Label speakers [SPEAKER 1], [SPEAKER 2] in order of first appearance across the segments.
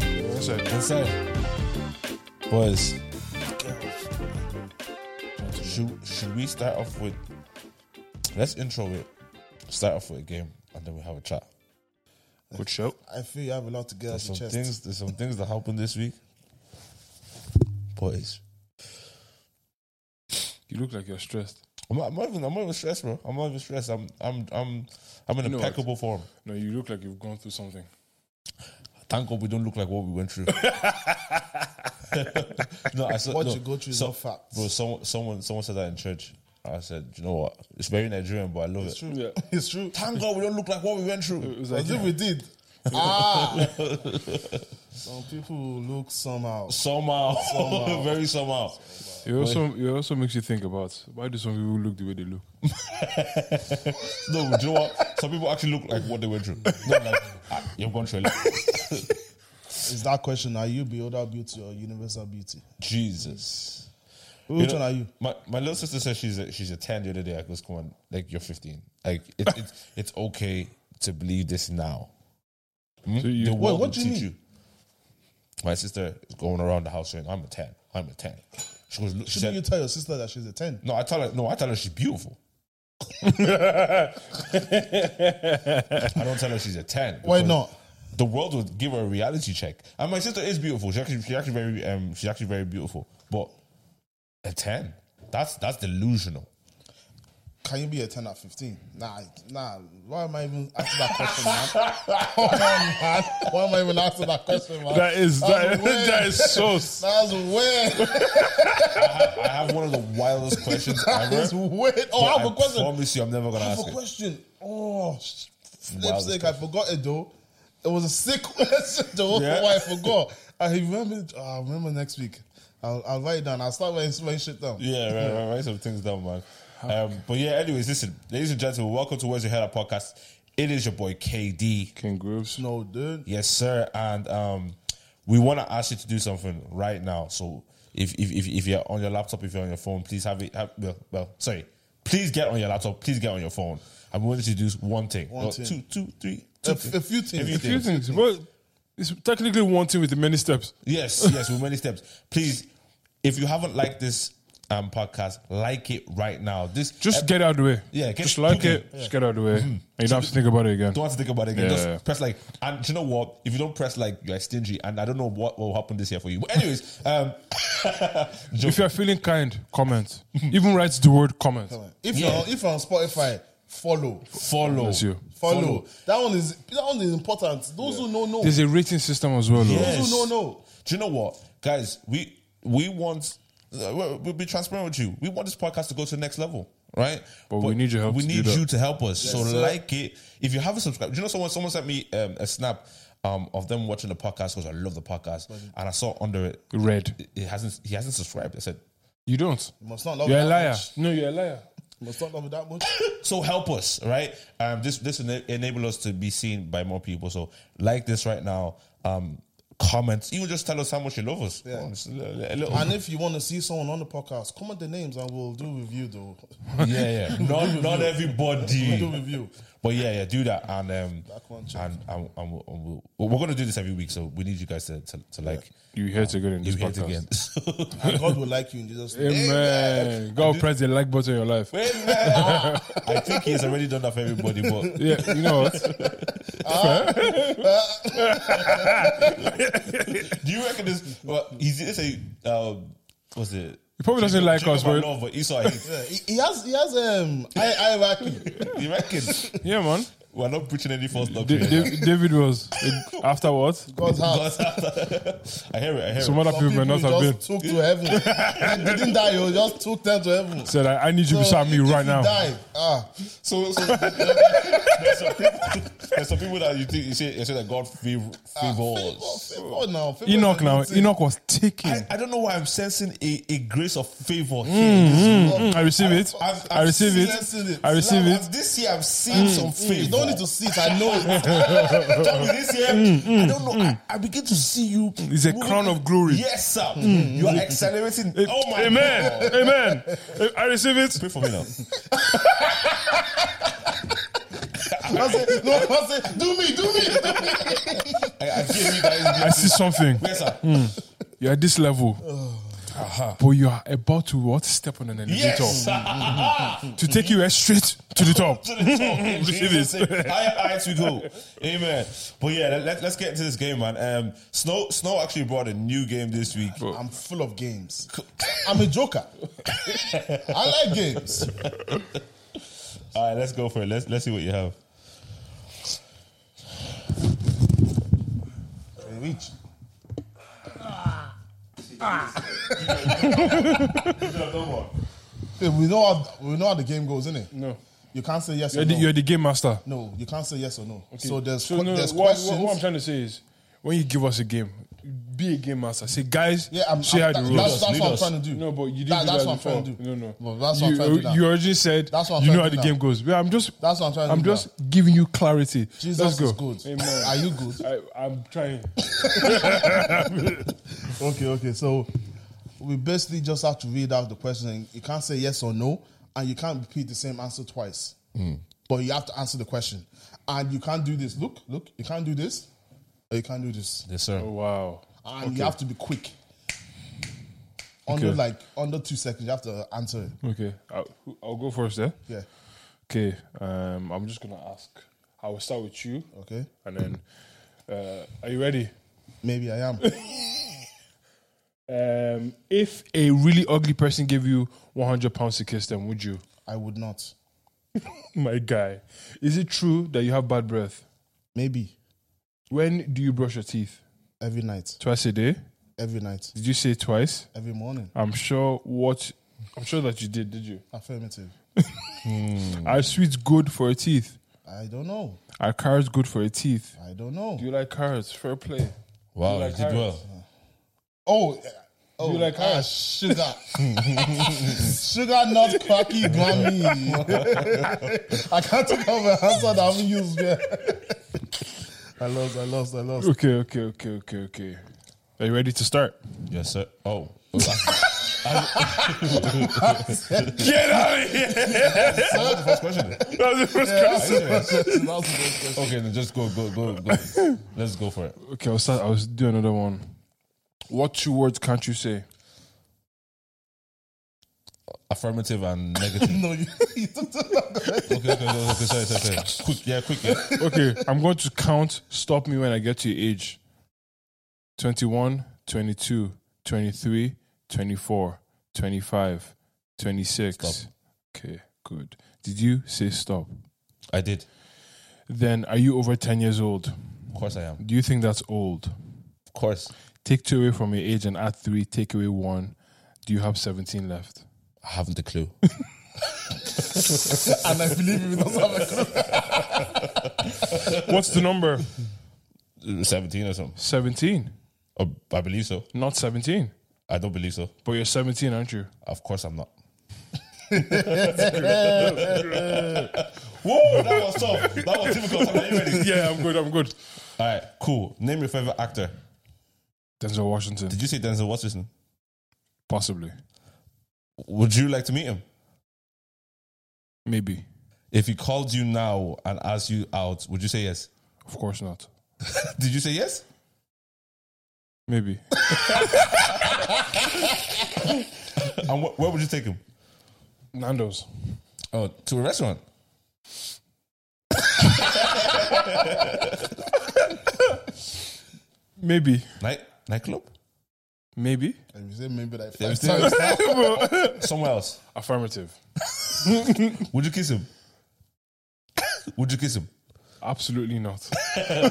[SPEAKER 1] Yes, sir.
[SPEAKER 2] Yes, sir. Boys, should, should we start off with? Let's intro it. Start off with a game, and then we have a chat.
[SPEAKER 1] Good show.
[SPEAKER 3] I feel you have a lot to get
[SPEAKER 2] There's
[SPEAKER 3] off your
[SPEAKER 2] some
[SPEAKER 3] chest.
[SPEAKER 2] things. There's some things that happened this week. Boys,
[SPEAKER 1] You look like you're stressed.
[SPEAKER 2] I'm not, I'm not even. I'm not even stressed, bro. I'm not even stressed. I'm. I'm. I'm. I'm in
[SPEAKER 1] know what?
[SPEAKER 2] impeccable form.
[SPEAKER 1] No, you look like you've gone through something.
[SPEAKER 2] Thank God we don't look like what we went through. no, I said
[SPEAKER 3] What
[SPEAKER 2] no.
[SPEAKER 3] you go through is
[SPEAKER 2] So-
[SPEAKER 3] not facts.
[SPEAKER 2] Bro, someone, someone, someone said that in church. I said, you know what? It's very Nigerian, but I love it.
[SPEAKER 1] Yeah.
[SPEAKER 3] It's true.
[SPEAKER 2] Thank God we don't look like what we went
[SPEAKER 1] It
[SPEAKER 2] through.
[SPEAKER 1] was
[SPEAKER 3] I
[SPEAKER 1] like,
[SPEAKER 3] think
[SPEAKER 1] yeah.
[SPEAKER 3] we did. ah, some people look somehow.
[SPEAKER 2] Somehow, very somehow.
[SPEAKER 1] it also it also makes you think about why do some people look the way they look?
[SPEAKER 2] No, do you know what? Some people actually look like what they went through. No, like, ah, you've gone through a lot.
[SPEAKER 3] Is that question? Are you beholder beauty or universal beauty?
[SPEAKER 2] Jesus.
[SPEAKER 3] Which
[SPEAKER 2] know-
[SPEAKER 3] one are you?
[SPEAKER 2] My, my little sister says she's a, she's a 10 the other day. I goes, come on, like, you're 15. Like, it, it, it's okay to believe this now. Hmm?
[SPEAKER 1] So you,
[SPEAKER 2] The
[SPEAKER 3] Wait,
[SPEAKER 2] world
[SPEAKER 3] what
[SPEAKER 2] will
[SPEAKER 3] do you
[SPEAKER 2] teach
[SPEAKER 3] mean?
[SPEAKER 2] My sister is going around the house saying, I'm a 10. I'm a 10. She goes, look, she
[SPEAKER 3] Shouldn't you
[SPEAKER 2] said,
[SPEAKER 3] tell your sister that she's a ten?
[SPEAKER 2] no, I tell her, no, I tell her she's beautiful. I don't tell her she's a 10.
[SPEAKER 3] Why
[SPEAKER 2] because
[SPEAKER 3] not?
[SPEAKER 2] The world would give her a reality check. And my sister is beautiful. She's actually, she's actually very, um, she's actually very beautiful. But a 10, that's, that's delusional.
[SPEAKER 3] Can you be a ten at fifteen? Nah, nah. Why am I even asking that question, man? Come on, man. Why am I even asking that question, man?
[SPEAKER 1] that
[SPEAKER 2] Oh,
[SPEAKER 1] is that,
[SPEAKER 3] That's weird.
[SPEAKER 1] that is so s-
[SPEAKER 3] That's weird.
[SPEAKER 2] I have one of the wildest questions
[SPEAKER 3] That is
[SPEAKER 2] ever.
[SPEAKER 3] weird.
[SPEAKER 2] but
[SPEAKER 3] Oh, I have a question.
[SPEAKER 2] promise you, I'm never going to
[SPEAKER 3] I have
[SPEAKER 2] ask
[SPEAKER 3] a
[SPEAKER 2] it.
[SPEAKER 3] question. Oh,
[SPEAKER 2] Wild
[SPEAKER 3] flip's sake, I forgot it though. It was a sick question though.
[SPEAKER 2] Yeah.
[SPEAKER 3] Why I forgot. I remember. Oh, I remember next week. I'll, I'll write it down. I'll start writing, writing shit down.
[SPEAKER 2] Yeah, right, right, right. Some things down, man. Um, but yeah, anyways, listen, ladies and gentlemen, welcome to Where's Your Head Up podcast. It is your boy KD.
[SPEAKER 1] Ken Groves.
[SPEAKER 3] No, dude.
[SPEAKER 2] Yes, sir. And um, we want to ask you to do something right now. So if, if, if, if you're on your laptop, if you're on your phone, please have it. Have, well, well, sorry. Please get on your laptop. Please get on your phone. I want you to do one thing.
[SPEAKER 3] One
[SPEAKER 2] Well,
[SPEAKER 3] thing.
[SPEAKER 2] Two, two, three, two
[SPEAKER 3] A,
[SPEAKER 2] things.
[SPEAKER 3] f- a few things.
[SPEAKER 2] few
[SPEAKER 1] A few things. Well, it's technically one thing with the many steps.
[SPEAKER 2] Yes, yes, with many steps. Please, if you haven't liked this um, podcast, like it right now. This eh,
[SPEAKER 1] Just
[SPEAKER 2] ep-
[SPEAKER 1] get out of the way.
[SPEAKER 2] Yeah, get-
[SPEAKER 1] just like
[SPEAKER 2] okay.
[SPEAKER 1] it. Just get out of the way, and you don't have to think about it again.
[SPEAKER 2] don't have to think about it again.
[SPEAKER 1] Yeah,
[SPEAKER 2] Just
[SPEAKER 1] yeah.
[SPEAKER 2] press like. And do you know what? If you don't press like, you're stingy. And I don't know what will happen this year for you. But anyways, um,
[SPEAKER 1] If you are feeling kind, comment.
[SPEAKER 2] Mm-hmm.
[SPEAKER 1] Even write the word comment.
[SPEAKER 3] If
[SPEAKER 2] Yeah.
[SPEAKER 3] you're on, if you're on Spotify, follow.
[SPEAKER 2] follow,
[SPEAKER 1] Bless you.
[SPEAKER 3] follow. That one is that one is important. Those who know know.
[SPEAKER 1] There's a rating system as well. though.
[SPEAKER 2] Yeah.
[SPEAKER 3] Those
[SPEAKER 2] Yes.
[SPEAKER 3] who know know.
[SPEAKER 2] Do you know what, guys? We we want uh, we'll we'll be transparent with you. We want this podcast to go to the next level, right?
[SPEAKER 1] But we need your help
[SPEAKER 2] We
[SPEAKER 1] to do
[SPEAKER 2] need
[SPEAKER 1] that.
[SPEAKER 2] you to help us. so
[SPEAKER 3] sir.
[SPEAKER 2] like it. If you haven't subscribed, do you know someone someone sent me um, a snap um, of them watching the podcast because I love the podcast, and I saw under it
[SPEAKER 1] Red.
[SPEAKER 2] it- it hasn't he hasn't subscribed. I said,
[SPEAKER 1] You don't.
[SPEAKER 3] You must not love
[SPEAKER 1] You're
[SPEAKER 3] it
[SPEAKER 1] a
[SPEAKER 3] that
[SPEAKER 1] liar.
[SPEAKER 3] much.
[SPEAKER 1] No, you're a liar.
[SPEAKER 3] You must not love it that much.
[SPEAKER 2] so help us, right? Um, this this ena- enable us to be seen by more people. So like this right now. Um, comment even just tell us how much you love us. Come on, it's a little- a little-
[SPEAKER 3] and if you want to see someone on the podcast, comment the names and we'll do review though.
[SPEAKER 2] yeah, yeah. Not not
[SPEAKER 3] we'll do
[SPEAKER 2] everybody.
[SPEAKER 3] review.
[SPEAKER 2] But yeah, yeah, do that, and um,
[SPEAKER 3] one,
[SPEAKER 2] and, and, and, we'll, and we'll, well, we're gonna do this every week, so we need you guys to to, to like
[SPEAKER 1] You hate again in this
[SPEAKER 2] you hit
[SPEAKER 1] podcast.
[SPEAKER 2] again.
[SPEAKER 3] And God will like you in Jesus' name.
[SPEAKER 1] Amen. God press the like button in your life.
[SPEAKER 2] I think he's already done that for everybody, but
[SPEAKER 1] Yeah, you know what?
[SPEAKER 2] do you reckon this? Well, he's he's a um, what's it?
[SPEAKER 1] He probably doesn't like us,
[SPEAKER 2] Jacob I
[SPEAKER 1] but
[SPEAKER 2] love, but Esau I hate.
[SPEAKER 3] Yeah, he, he has he has um I hierarchy.
[SPEAKER 2] You reckon
[SPEAKER 1] yeah, man.
[SPEAKER 2] we're not preaching any false
[SPEAKER 1] Da-
[SPEAKER 2] doctrine?
[SPEAKER 1] Da- David was after what?
[SPEAKER 3] God's house.
[SPEAKER 2] God's- uh, I hear it. I hear
[SPEAKER 1] Some
[SPEAKER 2] it.
[SPEAKER 1] other people may not have been.
[SPEAKER 3] just took to heaven. they didn't die. You just took them to heaven.
[SPEAKER 1] Said, I, I need you beside me
[SPEAKER 3] if
[SPEAKER 1] right
[SPEAKER 3] you
[SPEAKER 1] now.
[SPEAKER 3] Die. Ah,
[SPEAKER 2] So, so there's, some people, there's some people that you think you say, you say that God favor,
[SPEAKER 3] Ah,
[SPEAKER 2] favors.
[SPEAKER 3] favor now. Favor
[SPEAKER 1] Enoch
[SPEAKER 3] is a
[SPEAKER 1] now.
[SPEAKER 3] good thing.
[SPEAKER 1] Enoch was taken.
[SPEAKER 2] I, I don't know why I'm sensing a, a grace of favor here.
[SPEAKER 1] Mm, I receive it.
[SPEAKER 2] I've-
[SPEAKER 1] I receive
[SPEAKER 2] I've
[SPEAKER 1] it.
[SPEAKER 3] sensing it.
[SPEAKER 1] I receive
[SPEAKER 2] Now,
[SPEAKER 1] it.
[SPEAKER 2] This year I've seen
[SPEAKER 1] Mm.
[SPEAKER 2] some favor.
[SPEAKER 3] You don't need to see it. I know it.
[SPEAKER 2] Tommy, this year I don't know. I, I begin to see you.
[SPEAKER 1] Mm, It's a
[SPEAKER 2] moving
[SPEAKER 1] crown
[SPEAKER 2] in-
[SPEAKER 1] of glory. Mm,
[SPEAKER 2] Yes, sir. You are accelerating. oh my
[SPEAKER 1] Amen.
[SPEAKER 2] God.
[SPEAKER 1] Amen. I receive it.
[SPEAKER 2] Pray for me now.
[SPEAKER 3] I said, no, I said, do me, do me, do me.
[SPEAKER 2] I, I give you guys.
[SPEAKER 1] I Mm, see something.
[SPEAKER 2] Yes, sir.
[SPEAKER 1] You're at this level. But you are about to what? Step on an elevator
[SPEAKER 2] Yes.
[SPEAKER 1] mm, to take you uh, straight to the top.
[SPEAKER 2] to the top in
[SPEAKER 1] See
[SPEAKER 2] Jesus'
[SPEAKER 1] this?
[SPEAKER 2] name. Higher heights we go. Amen. But yeah, let, us get into this game, man. Um, Snow Snow actually brought a new game this week.
[SPEAKER 3] I'm full of games. I'm a joker. I like games.
[SPEAKER 2] All right, let's go for it. Let's let's see what you have.
[SPEAKER 3] Reach. Hey, we know how we know how the game goes, innit?
[SPEAKER 1] No.
[SPEAKER 3] You can't say yes
[SPEAKER 1] You're
[SPEAKER 3] or
[SPEAKER 1] the,
[SPEAKER 3] no.
[SPEAKER 1] you're the game master.
[SPEAKER 3] No, you can't say yes or no. So there's
[SPEAKER 1] so
[SPEAKER 3] que-
[SPEAKER 1] no, no,
[SPEAKER 3] there's
[SPEAKER 1] what,
[SPEAKER 3] questions.
[SPEAKER 1] what, what I'm trying to say is when you give us a game, be a game master. Say, guys,
[SPEAKER 3] yeah, I'm,
[SPEAKER 1] see
[SPEAKER 3] I'm,
[SPEAKER 1] how the
[SPEAKER 3] that-
[SPEAKER 1] rules.
[SPEAKER 3] that's, that's
[SPEAKER 2] Lead
[SPEAKER 3] what I'm
[SPEAKER 2] us.
[SPEAKER 3] trying to do.
[SPEAKER 1] No, but you didn't
[SPEAKER 3] That-
[SPEAKER 1] do
[SPEAKER 3] that's
[SPEAKER 1] that
[SPEAKER 3] what I'm
[SPEAKER 1] before.
[SPEAKER 3] trying to do.
[SPEAKER 1] No, no.
[SPEAKER 3] Well, that's
[SPEAKER 1] you,
[SPEAKER 3] what I'm trying to do. now.
[SPEAKER 1] You already said
[SPEAKER 3] That's what I'm
[SPEAKER 1] you know
[SPEAKER 3] trying
[SPEAKER 1] how
[SPEAKER 3] to
[SPEAKER 1] the
[SPEAKER 3] do
[SPEAKER 1] game
[SPEAKER 3] now.
[SPEAKER 1] goes. Yeah, I'm just
[SPEAKER 3] That's what I'm trying to
[SPEAKER 1] I'm
[SPEAKER 3] do
[SPEAKER 1] just giving you clarity.
[SPEAKER 3] Jesus
[SPEAKER 1] Let's go.
[SPEAKER 3] is good.
[SPEAKER 1] Amen.
[SPEAKER 3] Are you good?
[SPEAKER 1] I, I'm trying.
[SPEAKER 3] Okay, okay. So we basically just have to read out the question. You can't say yes or no, and you can't repeat the same answer twice. But you have to answer the question. And you can't do this. Look, look, you can't do this. Or you can't do this.
[SPEAKER 2] Yes, sir.
[SPEAKER 1] Oh, Wow.
[SPEAKER 3] And you have to be quick. Under
[SPEAKER 1] Okay.
[SPEAKER 3] like under two seconds, you have to answer it.
[SPEAKER 1] Okay, I'll, I'll go first there.
[SPEAKER 3] Yeah.
[SPEAKER 1] Okay, um, I'm just gonna ask. I will start with you,
[SPEAKER 3] Okay.
[SPEAKER 1] and then uh, are you ready?
[SPEAKER 3] Maybe I am.
[SPEAKER 1] Um, if a really ugly person gave you 100 pounds to kiss them, would you?
[SPEAKER 3] I would not.
[SPEAKER 1] Oh My guy, is it true that you have bad breath?
[SPEAKER 3] Maybe
[SPEAKER 1] When do you brush your teeth?
[SPEAKER 3] every night,
[SPEAKER 1] Twice a day?
[SPEAKER 3] every night,
[SPEAKER 1] Did you say twice?
[SPEAKER 3] every morning.
[SPEAKER 1] I'm sure what I'm sure that you did, did you?
[SPEAKER 3] Affirmative.
[SPEAKER 1] Are sweets good for your teeth?
[SPEAKER 3] I don't know.
[SPEAKER 1] Are carrots good for your teeth?
[SPEAKER 3] I don't know.
[SPEAKER 1] Do you like carrots? Fair play.
[SPEAKER 2] Wow,
[SPEAKER 1] You
[SPEAKER 2] you,
[SPEAKER 1] like
[SPEAKER 2] did
[SPEAKER 1] carrots?
[SPEAKER 2] well.
[SPEAKER 3] Oh, eh, oh,
[SPEAKER 1] You like
[SPEAKER 3] ah,
[SPEAKER 1] her?
[SPEAKER 3] sugar, sugar, not cracky, grammy. I can't think of an answer that I haven't used yet. I lost, I lost, I lost.
[SPEAKER 1] Okay, okay, okay, okay, okay. Are you ready to start?
[SPEAKER 2] Yes, sir. Oh,
[SPEAKER 1] Get out of here!
[SPEAKER 2] that's the first question.
[SPEAKER 1] That was the first question.
[SPEAKER 2] Okay, then just go, go, go, go. Let's go for it.
[SPEAKER 1] Okay, I'll start. I'll do another one. What two words can't you say?
[SPEAKER 2] Affirmative and negative.
[SPEAKER 3] No, you, you took too long.
[SPEAKER 2] Okay, okay, okay, okay. Sorry, sorry, sorry. Quick, yeah, quick. Yeah.
[SPEAKER 1] Okay, I'm going to count. Stop me when I get to your age 21, 22, 23, 24, 25, 26.
[SPEAKER 2] Stop.
[SPEAKER 1] Okay, good. Did you say stop?
[SPEAKER 2] I did.
[SPEAKER 1] Then, are you over 10 years old?
[SPEAKER 2] Of course, I am.
[SPEAKER 1] Do you think that's old?
[SPEAKER 2] Of course,
[SPEAKER 1] Take two away from your age and add three, take away one. Do you have 17 left?
[SPEAKER 2] I haven't a clue.
[SPEAKER 3] and I believe you don't have a clue.
[SPEAKER 1] What's the number?
[SPEAKER 2] Seventeen or something.
[SPEAKER 1] 17.
[SPEAKER 2] Oh, I believe so.
[SPEAKER 1] Not 17.
[SPEAKER 2] I don't believe so.
[SPEAKER 1] But you're 17, aren't you?
[SPEAKER 2] Of course, I'm not. Whoa, that was tough. That was difficult. Are you ready?
[SPEAKER 1] yeah, I'm good. I'm good.
[SPEAKER 2] All right, cool. Name your favorite actor.
[SPEAKER 1] Denzel Washington.
[SPEAKER 2] Did you say Denzel Washington?
[SPEAKER 1] Possibly.
[SPEAKER 2] Would you like to meet him?
[SPEAKER 1] Maybe.
[SPEAKER 2] If he called you now and asked you out, would you say yes?
[SPEAKER 1] Of course not.
[SPEAKER 2] Did you say yes?
[SPEAKER 1] Maybe.
[SPEAKER 2] And wh- where would you take him?
[SPEAKER 1] Nando's.
[SPEAKER 2] Oh, to a restaurant.
[SPEAKER 1] Maybe.
[SPEAKER 2] Night nightclub?
[SPEAKER 1] Maybe.
[SPEAKER 3] And you say maybe like
[SPEAKER 2] Yeah, we
[SPEAKER 3] five
[SPEAKER 2] still-
[SPEAKER 3] times.
[SPEAKER 2] Somewhere else.
[SPEAKER 1] Affirmative.
[SPEAKER 2] Would you kiss him? would you kiss him?
[SPEAKER 1] Absolutely not.
[SPEAKER 2] All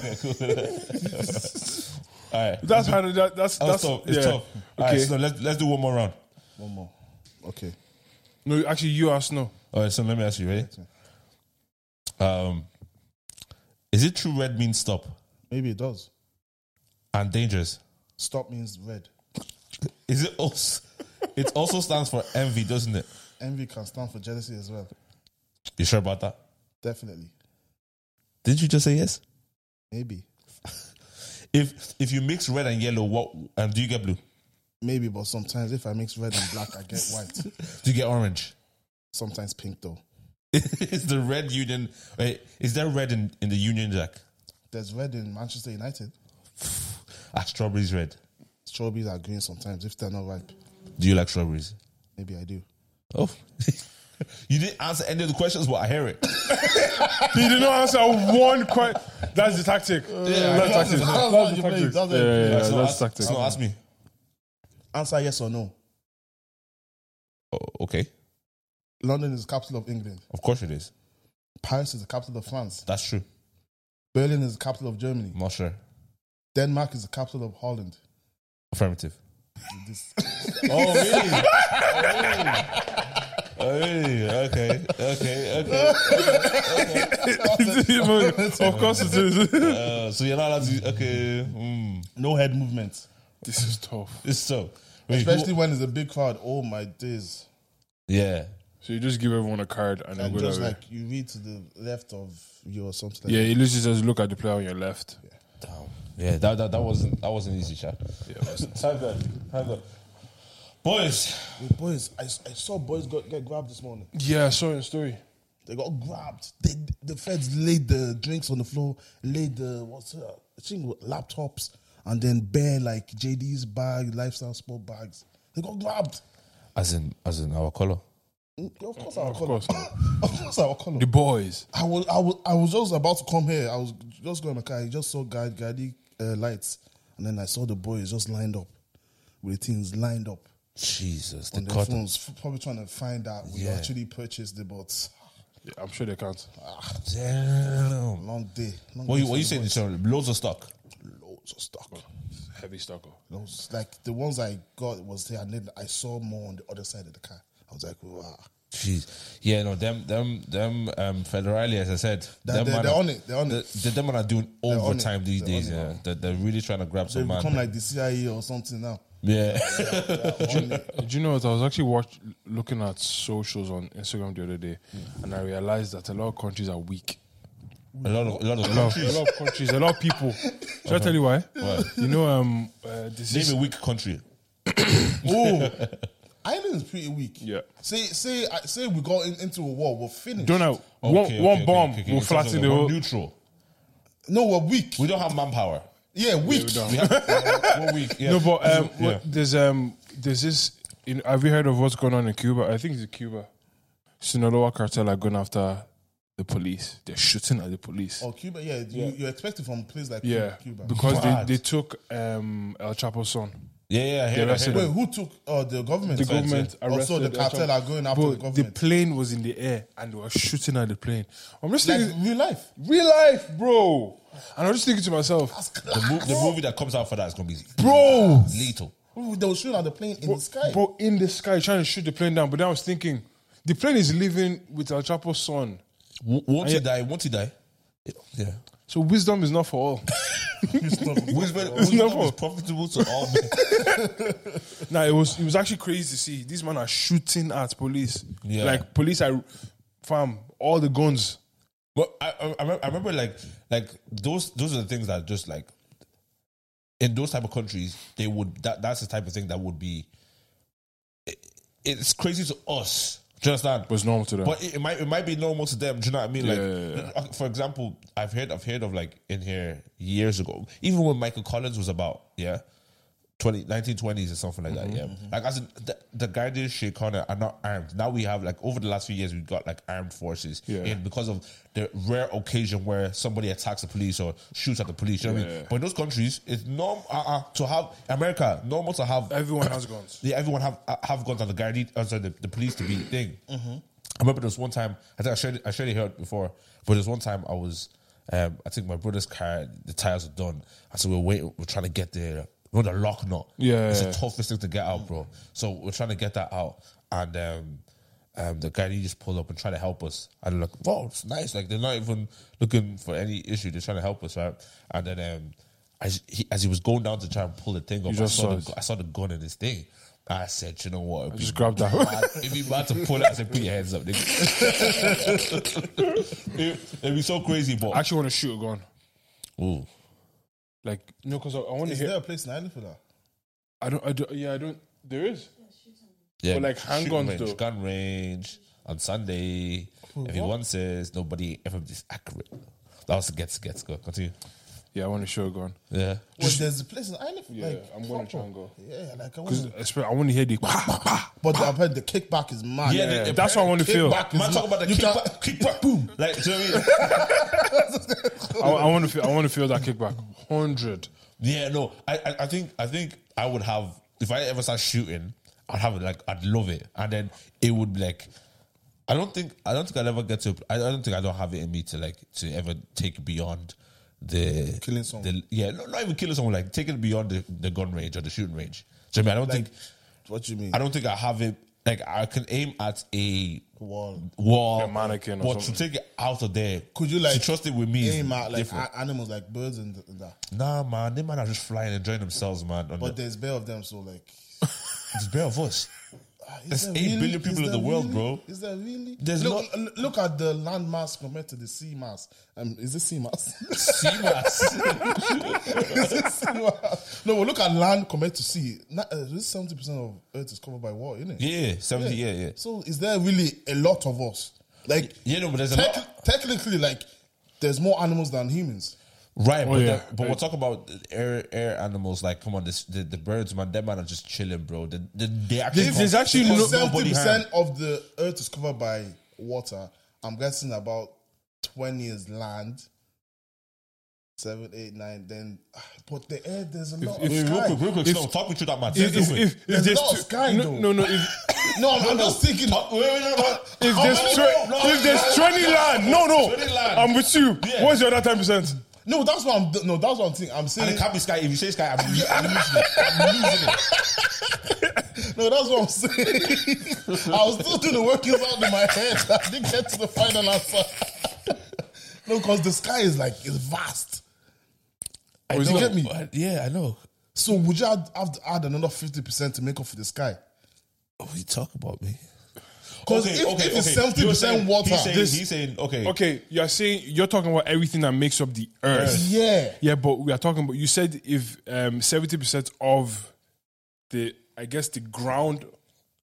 [SPEAKER 2] right.
[SPEAKER 1] That's how. That, that's
[SPEAKER 2] That was
[SPEAKER 1] that's
[SPEAKER 2] tough. It's
[SPEAKER 1] yeah.
[SPEAKER 2] tough. All right,
[SPEAKER 1] Okay.
[SPEAKER 2] so let's, let's do one more round.
[SPEAKER 3] One more. Okay.
[SPEAKER 1] no, actually, you are snow.
[SPEAKER 2] All right, so let me ask you, ready? Um, is it true red means stop
[SPEAKER 3] Maybe it does.
[SPEAKER 2] and dangerous?
[SPEAKER 3] Stop means red.
[SPEAKER 2] Is it also? It also stands for envy, doesn't it?
[SPEAKER 3] Envy can stand for jealousy as well.
[SPEAKER 2] You sure about that?
[SPEAKER 3] Definitely.
[SPEAKER 2] Didn't you just say yes?
[SPEAKER 3] Maybe.
[SPEAKER 2] If if you mix red and yellow, what and do you get blue?
[SPEAKER 3] Maybe, but sometimes if I mix red and black, I get white.
[SPEAKER 2] Do you get orange?
[SPEAKER 3] Sometimes pink though.
[SPEAKER 2] is the red union? Wait, is there red in, in the Union Jack?
[SPEAKER 3] There's red in Manchester United.
[SPEAKER 2] Are strawberries red?
[SPEAKER 3] Strawberries are green sometimes if they're not ripe.
[SPEAKER 2] Do you like strawberries?
[SPEAKER 3] Maybe I do.
[SPEAKER 2] Oh. you didn't answer any of the questions, but I hear it.
[SPEAKER 1] He did not answer one question. That's the tactic. that's the
[SPEAKER 3] that's-
[SPEAKER 1] tactic.
[SPEAKER 3] that's
[SPEAKER 1] That's,
[SPEAKER 3] what
[SPEAKER 1] the
[SPEAKER 3] you play.
[SPEAKER 1] tactic.
[SPEAKER 3] That's what
[SPEAKER 1] yeah,
[SPEAKER 3] you
[SPEAKER 1] yeah,
[SPEAKER 3] play.
[SPEAKER 1] yeah,
[SPEAKER 2] It's not
[SPEAKER 1] that's
[SPEAKER 2] ask-
[SPEAKER 1] the tactic.
[SPEAKER 2] it's not ask me.
[SPEAKER 3] Answer yes or no.
[SPEAKER 2] Oh, okay.
[SPEAKER 3] London is the capital of England.
[SPEAKER 2] Of course it is.
[SPEAKER 3] Paris is the capital of France.
[SPEAKER 2] That's true.
[SPEAKER 3] Berlin is the capital of Germany.
[SPEAKER 2] I'm not sure.
[SPEAKER 3] Denmark is the capital of Holland.
[SPEAKER 2] Affirmative.
[SPEAKER 3] This-
[SPEAKER 2] Oh, really? oh, really? Okay. Okay. Okay.
[SPEAKER 1] of course it is.
[SPEAKER 2] Uh, so you're not allowed to. Okay. Mm.
[SPEAKER 3] no head movement.
[SPEAKER 1] this is tough.
[SPEAKER 2] It's so. Wait, who-
[SPEAKER 3] Especially when it's a big crowd. Oh my days.
[SPEAKER 2] yeah.
[SPEAKER 1] So you just give everyone a card and, then
[SPEAKER 3] And
[SPEAKER 1] go that
[SPEAKER 3] just
[SPEAKER 1] way.
[SPEAKER 3] like you read to the left of you or something like
[SPEAKER 1] yeah, you literally just look at the player on your left.
[SPEAKER 2] Damn. Yeah. That, that that wasn't that wasn't easy, chat. Have that. Have that. Boys.
[SPEAKER 3] that. Boys, I, I saw boys got get grabbed this morning.
[SPEAKER 1] Yeah, I saw your story.
[SPEAKER 3] They got grabbed. They, the feds laid the drinks on the floor, laid the what's it, I think what, laptops, and then bare like JD's bag, lifestyle sport bags. They got grabbed.
[SPEAKER 2] As in as in our color.
[SPEAKER 3] Mm, Of course, our
[SPEAKER 1] Of
[SPEAKER 3] color.
[SPEAKER 1] course.
[SPEAKER 3] of course, our color.
[SPEAKER 1] The boys.
[SPEAKER 3] I was, I was, I was just about to come here. I was just going to car. I just saw guy, Gadi uh, lights, and then I saw the boys just lined up with things lined up
[SPEAKER 2] Jesus. The
[SPEAKER 3] on their
[SPEAKER 2] cut.
[SPEAKER 3] phones, f- probably trying to find out we
[SPEAKER 2] Yeah.
[SPEAKER 3] actually purchased the bots.
[SPEAKER 1] Yeah, I'm sure they can't.
[SPEAKER 2] Damn.
[SPEAKER 3] Long day. Long
[SPEAKER 2] What
[SPEAKER 3] day
[SPEAKER 2] you
[SPEAKER 3] for
[SPEAKER 2] what you
[SPEAKER 3] the
[SPEAKER 2] saying?
[SPEAKER 3] boys.
[SPEAKER 2] Sorry, loads of stock.
[SPEAKER 3] Loads of stock.
[SPEAKER 1] Heavy stalker.
[SPEAKER 3] Loads. Like the ones I got was there, and then I saw more on the other side of the car. I was like, wow.
[SPEAKER 2] Jeez, yeah, no, them, them, them, um, Federali, as I said,
[SPEAKER 3] They're-
[SPEAKER 2] them
[SPEAKER 3] they're-
[SPEAKER 2] man
[SPEAKER 3] they're
[SPEAKER 2] are-
[SPEAKER 3] on it, they're on it.
[SPEAKER 2] The, the, them man are doing
[SPEAKER 3] on it,
[SPEAKER 2] overtime these
[SPEAKER 3] they're on
[SPEAKER 2] days.
[SPEAKER 3] it,
[SPEAKER 2] Yeah, they're, they're really trying to grab
[SPEAKER 3] They
[SPEAKER 2] some man.
[SPEAKER 3] become like the CIA or something now.
[SPEAKER 2] yeah,
[SPEAKER 1] Uh, Do you know what? I was actually watch, looking at socials on Instagram the other day,
[SPEAKER 2] Hmm.
[SPEAKER 1] and I realized that a lot of countries are weak.
[SPEAKER 2] a lot of, a lot of,
[SPEAKER 1] A lot of, a lot of countries, a lot of people. Should I tell you why? You know, um, uh, this
[SPEAKER 2] Name
[SPEAKER 1] is
[SPEAKER 2] a weak country.
[SPEAKER 3] Oh, Ireland's pretty weak.
[SPEAKER 1] Yeah.
[SPEAKER 3] Say say I- say we got in, into a war, we're finished.
[SPEAKER 1] don't know.
[SPEAKER 2] Okay,
[SPEAKER 1] one
[SPEAKER 2] okay,
[SPEAKER 1] one
[SPEAKER 2] okay,
[SPEAKER 1] bomb
[SPEAKER 2] okay, okay.
[SPEAKER 1] will
[SPEAKER 2] In terms of
[SPEAKER 1] flatten the
[SPEAKER 2] we're
[SPEAKER 1] whole.
[SPEAKER 2] Neutral.
[SPEAKER 3] No, we're weak.
[SPEAKER 2] We don't have manpower.
[SPEAKER 3] yeah, weak.
[SPEAKER 1] don't.
[SPEAKER 2] We have, we're weak. Yeah.
[SPEAKER 1] No, but um,
[SPEAKER 2] Yeah.
[SPEAKER 1] what, there's um, there's this. In, have you heard of what's going on in Cuba? I think it's Cuba. Sinaloa cartel are going after the police. They're shooting at the police.
[SPEAKER 2] Oh,
[SPEAKER 3] Or Cuba, yeah, You, you expect it from a place like
[SPEAKER 1] yeah,
[SPEAKER 3] Cuba.
[SPEAKER 1] because
[SPEAKER 2] Mad.
[SPEAKER 1] they, they took um, El Chapo's son.
[SPEAKER 2] yeah, yeah, I hear
[SPEAKER 1] the
[SPEAKER 2] that, I hear
[SPEAKER 1] rest
[SPEAKER 3] Wait,
[SPEAKER 2] that.
[SPEAKER 3] who took uh, the government?
[SPEAKER 1] The government arrested.
[SPEAKER 3] Also, the
[SPEAKER 1] El
[SPEAKER 3] cartel
[SPEAKER 1] Chapo.
[SPEAKER 3] are going after
[SPEAKER 1] Bro,
[SPEAKER 3] the government.
[SPEAKER 1] plane was in the air and they were shooting at the plane. I'm just
[SPEAKER 3] like
[SPEAKER 1] thinking,
[SPEAKER 3] real life.
[SPEAKER 1] real life, bro. And I was just thinking to myself,
[SPEAKER 3] That's
[SPEAKER 2] The, mo- the movie that comes out for that is gonna be
[SPEAKER 1] bro,
[SPEAKER 2] lethal.
[SPEAKER 3] Ooh, They were shooting at the plane in the sky.
[SPEAKER 1] bro, in the sky trying to shoot the plane down. But then I was thinking, the plane is living with El Chapo's son.
[SPEAKER 2] W- Won't he die? Won't he die? Yeah.
[SPEAKER 1] So wisdom is not for all.
[SPEAKER 2] Wisdom
[SPEAKER 1] not
[SPEAKER 2] wisdom
[SPEAKER 1] for-
[SPEAKER 2] is profitable to all men.
[SPEAKER 1] nah, it was it was actually crazy to see. These men are shooting at police.
[SPEAKER 2] Yeah.
[SPEAKER 1] Like police are fam, all the guns.
[SPEAKER 2] But I, I, I remember- I remember like like those those are the things that just like in those type of countries they would that that's the type of thing that would be it, it's crazy to us. Do you understand?
[SPEAKER 1] Was normal to them.
[SPEAKER 2] But it, it might it might be normal to them. Do you know what I mean? Like,
[SPEAKER 1] Yeah, yeah,
[SPEAKER 2] uh, for example, I've heard I've heard of like in here years ago, even when Michael Collins was about yeah, 20, 1920s or something like
[SPEAKER 1] Mm-hmm,
[SPEAKER 2] that. Yeah, like as in, the, the Guardian Sheikh Connor are not armed. Now we have like over the last few years we've got like armed forces,
[SPEAKER 1] Yeah.
[SPEAKER 2] and because of the rare occasion where somebody attacks the police or shoots at the police. You know what I
[SPEAKER 1] Yeah.
[SPEAKER 2] mean? But in those countries, it's normal uh, uh, to have America normal to have
[SPEAKER 1] Everyone has guns.
[SPEAKER 2] yeah, everyone have have guns on the guard, uh, sorry, the, the police to be thing.
[SPEAKER 1] Mm-hmm.
[SPEAKER 2] I remember there was one time I think I shared it- I shared it here before, but there was one time I was um, I think my brother's car the tires were done, and so we we're waiting, we're trying to get there. You know the lock nut,
[SPEAKER 1] Yeah.
[SPEAKER 2] it's the toughest thing to get out, bro. So we're trying to get that out, and um, um, the guy he just pulled up and tried to help us, and they're like, "Wow, it's nice!" Like they're not even looking for any issue; they're trying to help us, right? And then um, as he, as he was going down to try and pull the thing up, I
[SPEAKER 1] just
[SPEAKER 2] saw
[SPEAKER 1] saw
[SPEAKER 2] the
[SPEAKER 1] it.
[SPEAKER 2] I saw the gun in his thing. I said, you know what? It'd be
[SPEAKER 1] Just grab that.
[SPEAKER 2] mad- It'd be mad to pull it. I said, put your hands up, nigga. it, would be so crazy, but
[SPEAKER 1] I actually want to shoot a gun.
[SPEAKER 2] Ooh.
[SPEAKER 1] Like no, because I, I want to
[SPEAKER 3] Is
[SPEAKER 1] hear.
[SPEAKER 3] there a place in Ireland for that?
[SPEAKER 1] I don't. I don't. Yeah, I don't. There is.
[SPEAKER 2] yeah,
[SPEAKER 1] But like handguns
[SPEAKER 2] shooting range,
[SPEAKER 1] though.
[SPEAKER 2] gun range, on Sunday. Everyone says nobody FMD is accurate. That was the gets gets go. Continue.
[SPEAKER 1] Yeah, I want to show gone.
[SPEAKER 2] Yeah.
[SPEAKER 3] Well, there's the places I live.
[SPEAKER 1] Yeah,
[SPEAKER 3] like,
[SPEAKER 1] I'm gonna
[SPEAKER 3] proper.
[SPEAKER 1] try and go.
[SPEAKER 3] Yeah, like I
[SPEAKER 1] Because
[SPEAKER 3] want.
[SPEAKER 1] I want to hear the.
[SPEAKER 3] But I've heard the kickback is mad.
[SPEAKER 2] Yeah,
[SPEAKER 1] Yeah,
[SPEAKER 2] the- the
[SPEAKER 1] that's what I want to feel. I,
[SPEAKER 2] Kickback, man, talk about the
[SPEAKER 3] You can-
[SPEAKER 2] kickback, kickback, boom. Like, do you know what I mean?
[SPEAKER 1] I want to feel. I want to feel that kickback. Hundred.
[SPEAKER 2] Yeah, no, I, I, I think I think I would have if I ever start shooting, I'd have it like I'd love it, and then it would be like. I don't think I don't think I'll ever get to. I, I don't think I don't have it in me to like to ever take beyond the
[SPEAKER 3] Killing someone.
[SPEAKER 2] the- yeah, no, not even killing someone. Like take it beyond the, the gun range or the shooting range. Do you know what I mean? I don't think
[SPEAKER 3] What you mean?
[SPEAKER 2] I don't think I have it. Like I can aim at a
[SPEAKER 3] Wall.
[SPEAKER 2] wall,
[SPEAKER 1] A mannequin or
[SPEAKER 2] but to
[SPEAKER 1] something.
[SPEAKER 2] take it out of there,
[SPEAKER 3] Could you, like,
[SPEAKER 2] to trust it with me? is
[SPEAKER 3] aim at like
[SPEAKER 2] different.
[SPEAKER 3] a- animals like birds and th- that.
[SPEAKER 2] nah, man, they man are just flying, enjoying themselves, man. on the-
[SPEAKER 3] But there's bare of them, so like.
[SPEAKER 2] It's bare of us.
[SPEAKER 3] ah, is
[SPEAKER 2] There's
[SPEAKER 3] there
[SPEAKER 2] eight billion people
[SPEAKER 3] Is
[SPEAKER 2] in
[SPEAKER 3] there
[SPEAKER 2] the world,
[SPEAKER 3] really?
[SPEAKER 2] bro.
[SPEAKER 3] Is there really?
[SPEAKER 2] There's
[SPEAKER 3] look, l- look at the land mass compared to the sea mass. Um, is it sea mass?
[SPEAKER 2] Seabass.
[SPEAKER 3] Is it sea mass? No, well, look at land compared to sea. Not, uh, this seventy percent of Earth is covered by water, isn't it?
[SPEAKER 2] yeah, 70, yeah, yeah.
[SPEAKER 3] So is there really a lot of us? Like,
[SPEAKER 2] Yeah, no, but there's a
[SPEAKER 3] tec-
[SPEAKER 2] lot.
[SPEAKER 3] technically, like, there's more animals than humans.
[SPEAKER 2] Right, but,
[SPEAKER 1] Oh, yeah.
[SPEAKER 2] the- but we're talking about air air animals. Like, come on, this, the, the birds, man, them man are just chilling, bro. The, the, they actually
[SPEAKER 1] There's-
[SPEAKER 2] cause-
[SPEAKER 1] there's actually
[SPEAKER 2] they
[SPEAKER 1] no-
[SPEAKER 2] cause
[SPEAKER 3] Seventy
[SPEAKER 2] nobody harm.
[SPEAKER 3] percent of the Earth is covered by water. I'm guessing about twenty is land. Seven, eight, nine. Then, ah, but the air there's a lot
[SPEAKER 1] if-
[SPEAKER 3] of
[SPEAKER 2] Wait, real
[SPEAKER 3] sky.
[SPEAKER 2] quick, real quick,
[SPEAKER 1] If-
[SPEAKER 2] Snow, talk me through that, man.
[SPEAKER 1] If, if, if, if
[SPEAKER 3] There's a
[SPEAKER 1] there's
[SPEAKER 3] lot of
[SPEAKER 1] two-
[SPEAKER 3] sky,
[SPEAKER 1] no,
[SPEAKER 3] though.
[SPEAKER 1] no, no. If,
[SPEAKER 3] no, I'm, I'm just thinking.
[SPEAKER 2] Talk- wait, wait, no, no.
[SPEAKER 1] if
[SPEAKER 2] How
[SPEAKER 1] there's
[SPEAKER 2] many-
[SPEAKER 1] tw-
[SPEAKER 2] no,
[SPEAKER 1] if there's twenty land, Oh, no, no,
[SPEAKER 2] 20 land.
[SPEAKER 1] I'm with you.
[SPEAKER 2] Yeah.
[SPEAKER 1] What's the other ten percent?
[SPEAKER 3] No, that's what I'm. No, that's what I'm thinking. I'm
[SPEAKER 2] And
[SPEAKER 3] saying.
[SPEAKER 2] it can't be sky. If you say sky, I'm, lo- I'm losing it. I'm losing it.
[SPEAKER 3] No, that's what I'm saying. I was still doing the workings out in my head. I didn't get to the final answer. no, because the sky is like it's vast.
[SPEAKER 1] Oh,
[SPEAKER 2] I
[SPEAKER 3] you
[SPEAKER 2] know,
[SPEAKER 3] get me?
[SPEAKER 2] but- Yeah, I know.
[SPEAKER 3] So would you add, have to add another fifty percent to make up for the sky?
[SPEAKER 2] What you talk about me?
[SPEAKER 3] 'Cause if- if it's 70% water,
[SPEAKER 2] he's saying,
[SPEAKER 3] this-
[SPEAKER 2] he's saying okay,
[SPEAKER 1] Okay, you're saying you're talking about everything that makes up the earth.
[SPEAKER 3] Yeah.
[SPEAKER 1] Yeah, but we are talking about. You said if um seventy percent of the, I guess the ground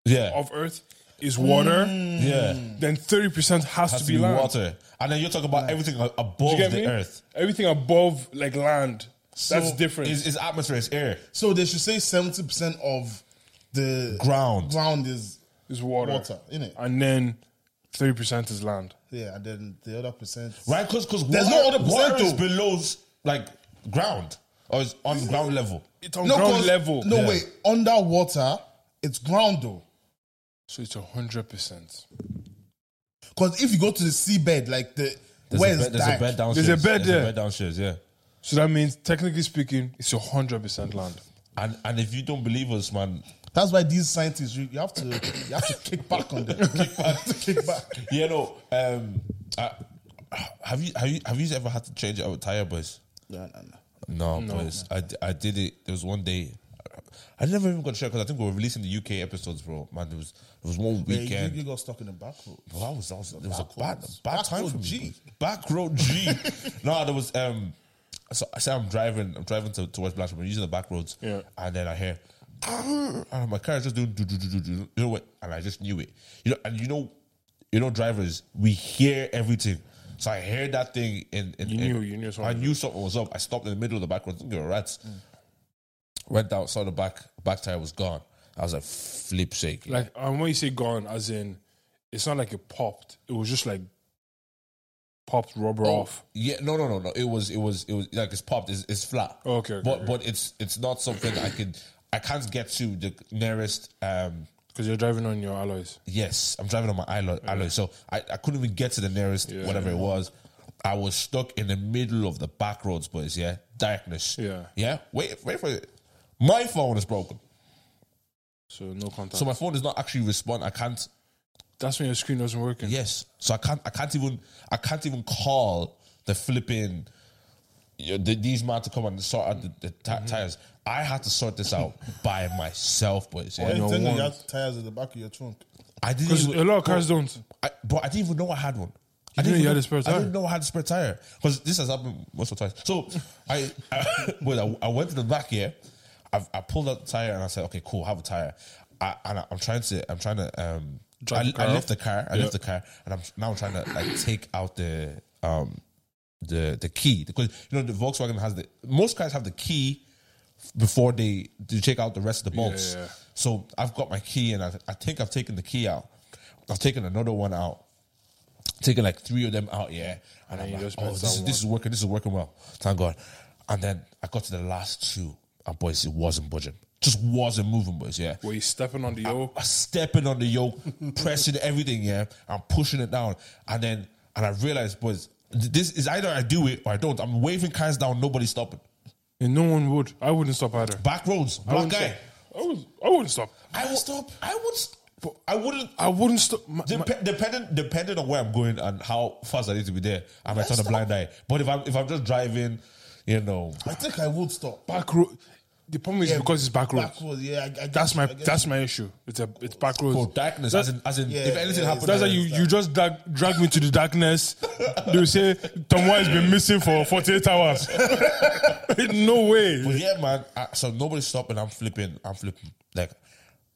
[SPEAKER 2] yeah,
[SPEAKER 1] of Earth is water,
[SPEAKER 2] yeah.
[SPEAKER 1] then thirty percent Hmm. has,
[SPEAKER 2] has
[SPEAKER 1] to be land.
[SPEAKER 2] water. And then you're talking about everything a- above
[SPEAKER 1] You get
[SPEAKER 2] the
[SPEAKER 1] me?
[SPEAKER 2] earth.
[SPEAKER 1] Everything above like land, that's
[SPEAKER 3] So
[SPEAKER 1] different.
[SPEAKER 2] It's, it's atmosphere, it's air,
[SPEAKER 3] So they should say seventy percent of the
[SPEAKER 2] ground.
[SPEAKER 3] ground is
[SPEAKER 1] Is water,
[SPEAKER 3] water, innit?
[SPEAKER 1] and then thirty percent is land.
[SPEAKER 3] yeah, and then the other percent.
[SPEAKER 2] Right? Because because
[SPEAKER 3] There's no other
[SPEAKER 2] water
[SPEAKER 3] percent
[SPEAKER 2] is
[SPEAKER 3] though.
[SPEAKER 2] below s- like ground or it's on ground level.
[SPEAKER 1] It's on ground
[SPEAKER 3] 'cause-
[SPEAKER 1] level.
[SPEAKER 3] No
[SPEAKER 2] Yeah.
[SPEAKER 3] wait, underwater it's ground though.
[SPEAKER 1] so it's hundred percent.
[SPEAKER 3] Because if you go to the seabed, like the
[SPEAKER 2] There's,
[SPEAKER 3] where's
[SPEAKER 2] a, bed, there's a
[SPEAKER 3] that?
[SPEAKER 2] bed downstairs.
[SPEAKER 1] There's a bed there.
[SPEAKER 2] There's a bed downstairs. Yeah.
[SPEAKER 1] So that means, technically speaking, it's hundred percent land.
[SPEAKER 2] And and if you don't believe us, man,
[SPEAKER 3] That's why these scientists, you, you have to, you have to kick back on them. kick back, to kick back.
[SPEAKER 2] you know, um, I, have you have you have you ever had to change out a tire, boys?
[SPEAKER 3] No, no, no.
[SPEAKER 2] No, boys. I, d- I did it. There was one day. I never even got to share because I think we were releasing the UK episodes, bro. Man, there was there was one
[SPEAKER 3] Hey,
[SPEAKER 2] weekend.
[SPEAKER 3] you, you got stuck in the back road.
[SPEAKER 2] Well, that was, that was, it was
[SPEAKER 3] Back
[SPEAKER 2] a bad,
[SPEAKER 3] roads.
[SPEAKER 2] bad
[SPEAKER 3] Back
[SPEAKER 2] time
[SPEAKER 3] road
[SPEAKER 2] for me.
[SPEAKER 3] G.
[SPEAKER 2] Back road G. no, there was um. So I say I'm driving. I'm driving to towards Blanchard. We're using the back roads.
[SPEAKER 1] Yeah.
[SPEAKER 2] And then I hear, "Arr!" and my car is just doing do do do do do. You know what? And I just knew it. You know, and you know, you know, drivers, we hear everything. So I heard that thing, and, and
[SPEAKER 1] You knew- you knew
[SPEAKER 2] I
[SPEAKER 1] something.
[SPEAKER 2] knew something was up. I stopped in the middle of the back road. Didn't give a rat's. Went out, saw the back back tire was gone. I was like, flip shake.
[SPEAKER 1] Like, and when you say gone, as in, it's not like it popped. It was just like popped rubber off.
[SPEAKER 2] Yeah, no, no, no, no. It was, it was, it was like it's popped. It's, it's flat.
[SPEAKER 1] Okay, okay,
[SPEAKER 2] but
[SPEAKER 1] okay.
[SPEAKER 2] but it's it's not something I could I can't get to the nearest. um
[SPEAKER 1] Because you're driving on your alloys.
[SPEAKER 2] Yes, I'm driving on my alloy, alloy so I, I couldn't even get to the nearest whatever it was. I was stuck in the middle of the back roads, boys. Yeah, darkness.
[SPEAKER 1] Yeah.
[SPEAKER 2] yeah. Wait, wait for it. My phone is broken,
[SPEAKER 1] So no contact.
[SPEAKER 2] so my phone is not actually respond. I can't
[SPEAKER 1] That's when your screen wasn't working.
[SPEAKER 2] Yes. So I can't. I can't even. I can't even call the flipping. You know, the, these man to come and sort out the, the ti-
[SPEAKER 1] Mm-hmm.
[SPEAKER 2] tires. I had to sort this out by myself, boys. yeah.
[SPEAKER 3] Why you
[SPEAKER 1] your
[SPEAKER 3] telling me you
[SPEAKER 1] ones.
[SPEAKER 3] have tires in the back of your trunk?
[SPEAKER 2] I didn't.
[SPEAKER 1] Because
[SPEAKER 2] even-
[SPEAKER 1] a lot of cars don't.
[SPEAKER 2] I, but I didn't even know I had one. I
[SPEAKER 1] didn't
[SPEAKER 2] even
[SPEAKER 1] know you had
[SPEAKER 2] know-
[SPEAKER 1] a spare
[SPEAKER 2] I
[SPEAKER 1] tire?
[SPEAKER 2] didn't know I had a spare tire because this has happened once or twice. So I, I, well, I, I went to the back here. I, I pulled out the tire and I said, "Okay, cool, have a tire." I, and I, I'm trying to, I'm trying to um, I,
[SPEAKER 1] Drive the car
[SPEAKER 2] I
[SPEAKER 1] off.
[SPEAKER 2] left the car. I
[SPEAKER 1] Yeah.
[SPEAKER 2] left the car, and I'm now trying to like take out the um the the key because you know the Volkswagen has the most cars have the key before they to take out the rest of the bolts.
[SPEAKER 1] yeah, yeah.
[SPEAKER 2] So I've got my key, and I, I think I've taken the key out. I've taken another one out. Taken like three of them out, yeah. And I'm
[SPEAKER 1] you
[SPEAKER 2] like,
[SPEAKER 1] just
[SPEAKER 2] oh,
[SPEAKER 1] missed
[SPEAKER 2] this is,
[SPEAKER 1] that
[SPEAKER 2] this is working. This is working well. Thank God. And then I got to the last two, and boys, it wasn't budging. Just wasn't moving, boys. Yeah
[SPEAKER 1] Were you stepping on the yoke?
[SPEAKER 2] stepping on the yoke, pressing everything, yeah, and pushing it down. And then, and I realized, boys, th- this is either I do it or I don't. I'm waving cars down, nobody's stopping.
[SPEAKER 1] And no one would. I wouldn't stop either.
[SPEAKER 2] Back roads, black
[SPEAKER 1] wouldn't
[SPEAKER 2] guy.
[SPEAKER 1] Stop. I, would, I wouldn't stop.
[SPEAKER 2] I would stop. I would. st- I wouldn't.
[SPEAKER 1] I wouldn't stop. My, my,
[SPEAKER 2] Dep- depending depending on where I'm going and how fast I need to be there, I might turn a blind eye. But if I'm if I'm just driving, you know,
[SPEAKER 3] I think I would stop.
[SPEAKER 1] back road. The problem is because it's back road.
[SPEAKER 3] Backwards, yeah. I, I get
[SPEAKER 1] That's
[SPEAKER 3] you,
[SPEAKER 1] my
[SPEAKER 3] I get you.
[SPEAKER 1] that's my issue. It's a it's back road.
[SPEAKER 2] for darkness, as in as in
[SPEAKER 3] Yeah,
[SPEAKER 2] if anything
[SPEAKER 3] yeah,
[SPEAKER 2] happens,
[SPEAKER 1] That's how you, you just drag, drag me to the darkness. They will say Tom has been missing for 48 hours. no way.
[SPEAKER 2] But yeah, man. I, so nobody's stopping. I'm flipping. I'm flipping. Like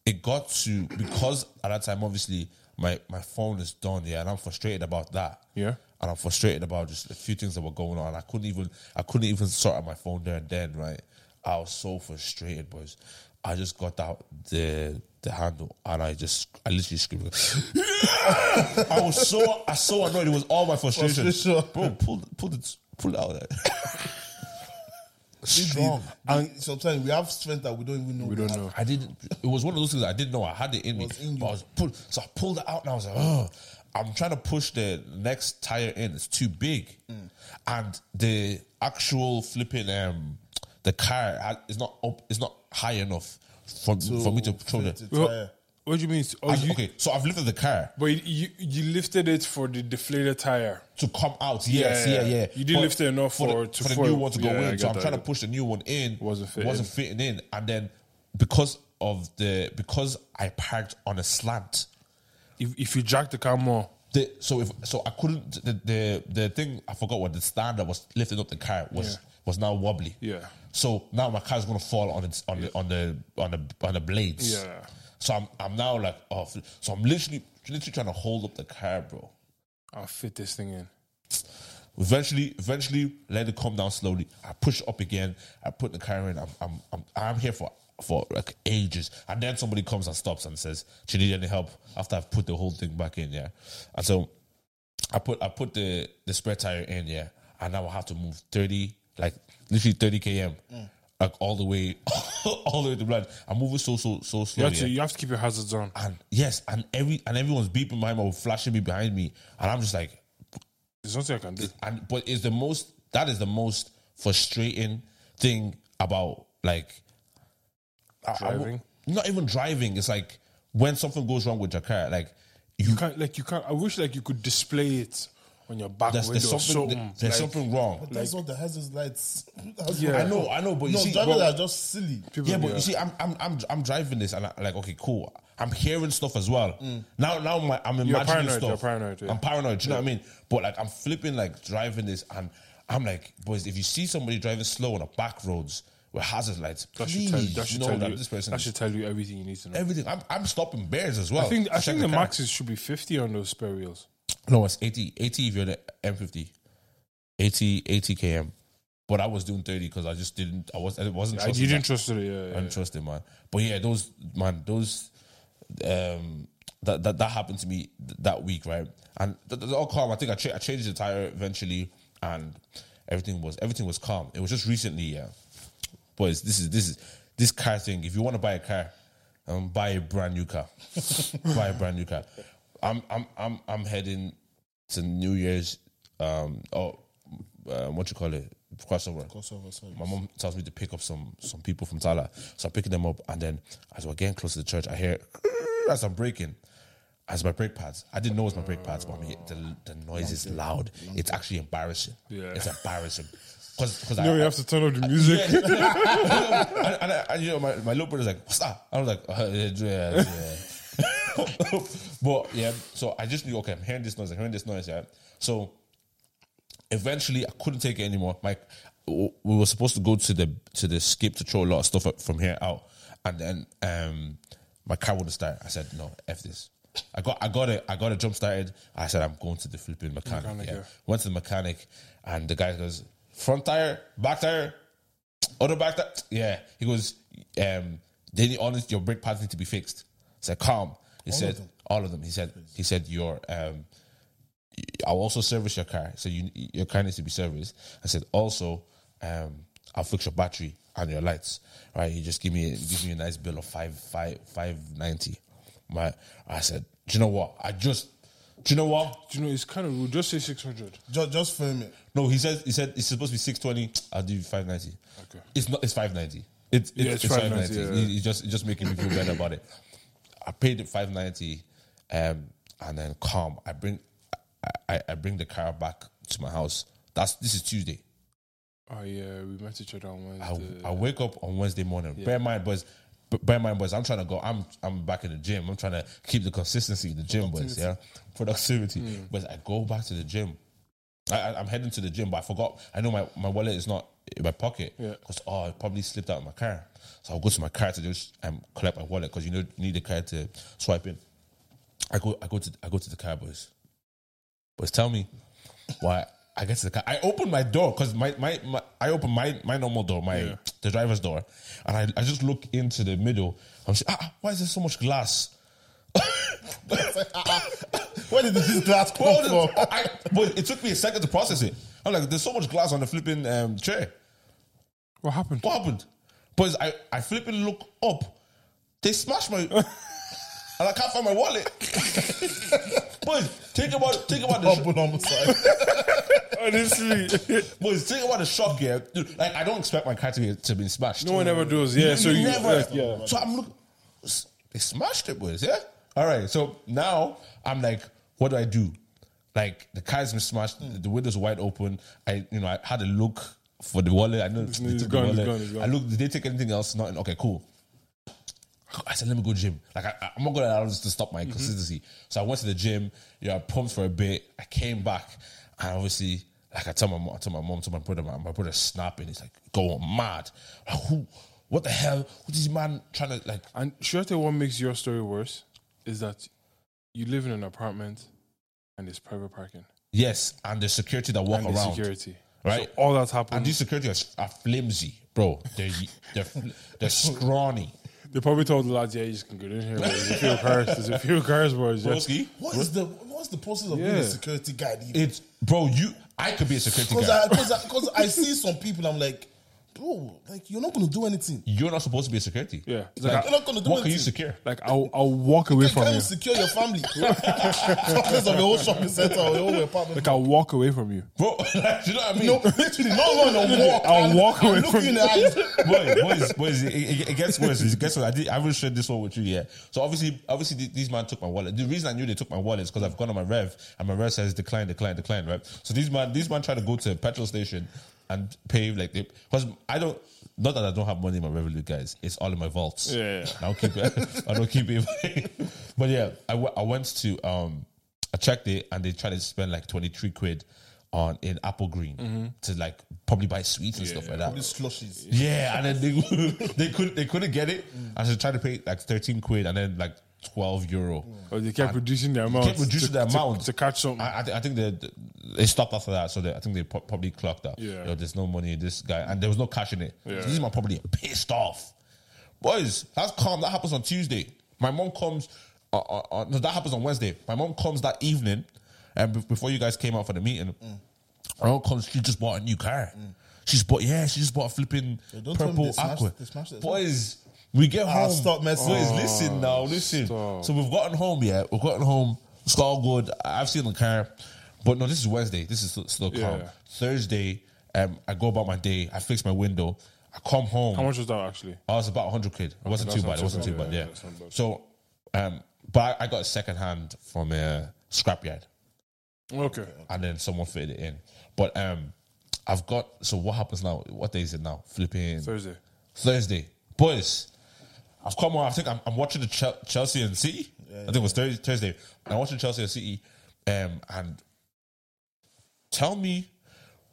[SPEAKER 2] it got to because at that time, obviously, my my phone is done. Yeah, and I'm frustrated about that.
[SPEAKER 1] Yeah.
[SPEAKER 2] and I'm frustrated about just a few things that were going on. I couldn't even I couldn't even sort out my phone there and then. Right, I was so frustrated, boys. I just got out the the handle and I just I literally screamed. I was so I was so annoyed. It was all my frustration,
[SPEAKER 3] Frustration.
[SPEAKER 2] bro. Pull pull it pull it out. there.
[SPEAKER 3] strong. And sometimes we have strength that we don't even know.
[SPEAKER 1] We don't know.
[SPEAKER 2] I didn't. It was one of those things I didn't know I had it in me.
[SPEAKER 3] Was in
[SPEAKER 2] but I
[SPEAKER 3] you.
[SPEAKER 2] was pull, so I pulled it out and I was like, oh, I'm trying to push the next tire in. It's too big,
[SPEAKER 1] Mm.
[SPEAKER 2] and the actual flipping um the car had- is not up. It's not high enough for for me to throw
[SPEAKER 3] fit
[SPEAKER 2] it.
[SPEAKER 3] it, yeah.
[SPEAKER 1] Well, what do you mean? Oh, you,
[SPEAKER 2] okay, so I've lifted the car
[SPEAKER 1] But you, you lifted it for the deflated tire.
[SPEAKER 2] to come out. Yes, yeah,
[SPEAKER 1] Yeah,
[SPEAKER 2] yeah.
[SPEAKER 1] yeah. You didn't
[SPEAKER 2] But
[SPEAKER 1] lift it enough for-
[SPEAKER 2] the,
[SPEAKER 1] to-
[SPEAKER 2] for the
[SPEAKER 1] for-
[SPEAKER 2] new one to go
[SPEAKER 1] yeah, I
[SPEAKER 2] in. So
[SPEAKER 1] get
[SPEAKER 2] I'm
[SPEAKER 1] that,
[SPEAKER 2] trying to
[SPEAKER 1] yeah.
[SPEAKER 2] push the new one in.
[SPEAKER 1] Wasn't fitting.
[SPEAKER 2] Wasn't fitting in, and then because of the because I parked on a slant.
[SPEAKER 1] If, if you jack the car more,
[SPEAKER 2] the, so if so I couldn't the, the the thing I forgot what the stand that was lifting up the car was
[SPEAKER 1] Yeah.
[SPEAKER 2] was now wobbly.
[SPEAKER 1] Yeah.
[SPEAKER 2] So now my car's gonna fall on its on the on the on the on the blades.
[SPEAKER 1] Yeah.
[SPEAKER 2] So I'm I'm now like oh f- so I'm literally literally trying to hold up the car, bro.
[SPEAKER 1] I'll fit this thing in.
[SPEAKER 2] Eventually, eventually, let it come down slowly. I push up again. I put the car in. I'm, I'm, I'm, I'm here for for like ages, and then somebody comes and stops and says, "Do you need any help?" After I've put the whole thing back in, yeah. And so, I put I put the the spare tire in, yeah, and now I have to move thirty, like literally thirty km, like all the way, all the way to blind. I'm moving so so so slowly.
[SPEAKER 1] You have,
[SPEAKER 2] Oh, yeah
[SPEAKER 1] to, you have to keep your hazards on.
[SPEAKER 2] and yes, and every and everyone's beeping behind me or flashing me behind me, and I'm just like,
[SPEAKER 1] There's nothing I can do.
[SPEAKER 2] and but it's the most that is the most frustrating thing about like I- I w-
[SPEAKER 1] Driving?
[SPEAKER 2] not even driving. It's like when something goes wrong with your car, like you.
[SPEAKER 1] You can't, like, you can't. I wish, like, you could display it on your back
[SPEAKER 2] There's,
[SPEAKER 1] window
[SPEAKER 2] there's
[SPEAKER 1] or
[SPEAKER 2] something.
[SPEAKER 1] something.
[SPEAKER 2] There's
[SPEAKER 1] Like,
[SPEAKER 2] something wrong.
[SPEAKER 3] That's what the hazard lights. That's
[SPEAKER 1] Yeah.
[SPEAKER 3] what-
[SPEAKER 2] I know, I know, but you
[SPEAKER 3] No,
[SPEAKER 2] see,
[SPEAKER 3] drivers
[SPEAKER 2] but-
[SPEAKER 3] are just silly.
[SPEAKER 1] people-
[SPEAKER 2] yeah, but you see, I'm I'm I'm I'm driving this, and I, like, okay, cool. I'm hearing stuff as well. Now, now my, I'm imagining
[SPEAKER 1] paranoid,
[SPEAKER 2] stuff.
[SPEAKER 1] Mm. you're paranoid, yeah.
[SPEAKER 2] I'm paranoid. do You know what I mean? But like, I'm flipping, like driving this, and I'm like, boys, if you see somebody driving slow on the back roads with hazard lights,
[SPEAKER 1] that
[SPEAKER 2] please
[SPEAKER 1] should tell, that should
[SPEAKER 2] know
[SPEAKER 1] tell
[SPEAKER 2] that
[SPEAKER 1] you.
[SPEAKER 2] this person,
[SPEAKER 1] That should tell you everything you need to know.
[SPEAKER 2] everything. I'm I'm stopping bears as well.
[SPEAKER 1] I think, I
[SPEAKER 2] Check
[SPEAKER 1] think the
[SPEAKER 2] car.
[SPEAKER 1] max is should be 50 on those spare wheels.
[SPEAKER 2] No, it's 80, 80 if you're the M50. 80, 80 km. But I was doing 30 because I just didn't, I, was, I wasn't
[SPEAKER 1] I,
[SPEAKER 2] trusting
[SPEAKER 1] you
[SPEAKER 2] that.
[SPEAKER 1] didn't trust it. Yeah, yeah,
[SPEAKER 2] I don't trust him, man. But yeah, those man, those um that that, that happened to me th- that week, right? And th- th- all calm. I think I, cha- I changed the tire eventually, and everything was everything was calm. It was just recently, yeah. Boys, this is this is this car thing. If you want to buy a car, um, buy a brand new car. buy a brand new car. I'm I'm I'm I'm heading to New Year's. Um, oh, uh, what you call it? Crossover
[SPEAKER 3] Crossover, sorry.
[SPEAKER 2] my mom tells me to pick up some some people from Tala. So I'm picking them up, and then as we're getting close to the church, I hear as I'm braking, as my brake pads. I didn't know it was my brake pads, but I mean, the, the noise is loud. It's actually embarrassing.
[SPEAKER 1] Yeah.
[SPEAKER 2] It's embarrassing. Because
[SPEAKER 1] No, you have to turn off the music.
[SPEAKER 2] yeah. and, and, I- and, you know, my, my little brother's like, "What's that?" I was like, uh, yeah, yeah, yeah." "But yeah." So I just knew, okay, I'm hearing this noise. I'm hearing this noise. Yeah. So eventually, I couldn't take it anymore. My, we were supposed to go to the to the skip to throw a lot of stuff up from here out, and then um, my car wouldn't start. I said, "No, f this." I got I got it I got it jump started. I said I'm going to the flipping mechanic.
[SPEAKER 1] Mechanic,
[SPEAKER 2] yeah.
[SPEAKER 1] yeah.
[SPEAKER 2] Went to the mechanic and the guy goes, front tire, back tire, other back tire. Yeah. He goes, um, they need honest your brake pads need to be fixed. I said, calm. He said
[SPEAKER 3] them?
[SPEAKER 2] all of them. He said he said your um I'll also service your car. So you, your car needs to be serviced. I said also, um, I'll fix your battery and your lights. Right? You just give me give me a nice bill of five five five ninety. My I said, do you know what? I just do you know what?
[SPEAKER 1] Do you know, it's kind of rude. Just say 600.
[SPEAKER 3] Just, just film it.
[SPEAKER 2] No, he said he said it's supposed to be six twenty. I'll do five ninety.
[SPEAKER 1] Okay.
[SPEAKER 2] It's not. It's five ninety. It's
[SPEAKER 1] Yeah,
[SPEAKER 2] it's,
[SPEAKER 1] it's
[SPEAKER 2] five ninety.
[SPEAKER 1] 590, yeah.
[SPEAKER 2] It's just it's just making me feel better about it. I paid it five ninety, um, and then calm. I bring I, I, I bring the car back to my house. That's this is Tuesday.
[SPEAKER 1] Oh, yeah, we met each other on
[SPEAKER 2] I,
[SPEAKER 1] Wednesday.
[SPEAKER 2] I wake up on Wednesday morning. Bear in mind, boys. b- Bear in mind, boys. I'm trying to go. I'm I'm back in the gym. I'm trying to keep the consistency in the gym, boys. Yeah, productivity. But I go back to the gym. I, I- I'm heading to the gym, but I forgot. I know my, my wallet is not in my pocket
[SPEAKER 1] Yeah.
[SPEAKER 2] because oh, it probably slipped out of my car. So I'll go to my car to just um, collect my wallet because you know you need the car to swipe in. I go I go to I go to the car, boys. Boys, tell me why I get to the car. I open my door because my, my, my I open my my normal door, my
[SPEAKER 1] Yeah.
[SPEAKER 2] the driver's door, and I, I just look into the middle. I'm just, ah, ah, why is there so much glass?
[SPEAKER 3] Where did this glass come
[SPEAKER 2] Well,
[SPEAKER 3] from?
[SPEAKER 2] I, but it took me a second to process it. I'm like, there's so much glass on the flipping um, chair.
[SPEAKER 1] what happened?
[SPEAKER 2] What happened? But I, I flipping look up. They smashed my. and I can't find my wallet. Boys, think about think about the
[SPEAKER 3] Bubble on the side.
[SPEAKER 1] Honestly,
[SPEAKER 2] boys, think about the shock here. Dude, like I don't expect my car to be to be smashed.
[SPEAKER 1] no one ever does. Yeah, so you.
[SPEAKER 2] never.
[SPEAKER 1] like, yeah.
[SPEAKER 2] So I'm look. They smashed it, boys. Yeah. All right. So now I'm like, what do I do? Like the car's been smashed. the- The windows wide open. I, you know, I had a look for the wallet. I know they
[SPEAKER 1] it's
[SPEAKER 2] took
[SPEAKER 1] gone,
[SPEAKER 2] the
[SPEAKER 1] it's
[SPEAKER 2] wallet.
[SPEAKER 1] gone, it's gone.
[SPEAKER 2] I look. Did they take anything else? Nothing. Okay. Cool. I said, let me go gym. Like I, I- I'm not gonna allow this to stop my
[SPEAKER 1] Mm-hmm.
[SPEAKER 2] consistency. So I went to the gym. You know, I pumped for a bit. I came back, and obviously, like I told my mom, I told my mom, told my brother, my, my brother snapping. He's like going mad. Like who? What the hell? Who's this man trying to like?
[SPEAKER 1] And should I tell you what makes your story worse? Is that you live in an apartment and there's private parking
[SPEAKER 2] Yes, and the security that walk
[SPEAKER 1] and there's
[SPEAKER 2] around,
[SPEAKER 1] security.
[SPEAKER 2] right?
[SPEAKER 1] So all that's
[SPEAKER 2] and
[SPEAKER 1] happened.
[SPEAKER 2] these security are, are flimsy, bro. They're they're, they're scrawny.
[SPEAKER 1] they probably told the lads, yeah, you just can get in here. Boys. There's a few cars. There's a few cars, boys. Yeah.
[SPEAKER 2] Broski,
[SPEAKER 3] What is the what's the process of being
[SPEAKER 1] Yeah.
[SPEAKER 3] a security guard?
[SPEAKER 2] It's bro. You, I could be a security
[SPEAKER 3] Because
[SPEAKER 2] guy.
[SPEAKER 3] I, cause I, cause I see some people, I'm like, bro, like you're not gonna do anything.
[SPEAKER 2] You're not supposed to be a security.
[SPEAKER 1] Yeah. It's
[SPEAKER 2] Like,
[SPEAKER 1] like,
[SPEAKER 3] You're not gonna do
[SPEAKER 2] what can you
[SPEAKER 3] anything.
[SPEAKER 2] secure?
[SPEAKER 1] Like, I'll, I'll walk away
[SPEAKER 3] You
[SPEAKER 1] from
[SPEAKER 3] can't
[SPEAKER 1] you.
[SPEAKER 3] even secure your family. Because of your whole shopping center or your whole apartment.
[SPEAKER 1] Like, I'll walk away from you.
[SPEAKER 2] Bro, do you know what I mean?
[SPEAKER 3] No, literally, no, no, no, walk.
[SPEAKER 1] I'll
[SPEAKER 3] and-
[SPEAKER 1] walk
[SPEAKER 3] and
[SPEAKER 1] away
[SPEAKER 3] look
[SPEAKER 1] from
[SPEAKER 3] you in
[SPEAKER 1] you.
[SPEAKER 3] the eyes.
[SPEAKER 2] Boy, boys, boys, it, it, it gets worse. It gets worse. I, did, I haven't shared this one with you yet. So obviously, obviously, th- these man took my wallet. The reason I knew they took my wallet is because I've gone on my rev, and my rev says decline, decline, decline. Right. So these man, these man try to go to a petrol station and pay like they because I don't. Not that I don't have money in my revenue, guys. It's all in my vaults.
[SPEAKER 1] Yeah.
[SPEAKER 2] I don't keep it. I don't keep it. but yeah, I, w- I went to um, I checked it and they tried to spend like twenty three quid on in Apple Green
[SPEAKER 1] Mm-hmm.
[SPEAKER 2] to like probably buy sweets and stuff like that.
[SPEAKER 3] These slushies.
[SPEAKER 2] Yeah, and then they they couldn't they couldn't get it. I should try to pay like thirteen quid and then like twelve euro.
[SPEAKER 1] Or they kept reducing the amount.
[SPEAKER 2] kept reducing
[SPEAKER 1] to,
[SPEAKER 2] the
[SPEAKER 1] to-
[SPEAKER 2] amount.
[SPEAKER 1] To, catch something.
[SPEAKER 2] I, I, thi- I think they they stopped after that, so they, I think they pro- probably clocked up.
[SPEAKER 1] Yeah.
[SPEAKER 2] You know, there's no money in this guy, and there was no cash in it.
[SPEAKER 1] Yeah.
[SPEAKER 2] So these man probably pissed off. Boys, that's calm. That happens on Tuesday. My mom comes. Uh, uh, uh, no, that happens on Wednesday. My mom comes that evening, and be- before you guys came out for the meeting,
[SPEAKER 3] Mm.
[SPEAKER 2] my mom comes. She just bought a new car. She's bought yeah. She just bought a flipping
[SPEAKER 3] don't tell me
[SPEAKER 2] purple
[SPEAKER 3] they smashed-
[SPEAKER 2] aqua.
[SPEAKER 3] they smashed it as well.
[SPEAKER 2] Boys, we get
[SPEAKER 3] Ah,
[SPEAKER 2] home.
[SPEAKER 3] stop messing.
[SPEAKER 2] Boys,
[SPEAKER 3] Oh,
[SPEAKER 2] listen now, listen.
[SPEAKER 1] stop.
[SPEAKER 2] So we've gotten home, yeah. We've gotten home. It's all good. I- I've seen the car, but no, this is Wednesday. This is still, still calm.
[SPEAKER 1] Yeah.
[SPEAKER 2] Thursday, um, I go about my day. I fix my window. I come home.
[SPEAKER 1] How much was that actually?
[SPEAKER 2] I was about 100 quid. It wasn't
[SPEAKER 1] that's
[SPEAKER 2] too
[SPEAKER 1] not
[SPEAKER 2] bad. It
[SPEAKER 1] too
[SPEAKER 2] wasn't
[SPEAKER 1] bad.
[SPEAKER 2] too bad.
[SPEAKER 1] Yeah,
[SPEAKER 2] Yeah.
[SPEAKER 1] that's not bad.
[SPEAKER 2] So, um, but I, I got a second hand from a scrapyard,
[SPEAKER 1] Okay.
[SPEAKER 2] and then someone fitted it in. But um, I've got. So what happens now? What day is it now? Flipping
[SPEAKER 1] Thursday.
[SPEAKER 2] Thursday, boys. I've come on. I think I'm, I'm watching the Chel- Chelsea and City. I think it was Thursday. Thursday. I'm watching Chelsea and City, um, and tell me,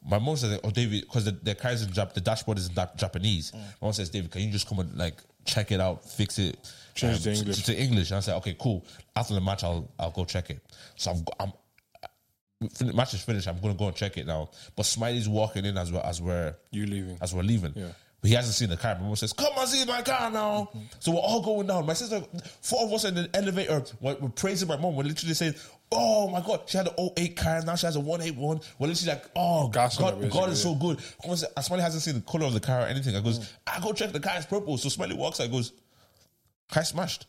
[SPEAKER 2] my
[SPEAKER 1] Mm.
[SPEAKER 2] mom says, "Oh, David, because the, the car's in Jap- the dashboard is in Jap- Japanese." My mom says, "David, can you just come and like check it out, fix it, um,
[SPEAKER 1] Change to
[SPEAKER 2] t-
[SPEAKER 1] English.
[SPEAKER 2] to, English. And I said, okay, cool. After the match, I'll I'll go check it. So I've, go- I'm uh, fin- match is finished. I'm gonna go and check it now. But Smiley's walking in as well as we're
[SPEAKER 1] You leaving.
[SPEAKER 2] as we're leaving.
[SPEAKER 1] Yeah.
[SPEAKER 2] But he hasn't seen the car. My mom says, "Come and see my car now."
[SPEAKER 3] Mm-hmm.
[SPEAKER 2] So we're all going down. My sister, four of us in the elevator. We're, we're praising my mom. We're literally saying, "Oh my god, she had an 08 car. Now she has a 181." We're literally like, "Oh
[SPEAKER 1] Gassing her,
[SPEAKER 2] God, God
[SPEAKER 1] basically.
[SPEAKER 2] is so good." Come and see- And Smiley hasn't seen the color of the car or anything. I
[SPEAKER 3] Mm.
[SPEAKER 2] goes, "I go check the car. It's purple." So Smiley walks. I goes, "Car smashed."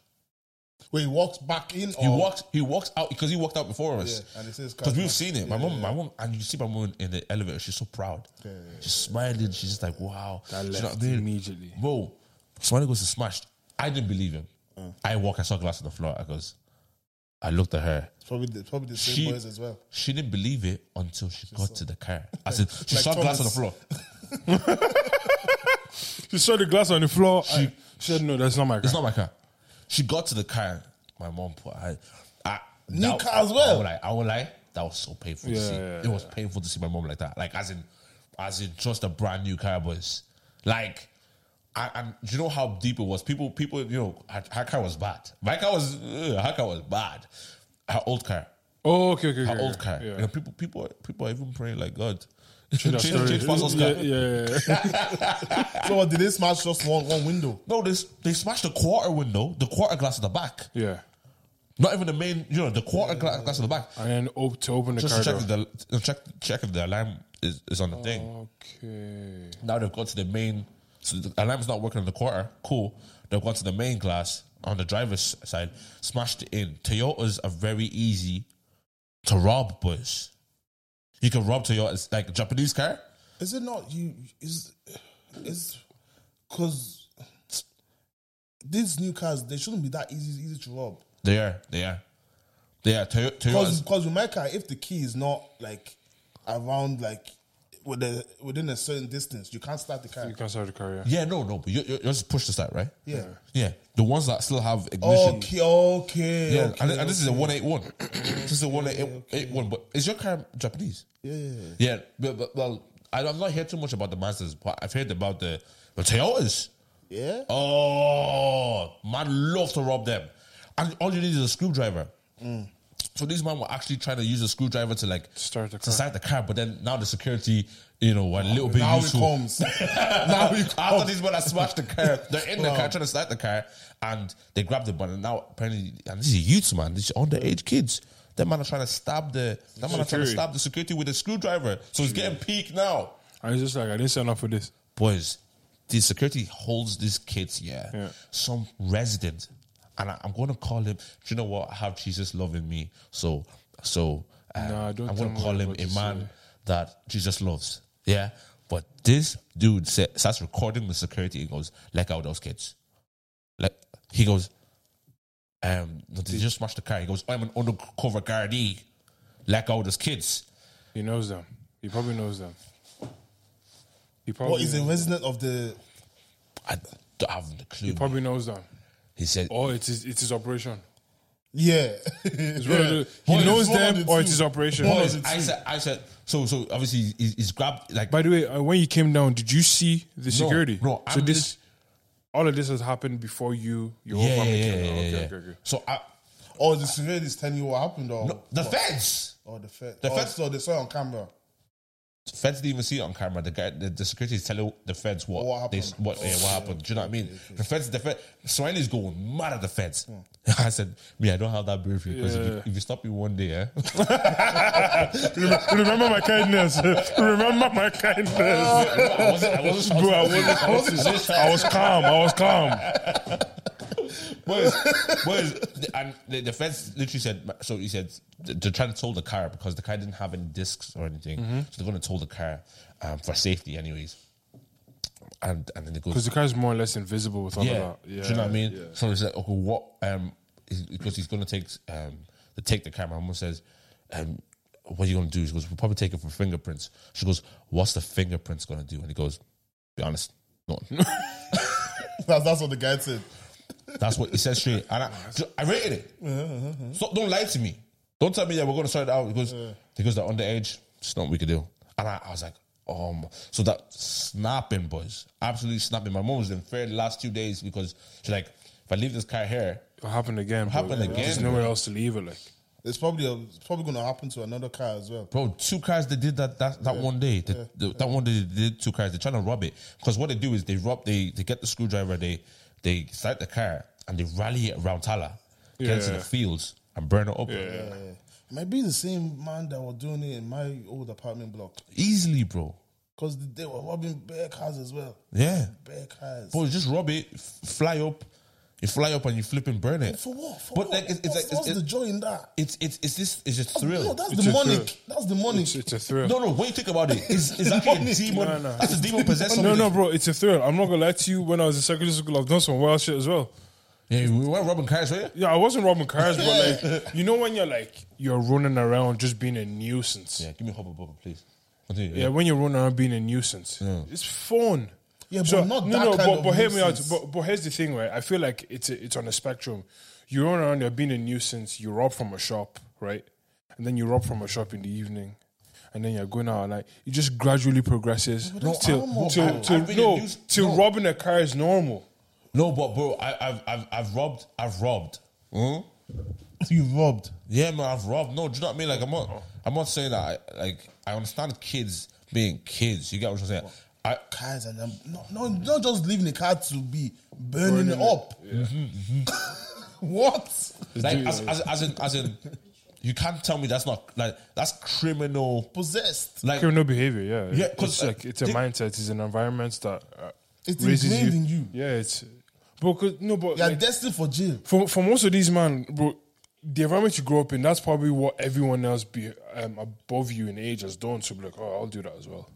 [SPEAKER 3] Where he walks back in. Or,
[SPEAKER 2] He walks. He walks out because he walked out before us.
[SPEAKER 3] Oh. Yeah, and it says car
[SPEAKER 2] because we've
[SPEAKER 3] smashed.
[SPEAKER 2] seen it. My mom, my mom, and you see my mom in the elevator. She's so proud.
[SPEAKER 3] Yeah, yeah,
[SPEAKER 2] She's smiling. She's just like, "Wow."
[SPEAKER 1] I
[SPEAKER 2] She's
[SPEAKER 1] left
[SPEAKER 2] not there.
[SPEAKER 1] immediately.
[SPEAKER 2] Bro, somebody goes to smashed. I didn't believe him.
[SPEAKER 3] Mm.
[SPEAKER 2] I walk, I saw glass on the floor. I goes, I looked at her.
[SPEAKER 3] It's probably the, probably the same
[SPEAKER 2] She-
[SPEAKER 3] boys as well.
[SPEAKER 2] She didn't believe it until she got to the car. I said, she
[SPEAKER 3] Like
[SPEAKER 2] saw glass on the
[SPEAKER 3] Thomas.
[SPEAKER 2] floor.
[SPEAKER 1] She saw the glass on the floor. She, she said, "No, that's not my
[SPEAKER 2] It's
[SPEAKER 1] car."
[SPEAKER 2] not my car. She got to the car. My mom put I, I
[SPEAKER 3] New
[SPEAKER 2] that-
[SPEAKER 3] car as well.
[SPEAKER 2] I would lie. I would lie. That was so painful to
[SPEAKER 1] Yeah,
[SPEAKER 2] see.
[SPEAKER 1] yeah,
[SPEAKER 2] it was painful to see my mom like that. Like as in, as in just a brand new car was like. I, and do you know how deep it was? People, people, you know, her, her car was bad. My car was, ugh, her car was bad. Her old car,
[SPEAKER 1] oh, okay, okay, okay.
[SPEAKER 2] her
[SPEAKER 1] okay.
[SPEAKER 2] old car. You
[SPEAKER 1] Yeah.
[SPEAKER 2] know, people, people, are- people are even praying like God.
[SPEAKER 1] That
[SPEAKER 2] Change,
[SPEAKER 1] story.
[SPEAKER 2] change Fasol's car.
[SPEAKER 1] yeah, yeah, yeah, yeah.
[SPEAKER 3] So what, did they smash just one, one window?
[SPEAKER 2] No, they, s- they smashed the quarter window, the quarter glass at the back.
[SPEAKER 1] yeah.
[SPEAKER 2] Not even the main, you know, the quarter gla- glass in the back.
[SPEAKER 1] And then op- to open the
[SPEAKER 2] Just
[SPEAKER 1] car
[SPEAKER 2] to check
[SPEAKER 1] door.
[SPEAKER 2] if the to check check if the alarm is, is on the
[SPEAKER 1] Oh.
[SPEAKER 2] thing.
[SPEAKER 1] okay.
[SPEAKER 2] Now they've got to the main. So the alarm's not working on the quarter. Cool. They've gone to the main glass on the driver's side. Smashed it in. Toyotas are very easy to rob, boys. You can rob Toyotas like Japanese car.
[SPEAKER 3] Is it not you? Is is because these new cars they shouldn't be that easy easy to rob.
[SPEAKER 2] They are. They are. They are. Toy-
[SPEAKER 3] Because
[SPEAKER 2] Toyotas.
[SPEAKER 3] with my car, if the key is not like around like with a, within a certain distance, you can't start the car.
[SPEAKER 1] You can start the car, yeah.
[SPEAKER 2] Yeah. No. No. But you, you, you just push the start, right?
[SPEAKER 3] Yeah. Oh,
[SPEAKER 2] Yeah. The ones that still have ignition.
[SPEAKER 3] Okay, okay.
[SPEAKER 2] Yeah,
[SPEAKER 3] okay,
[SPEAKER 2] and, and this is a 181. this is a 181. But is your car Japanese?
[SPEAKER 3] yeah, yeah, yeah.
[SPEAKER 2] Yeah, but, but, well, I, I'm not heard too much about the Mazdas, but I've heard about the, the Toyotas.
[SPEAKER 3] Yeah?
[SPEAKER 2] Oh, man, love to rob them. And all you need is a screwdriver. Mm. So these men were actually trying to use a screwdriver to like
[SPEAKER 1] Start the
[SPEAKER 2] to
[SPEAKER 1] car.
[SPEAKER 2] start the car, but then now the security, you know, were a little bit
[SPEAKER 3] Now it
[SPEAKER 2] useful.
[SPEAKER 3] comes.
[SPEAKER 2] now we after these men have smashed the car, they're in the
[SPEAKER 3] Wow.
[SPEAKER 2] car trying to start the car, and they grab the button. Now apparently, and these are youths, man, these are underage kids. That man are trying to stab the that man are trying to
[SPEAKER 1] Security.
[SPEAKER 2] stab the security with a screwdriver. So he's getting peaked now
[SPEAKER 1] I was just like, I didn't sign up for this.
[SPEAKER 2] boys, the security holds these kids, yeah,
[SPEAKER 1] Yeah.
[SPEAKER 2] some resident, and I, I'm going to call him. Do you know what? I have Jesus loving me, so so uh,
[SPEAKER 1] Nah, don't
[SPEAKER 2] I'm
[SPEAKER 1] tell
[SPEAKER 2] going
[SPEAKER 1] me
[SPEAKER 2] to call
[SPEAKER 1] what
[SPEAKER 2] him
[SPEAKER 1] I'm
[SPEAKER 2] a
[SPEAKER 1] about to
[SPEAKER 2] man
[SPEAKER 1] say.
[SPEAKER 2] that Jesus loves, yeah. But this dude sa starts recording the security. He goes, "Let out those kids." Like he goes, um, no, they just smashed the car. He goes, "I'm an undercover guardie. Let out those kids."
[SPEAKER 1] He knows them. He probably knows them. He probably,
[SPEAKER 3] What is a resident of the?
[SPEAKER 2] I don't have the clue.
[SPEAKER 1] he probably knows them.
[SPEAKER 2] He said,
[SPEAKER 1] Or it is it is operation.
[SPEAKER 3] Yeah,
[SPEAKER 1] It's one of the-
[SPEAKER 3] Boy,
[SPEAKER 1] he knows
[SPEAKER 3] it's one of
[SPEAKER 1] them
[SPEAKER 3] the
[SPEAKER 1] or
[SPEAKER 3] two.
[SPEAKER 1] it is operation.
[SPEAKER 3] One of
[SPEAKER 2] Boys,
[SPEAKER 3] the
[SPEAKER 2] I
[SPEAKER 3] two.
[SPEAKER 2] said, I said, so, so obviously he's, he's grabbed like
[SPEAKER 1] By the way, uh, when you came down, did you see the security?
[SPEAKER 2] no,
[SPEAKER 1] so
[SPEAKER 2] I'm
[SPEAKER 1] this, all of this has happened before you. Your
[SPEAKER 2] yeah,
[SPEAKER 1] whole
[SPEAKER 2] yeah,
[SPEAKER 1] family
[SPEAKER 2] yeah,
[SPEAKER 1] came down.
[SPEAKER 2] yeah,
[SPEAKER 1] okay,
[SPEAKER 2] yeah.
[SPEAKER 1] okay, okay.
[SPEAKER 2] So I,
[SPEAKER 3] Or Oh, the surveillance telling you what happened, or
[SPEAKER 2] the feds,
[SPEAKER 3] or the fed.
[SPEAKER 2] The
[SPEAKER 3] The oh,
[SPEAKER 2] feds-
[SPEAKER 3] so they saw it on camera.
[SPEAKER 2] the feds didn't even see it on camera. The guy, the, the security is telling the feds what
[SPEAKER 3] What
[SPEAKER 2] they,
[SPEAKER 3] happened.
[SPEAKER 2] what, yeah, what happened. Do you know what I mean? The feds, the feds. Swahili's going mad at the feds. I said, me, I don't have that briefly because if, you,
[SPEAKER 1] Hmm. Yeah.
[SPEAKER 2] if you stop me one day, eh?
[SPEAKER 1] Remember- Remember my kindness. Remember my kindness.
[SPEAKER 2] I wasn't, I wasn't,
[SPEAKER 1] Bro, I
[SPEAKER 2] shouting.
[SPEAKER 1] was, I, was, I was calm. I was calm.
[SPEAKER 2] Boys, boys, the- and the, the feds literally said. So he said they're trying to tow the car because the car didn't have any discs or anything,
[SPEAKER 1] Mm-hmm.
[SPEAKER 2] so they're going to tow the car um, for safety, anyways. And and then it goes,
[SPEAKER 1] Because the car is more or less invisible with all
[SPEAKER 2] yeah,
[SPEAKER 1] of that. Yeah,
[SPEAKER 2] do you know what I mean?
[SPEAKER 1] yeah.
[SPEAKER 2] So he said, okay, what? Um, he- because he's going to take um, to take the camera. Mom says, um, what are you going to do? She goes, we'll probably take it for fingerprints. She goes, what's the fingerprints going to do? And he goes, be honest, nothing.
[SPEAKER 3] That's, that's what the guy said.
[SPEAKER 2] That's what it says straight. And I, I rated it. So don't lie to me. Don't tell me that we're going to sort it out because because they're underage. It's not what we can do. And I, I was like, oh my. So that snapping, boys. Absolutely snapping. My mom was in fair the last two days because she's like, if I leave this car here,
[SPEAKER 1] It happened again. Bro.
[SPEAKER 2] Happened again,
[SPEAKER 1] There's nowhere else to leave it. Like
[SPEAKER 3] It's probably a, it's probably going to happen to another car as well.
[SPEAKER 2] Bro, two cars they did that that, that one day. They- they- That one day they did two cars. They're trying to rob it because what they do is they rob. They they get the screwdriver. They they start the car and they rally it around Tala, get into the
[SPEAKER 1] Yeah.
[SPEAKER 2] fields and burn it up
[SPEAKER 1] Yeah.
[SPEAKER 3] Yeah. It might be the same man that was doing it in my old apartment block
[SPEAKER 2] easily, bro.
[SPEAKER 3] because they were robbing bare cars as well.
[SPEAKER 2] Yeah,
[SPEAKER 3] Bare cars.
[SPEAKER 2] bro, just rob it, f- fly up, you fly up and you flip and burn it.
[SPEAKER 3] for what? For
[SPEAKER 2] But
[SPEAKER 3] what?
[SPEAKER 2] like, it's- it's
[SPEAKER 3] what's,
[SPEAKER 2] like- it's-
[SPEAKER 3] what's
[SPEAKER 2] it's-
[SPEAKER 3] the joy in that?
[SPEAKER 2] It's it's it's this it's
[SPEAKER 1] Oh,
[SPEAKER 2] just
[SPEAKER 3] No,
[SPEAKER 2] thrill.
[SPEAKER 3] that's
[SPEAKER 1] It's a thrill.
[SPEAKER 3] demonic. That's demonic.
[SPEAKER 1] it's, it's a thrill.
[SPEAKER 2] No, no, when you think about it, it's it's actually a demon.
[SPEAKER 1] No, no.
[SPEAKER 2] That's a demon possessing.
[SPEAKER 1] No, no, bro, it's a thrill. I'm not gonna lie to you. When I was in secondary school, I've done some wild shit as well.
[SPEAKER 2] Yeah, we were robbing cars, right?
[SPEAKER 1] Yeah, I wasn't robbing cars, but like, you know, when you're like, you're running around just being a nuisance. Yeah,
[SPEAKER 2] Yeah, give me a hubba bubba, please. Continue.
[SPEAKER 1] when you're running around being a nuisance, it's fun.
[SPEAKER 3] Yeah, but not that kind
[SPEAKER 1] but,
[SPEAKER 3] of
[SPEAKER 1] but hear me out.
[SPEAKER 3] nuisance.
[SPEAKER 1] But, but here's the thing, right? I feel like it's a, it's on a spectrum. You run around, you're being a nuisance. You rob from a shop, right? And then you rob from a shop in the evening, and then you're going out like it just gradually progresses till
[SPEAKER 3] that's normal.
[SPEAKER 1] till
[SPEAKER 3] I-
[SPEAKER 1] till,
[SPEAKER 2] I've been a
[SPEAKER 1] no
[SPEAKER 2] nuisance-
[SPEAKER 1] till
[SPEAKER 2] no.
[SPEAKER 1] robbing a car is normal.
[SPEAKER 2] No, but bro, I, I've, I've I've robbed. I've robbed.
[SPEAKER 1] Hmm?
[SPEAKER 3] You robbed.
[SPEAKER 2] Yeah, man, I've robbed. No, do you know what I mean? Like, I'm not. I'm not saying that. I, like, I understand kids being kids. You get what I'm saying? I
[SPEAKER 3] Cars and them. No, no, not just leaving the car to be burning, it up.
[SPEAKER 2] Mm-hmm,
[SPEAKER 3] what?
[SPEAKER 2] like as, as, as in as in you can't tell me that's not like that's criminal.
[SPEAKER 3] Possessed.
[SPEAKER 2] Like,
[SPEAKER 1] criminal behavior. Yeah,
[SPEAKER 2] Yeah, 'cause,
[SPEAKER 1] it's
[SPEAKER 2] uh,
[SPEAKER 1] like it's a
[SPEAKER 2] they-
[SPEAKER 1] mindset. It's an environment that uh,
[SPEAKER 3] It's
[SPEAKER 1] raises
[SPEAKER 3] ingrained in you.
[SPEAKER 1] Yeah, it's bro. 'cause- no, but
[SPEAKER 3] You're
[SPEAKER 1] like,
[SPEAKER 3] destined for jail.
[SPEAKER 1] for for most of these man, bro, the environment you grow up in, that's probably what everyone else be um, above you in age has done. So be like, oh, I'll do that as well.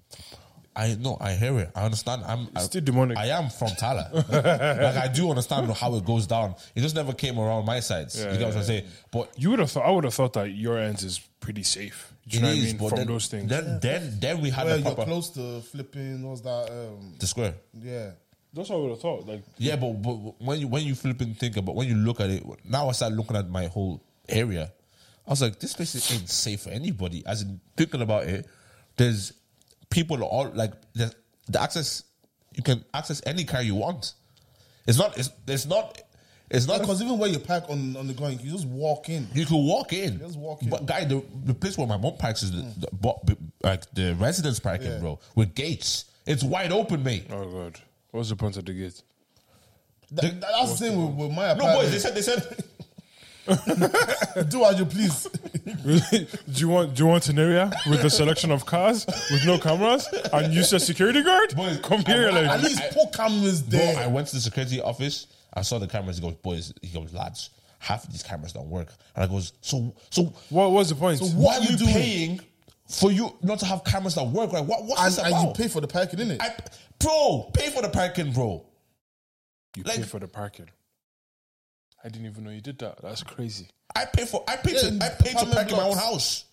[SPEAKER 2] I know. I hear it. I understand. I'm I,
[SPEAKER 1] still demonic.
[SPEAKER 2] I am from Tala. like, I do understand how it goes down. It just never came around my sides. you get what I'm saying? But
[SPEAKER 1] You would have thought. I would have thought that your ends is pretty safe. Do you know
[SPEAKER 2] it
[SPEAKER 1] what
[SPEAKER 2] is,
[SPEAKER 1] I mean?
[SPEAKER 2] but
[SPEAKER 1] From
[SPEAKER 2] then,
[SPEAKER 1] those things,
[SPEAKER 2] Then, then, then we had
[SPEAKER 3] Well,
[SPEAKER 2] the
[SPEAKER 3] you're
[SPEAKER 2] proper
[SPEAKER 3] close to flipping. What's that? Um,
[SPEAKER 2] the square.
[SPEAKER 3] yeah.
[SPEAKER 1] that's what I would have thought. Like,
[SPEAKER 2] Yeah, but, but when you when you flip and think about when you look at it now, I start looking at my whole area. I was like, this place ain't safe for anybody. As in thinking about it, there's people all like there's, the access. You can access any car you want. It's not. It's, it's not. It's not.
[SPEAKER 3] Because even where you park on, on the ground, you just walk in.
[SPEAKER 2] you can walk in.
[SPEAKER 3] Just walk in. Hmm.
[SPEAKER 2] But guy, the, the place where my mom parks is the, the, bo- b- like the residence parking,
[SPEAKER 3] Yeah.
[SPEAKER 2] bro, with gates. It's wide open, mate.
[SPEAKER 1] oh god, what's the point of the gate?
[SPEAKER 3] That, that's the same with, with my
[SPEAKER 2] No boys, they
[SPEAKER 3] apartment.
[SPEAKER 2] said they said.
[SPEAKER 3] Do as you please.
[SPEAKER 1] Really? Do you want do you want an area with a selection of cars with no cameras and you say security guard?
[SPEAKER 2] Boys,
[SPEAKER 1] Come
[SPEAKER 2] I-
[SPEAKER 1] here,
[SPEAKER 2] I-
[SPEAKER 1] like
[SPEAKER 3] At least put cameras
[SPEAKER 2] Bro,
[SPEAKER 3] there.
[SPEAKER 2] I went to the security office. I saw the cameras. He goes, boys. He goes, lads. Half of these cameras don't work. And I goes, so so
[SPEAKER 1] what was the point?
[SPEAKER 2] why
[SPEAKER 3] What
[SPEAKER 2] are
[SPEAKER 3] you
[SPEAKER 2] you
[SPEAKER 3] doing?
[SPEAKER 2] paying for you not to have cameras that work? Like what? What's
[SPEAKER 3] and,
[SPEAKER 2] this
[SPEAKER 3] and
[SPEAKER 2] about?
[SPEAKER 3] you pay for the parking, innit?
[SPEAKER 2] I, bro, pay for the parking, bro.
[SPEAKER 1] you
[SPEAKER 2] like-
[SPEAKER 1] pay for the parking. I didn't even know you did that. That's crazy.
[SPEAKER 2] I pay for. I pay to.
[SPEAKER 3] Yeah,
[SPEAKER 2] I pay to
[SPEAKER 3] apartment
[SPEAKER 2] park in my own
[SPEAKER 3] blocks.
[SPEAKER 2] house.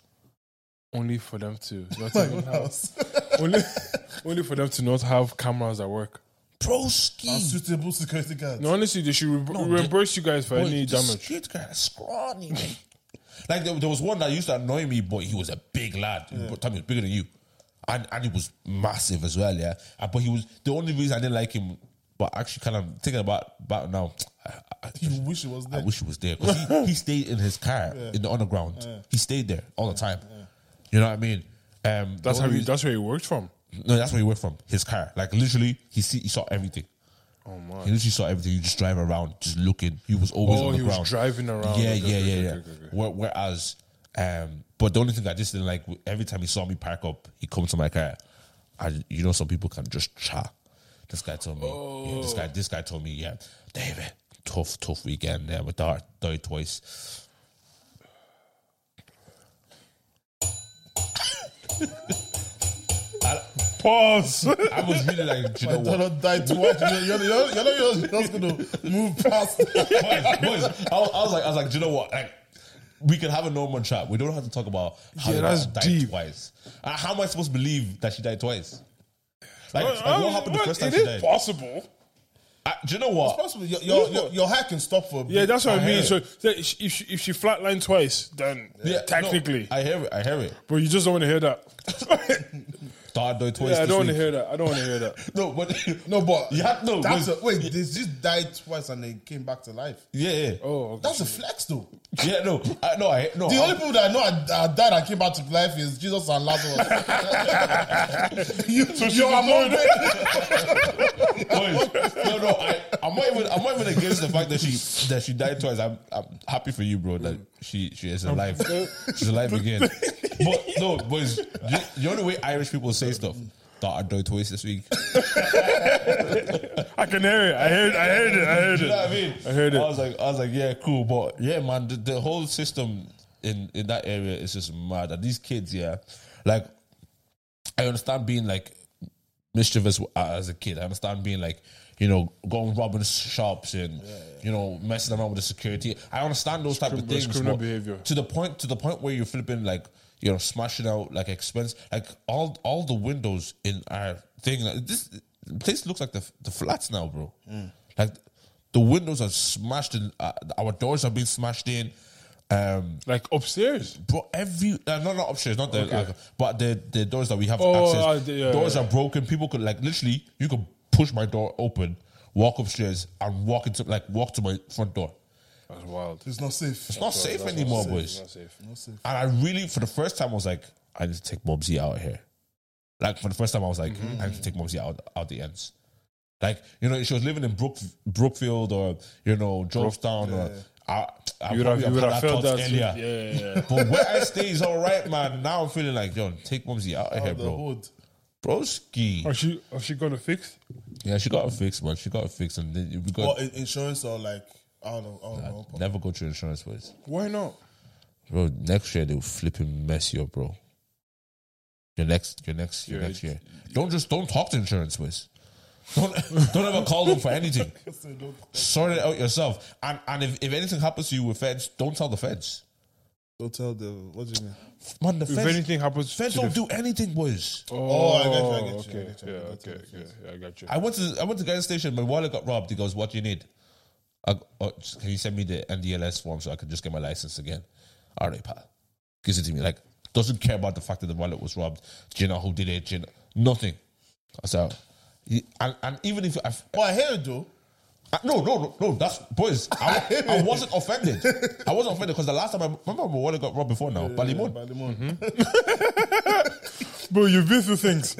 [SPEAKER 1] Only for them to not
[SPEAKER 3] My
[SPEAKER 1] even
[SPEAKER 3] own
[SPEAKER 1] have,
[SPEAKER 3] house.
[SPEAKER 1] only, only for them to not have cameras that work.
[SPEAKER 2] Bro, ski.
[SPEAKER 3] Unsuitable security guards.
[SPEAKER 1] No, honestly, they should re-
[SPEAKER 2] No,
[SPEAKER 1] reimburse you guys for
[SPEAKER 2] Boy,
[SPEAKER 1] any
[SPEAKER 2] the
[SPEAKER 1] damage.
[SPEAKER 2] street guy, scrawny. man. like there, there was one that used to annoy me, but he was a big lad. But Tommy was bigger than you, and and he was massive as well. Yeah, Uh, but he was the only reason I didn't like him. But actually, kind of thinking about about now, I, I,
[SPEAKER 3] You wish it was
[SPEAKER 2] I
[SPEAKER 3] there.
[SPEAKER 2] wish he was there because he, he stayed in his car in the underground. He stayed there all the time. You know what I mean? Um, the
[SPEAKER 1] That's how
[SPEAKER 2] only
[SPEAKER 1] you,
[SPEAKER 2] reason-
[SPEAKER 1] that's where you worked from.
[SPEAKER 2] No, that's where he worked from. His car, like literally, he see he saw everything.
[SPEAKER 1] Oh
[SPEAKER 2] He
[SPEAKER 1] man.
[SPEAKER 2] literally saw everything. You just drive around, just looking. He was always
[SPEAKER 1] Oh,
[SPEAKER 2] on the
[SPEAKER 1] he
[SPEAKER 2] ground.
[SPEAKER 1] was driving around.
[SPEAKER 2] Yeah, yeah,
[SPEAKER 1] Okay, okay,
[SPEAKER 2] yeah,
[SPEAKER 1] okay,
[SPEAKER 2] yeah.
[SPEAKER 1] okay, okay.
[SPEAKER 2] Where- Whereas, um, but the only thing I just didn't like every time he saw me park up, he come to my car, and you know some people can just chat. This guy told me, yeah, this guy, this guy told me, yeah, David, tough, tough weekend there with our die twice.
[SPEAKER 1] Pause.
[SPEAKER 2] I was really like, do you
[SPEAKER 3] I
[SPEAKER 2] know what?
[SPEAKER 3] don't die too much. You're, you're, you're, you're not just, just gonna move past.
[SPEAKER 2] boys, boys, I, was, I was like, I was like, do you know what? Like, we can have a normal chat. We don't have to talk about how
[SPEAKER 1] Yeah,
[SPEAKER 2] your
[SPEAKER 1] that's
[SPEAKER 2] mom died
[SPEAKER 1] deep.
[SPEAKER 2] twice. And how am I supposed to believe that she died twice? Like, like,
[SPEAKER 1] I
[SPEAKER 2] what
[SPEAKER 1] mean,
[SPEAKER 2] happened
[SPEAKER 1] what-
[SPEAKER 2] the first time
[SPEAKER 1] um, it
[SPEAKER 2] she
[SPEAKER 1] is
[SPEAKER 2] died?
[SPEAKER 1] possible.
[SPEAKER 2] I- do you know what?
[SPEAKER 3] Possibly your, your, your, your hair can stop for a bit.
[SPEAKER 1] Yeah, that's what I,
[SPEAKER 2] I
[SPEAKER 1] mean.
[SPEAKER 2] heard.
[SPEAKER 1] So so if she, if she- if she flatlined twice, then
[SPEAKER 2] Yeah, no,
[SPEAKER 1] technically,
[SPEAKER 2] I hear it. I hear it.
[SPEAKER 1] but you just don't want to hear that.
[SPEAKER 2] Start doing twice.
[SPEAKER 1] Yeah, I
[SPEAKER 2] this
[SPEAKER 1] don't want to
[SPEAKER 2] week.
[SPEAKER 1] hear that. I don't want to hear that.
[SPEAKER 2] No, but
[SPEAKER 3] No, but
[SPEAKER 2] You had- no,
[SPEAKER 3] That's a,
[SPEAKER 2] but-
[SPEAKER 3] wait, they just died twice and they came back to life.
[SPEAKER 2] yeah, yeah,
[SPEAKER 1] Oh, okay.
[SPEAKER 3] That's a flex, though.
[SPEAKER 2] yeah. No, I, no, I no.
[SPEAKER 3] The
[SPEAKER 2] I-
[SPEAKER 3] only people that I know are, are died and came back to life is Jesus and Lazarus. you, you're among them.
[SPEAKER 2] Boys, no, no, I, I'm not even. I'm not even against the fact that she that she died twice. I'm, I'm happy for you, bro. That she she is alive. She's alive again. But no, boys, the, the only way Irish people say stuff that I died twice this week. You
[SPEAKER 1] I can hear it. I heard. I heard it. I heard it.
[SPEAKER 2] know what I mean?
[SPEAKER 1] I heard it.
[SPEAKER 2] I was like, I was like, yeah, cool, but yeah, man, the, the whole system in in that area is just mad. And these kids, yeah, like I understand being like mischievous uh, as a kid. I understand being like, you know, going robbing shops and you know messing around with the security. I understand those type of
[SPEAKER 1] Criminal-
[SPEAKER 2] things.
[SPEAKER 1] criminal
[SPEAKER 2] but
[SPEAKER 1] behavior.
[SPEAKER 2] to the point to the point where you're flipping like you know smashing out like expense like all all the windows in our thing. like, This place looks like the the flats now, bro. Like the windows are smashed in. Uh, our doors are being smashed in. Um,
[SPEAKER 1] Like upstairs.
[SPEAKER 2] Bro, every uh, no, not upstairs, not the uh, but the the doors that we have
[SPEAKER 1] Oh, uh,
[SPEAKER 2] access.
[SPEAKER 1] the- yeah,
[SPEAKER 2] doors
[SPEAKER 1] yeah.
[SPEAKER 2] are broken. People could like literally, you could push my door open, walk upstairs, and walk into like walk to my front door.
[SPEAKER 1] That's wild.
[SPEAKER 3] It's not safe.
[SPEAKER 2] It's not safe anymore, boys.
[SPEAKER 1] Not safe.
[SPEAKER 3] Not safe.
[SPEAKER 2] And I really, for the first time, I was like, I need to take Mobsy out of here. Like for the first time, I was like,
[SPEAKER 1] Mm-hmm.
[SPEAKER 2] I need to take Mobsy out out the ends. Like you know, if she was living in Brook Brookfield or you know Georgetown or. I, I
[SPEAKER 1] You would have,
[SPEAKER 2] probably
[SPEAKER 1] you would
[SPEAKER 2] had
[SPEAKER 1] have
[SPEAKER 2] that
[SPEAKER 1] felt
[SPEAKER 2] thought
[SPEAKER 1] that. too.
[SPEAKER 2] earlier.
[SPEAKER 1] Yeah, yeah, yeah.
[SPEAKER 2] But where I stay is all right, man. Now I'm feeling like, yo, take Mumsy out of here,
[SPEAKER 3] Out the
[SPEAKER 2] bro.
[SPEAKER 3] hood.
[SPEAKER 2] Broski.
[SPEAKER 1] Are she, are she gonna fix?
[SPEAKER 2] Yeah, she got a fix, man. She got a fix, and then we
[SPEAKER 3] Or
[SPEAKER 2] got
[SPEAKER 3] in- insurance or like, I don't know. I don't know.
[SPEAKER 2] never go to insurance place,
[SPEAKER 1] Why not?
[SPEAKER 2] bro. Next year they'll flipping mess you up, bro. Your next, your next, your
[SPEAKER 1] Yeah,
[SPEAKER 2] next year.
[SPEAKER 1] it's-
[SPEAKER 2] Don't just don't talk to insurance place. Don't don't ever call them for anything.
[SPEAKER 3] Listen, don't-
[SPEAKER 2] Sort it out yourself. And and if, if anything happens to you with feds, don't tell the feds.
[SPEAKER 3] Don't tell the what do you mean?
[SPEAKER 2] Man, the
[SPEAKER 1] If
[SPEAKER 2] feds,
[SPEAKER 1] anything happens,
[SPEAKER 2] feds
[SPEAKER 1] to the
[SPEAKER 2] don't do anything, boys.
[SPEAKER 3] Oh, I get you, I get you, I get
[SPEAKER 1] okay.
[SPEAKER 3] you, I
[SPEAKER 1] Yeah,
[SPEAKER 3] get you,
[SPEAKER 1] okay,
[SPEAKER 3] I get you.
[SPEAKER 1] okay. Yeah, I got you.
[SPEAKER 2] I went to I went to the gas station. My wallet got robbed. He goes, "What do you need? I, go, oh, just- can you send me the NDLS form so I can just get my license again?" All right, pal. Gives it to me. Like doesn't care about the fact that the wallet was robbed. Do you know who did it? Do you know? Nothing. So, he- and, and even if I,
[SPEAKER 3] But I hear it though.
[SPEAKER 2] I- no, no, no, no, that's boys. I, I wasn't offended. I wasn't offended because the last time I remember my wallet got robbed before now, Ballymun.
[SPEAKER 3] Ballymun.
[SPEAKER 1] Bro, you've been through things.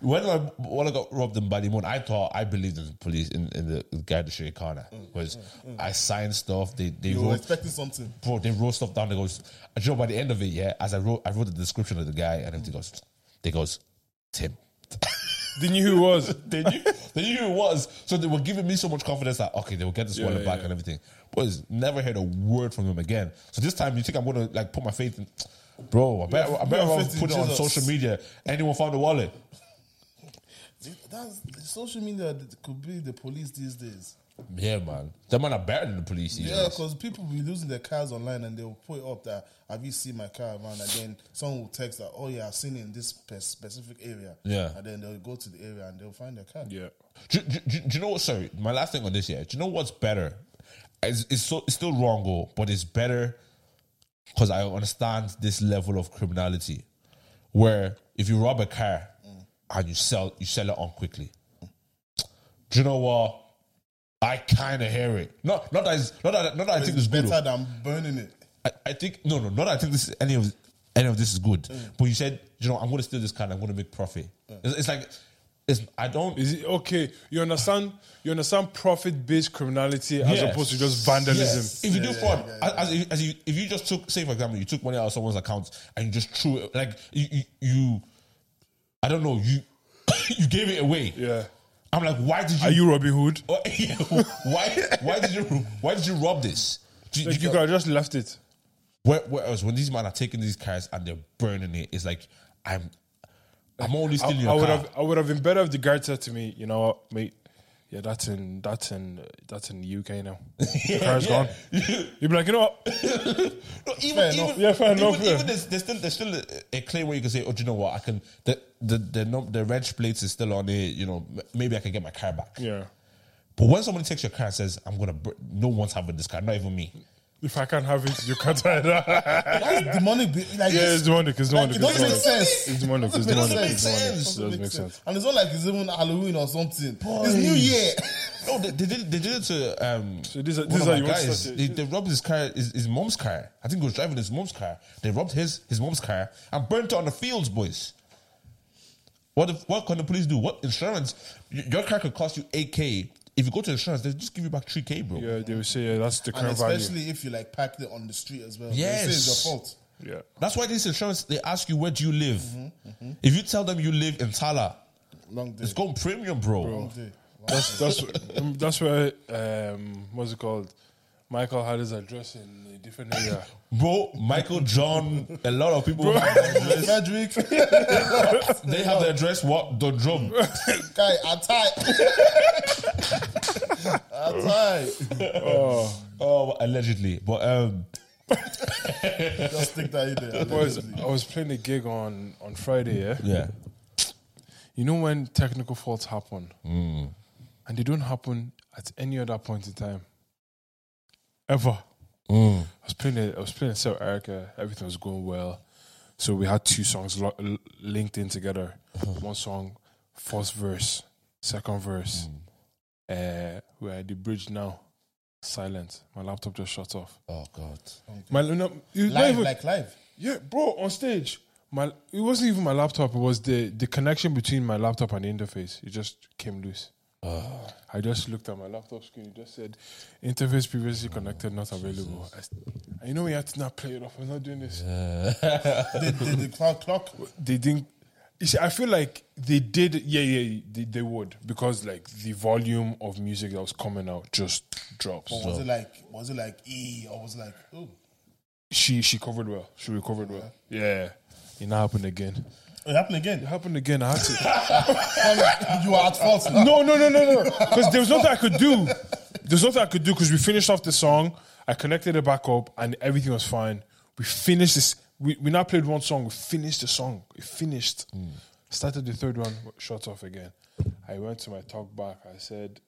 [SPEAKER 2] When I, when I got robbed in Ballymun, I thought I believed in the police in, in the guy that showed
[SPEAKER 3] Mm,
[SPEAKER 2] Kana because I signed stuff. They they
[SPEAKER 3] You were
[SPEAKER 2] wrote
[SPEAKER 3] expecting something.
[SPEAKER 2] bro, they wrote stuff down. They goes, I know by the end of it, yeah. As I wrote, I wrote the description of the guy, and everything goes, they goes, Tim.
[SPEAKER 1] they knew who it was.
[SPEAKER 2] They knew, they knew who it was, so they were giving me so much confidence that okay, they will get this
[SPEAKER 1] Yeah,
[SPEAKER 2] wallet
[SPEAKER 1] yeah,
[SPEAKER 2] back
[SPEAKER 1] yeah.
[SPEAKER 2] and everything. Boys, never heard a word from him again. So this time, you think I'm gonna like put my faith in, bro? I better, I
[SPEAKER 3] have
[SPEAKER 2] better off
[SPEAKER 3] faith in
[SPEAKER 2] put it on
[SPEAKER 3] Jesus.
[SPEAKER 2] social media. Anyone found the wallet?
[SPEAKER 3] That's social media that could be the police these days.
[SPEAKER 2] Yeah, man, that man are better than the police. these
[SPEAKER 3] Yeah,
[SPEAKER 2] days.
[SPEAKER 3] because people will be losing their cars online and they'll put it up that have you seen my car man? And then someone will text that, oh yeah, I've seen it in this pe- specific area.
[SPEAKER 2] Yeah.
[SPEAKER 3] and then they'll go to the area and they'll find their car.
[SPEAKER 1] Yeah.
[SPEAKER 2] Do, do, do, do you know what? Sorry, my last thing on this year. Do you know what's better? It's, it's, so, it's still wrong, goal, but it's better because I understand this level of criminality. Where if you rob a car and you sell you sell it on quickly, do you know what? I kind of hear it. Not not that it's, not that not that I think it's
[SPEAKER 3] It's
[SPEAKER 2] good.
[SPEAKER 3] better than burning it.
[SPEAKER 2] I, I think no, no, not that I think this is any of any of this is good. But you said, you know, I'm going to steal this car. and I'm going to make profit. It's, it's like it's I don't.
[SPEAKER 1] Is it okay? You understand? You understand profit-based criminality as
[SPEAKER 2] Yes.
[SPEAKER 1] opposed to just vandalism.
[SPEAKER 2] Yes. If you do fraud, as, as, as you, if you just took, say for example, you took money out of someone's account and you just threw it, like you, you, you I don't know, you, you gave it away.
[SPEAKER 1] Yeah.
[SPEAKER 2] I'm like, why did you?
[SPEAKER 1] Are you Robbie Hood?
[SPEAKER 2] why, why did you, why did you rob this? Do you-
[SPEAKER 1] Like
[SPEAKER 2] do
[SPEAKER 1] you
[SPEAKER 2] you-
[SPEAKER 1] could have just left it.
[SPEAKER 2] where, where else? When these men are taking these cars and they're burning it, it's like I'm, I'm only
[SPEAKER 1] I,
[SPEAKER 2] stealing
[SPEAKER 1] I
[SPEAKER 2] your
[SPEAKER 1] would
[SPEAKER 2] car.
[SPEAKER 1] have. I would have been better if the guard said to me, "You know what, mate? Yeah, that's in that's in that's in the UK now. The
[SPEAKER 2] yeah.
[SPEAKER 1] car's gone." You'd be like, "You know what?
[SPEAKER 2] No, even,
[SPEAKER 3] Fair
[SPEAKER 2] even,
[SPEAKER 3] enough.
[SPEAKER 1] Yeah, fair
[SPEAKER 2] even,
[SPEAKER 1] enough, yeah.
[SPEAKER 2] even there's, there's still there's still a, a claim where you can say, oh, do you know what? I can the the the num- the reg plates is still on it. You know, m- maybe I can get my car back.
[SPEAKER 1] Yeah,
[SPEAKER 2] But when somebody takes your car and says, I'm gonna, br- no one's having this car, not even me.
[SPEAKER 1] If I can't have it, you can't have it.
[SPEAKER 3] That's demonic. be- Like,
[SPEAKER 1] Yeah, it's demonic. It's demonic.
[SPEAKER 3] Like, it doesn't
[SPEAKER 1] it's
[SPEAKER 3] make
[SPEAKER 1] demonic.
[SPEAKER 3] sense.
[SPEAKER 1] It's demonic. It's
[SPEAKER 3] It doesn't
[SPEAKER 1] demonic.
[SPEAKER 3] make
[SPEAKER 1] It's demonic.
[SPEAKER 3] sense.
[SPEAKER 1] It does make sense.
[SPEAKER 3] And it's not like it's even Halloween or something.
[SPEAKER 2] Boys.
[SPEAKER 3] It's New Year.
[SPEAKER 2] No, they, they did. They did it to um.
[SPEAKER 1] So this is-
[SPEAKER 2] one of
[SPEAKER 1] this is how
[SPEAKER 2] my
[SPEAKER 1] you want to
[SPEAKER 2] guys.
[SPEAKER 1] start
[SPEAKER 2] They,
[SPEAKER 1] it.
[SPEAKER 2] they robbed his car, his, his mom's car. I think he was driving his mom's car. They robbed his his mom's car and burnt it on the fields, boys. What if, what can the police do? What insurance? Y- Your car could cost you eight k. If you go to insurance, they just give you back three k, bro.
[SPEAKER 1] Yeah, they will say yeah, that's the
[SPEAKER 3] And
[SPEAKER 1] current value.
[SPEAKER 3] especially if you like packed it on the street as well. They
[SPEAKER 2] Yes.
[SPEAKER 3] say it's your fault.
[SPEAKER 1] Yeah.
[SPEAKER 2] That's why this insurance they ask you where do you live.
[SPEAKER 1] Mm-hmm,
[SPEAKER 2] If you tell them you live in Tala,
[SPEAKER 3] Long day.
[SPEAKER 2] it's going premium, bro.
[SPEAKER 3] Long day. Wow.
[SPEAKER 1] That's that's um, that's where um what's it called? Michael had his address in a different area.
[SPEAKER 2] Bro, Michael John, a lot of people have their address.
[SPEAKER 3] Frederick,
[SPEAKER 2] They have their address. What the drum?
[SPEAKER 3] guy, atai. atai.
[SPEAKER 2] Oh, allegedly, but um,
[SPEAKER 3] Just stick that in there.
[SPEAKER 1] Boys,
[SPEAKER 3] allegedly.
[SPEAKER 1] I was playing a gig on on Friday. Yeah.
[SPEAKER 2] yeah,
[SPEAKER 1] You know when technical faults happen,
[SPEAKER 2] Mm.
[SPEAKER 1] and they don't happen at any other point in time. Ever.
[SPEAKER 2] Mm.
[SPEAKER 1] I was playing. A, I was playing a set with Erica. Everything was going well, so we had two songs lo- l- linked in together. One song, first verse, second verse. Uh, we're at the bridge now. Silent. My laptop just shut off.
[SPEAKER 2] Oh God.
[SPEAKER 1] My no, you- not
[SPEAKER 3] live,
[SPEAKER 1] even-
[SPEAKER 3] like live.
[SPEAKER 1] yeah, bro, on stage, my it wasn't even my laptop. It was the the connection between my laptop and the interface. It just came loose. I just looked at my laptop screen. It just said, "Interface previously connected, not available." I, s- and you know, we had to not play it off. We're not doing this.
[SPEAKER 3] The, the, the clock, clock.
[SPEAKER 1] They didn't. You see, I feel like they did. Yeah, yeah, they, they would because like the volume of music that was coming out just drops.
[SPEAKER 3] Or was it like, was it like E or was it like, ooh.
[SPEAKER 1] She she covered well. She recovered well. Yeah, it now happened again.
[SPEAKER 3] It happened
[SPEAKER 1] It
[SPEAKER 3] again.
[SPEAKER 1] happened again. I had to.
[SPEAKER 3] you are at fault.
[SPEAKER 1] No, no, no, no, no. Because there was nothing I could do. There's nothing I could do because we finished off the song. I connected it back up and everything was fine. We finished this. We, we now played one song. We finished the song. It finished. Started the third one. Shut off again. I went to my talk back. I said,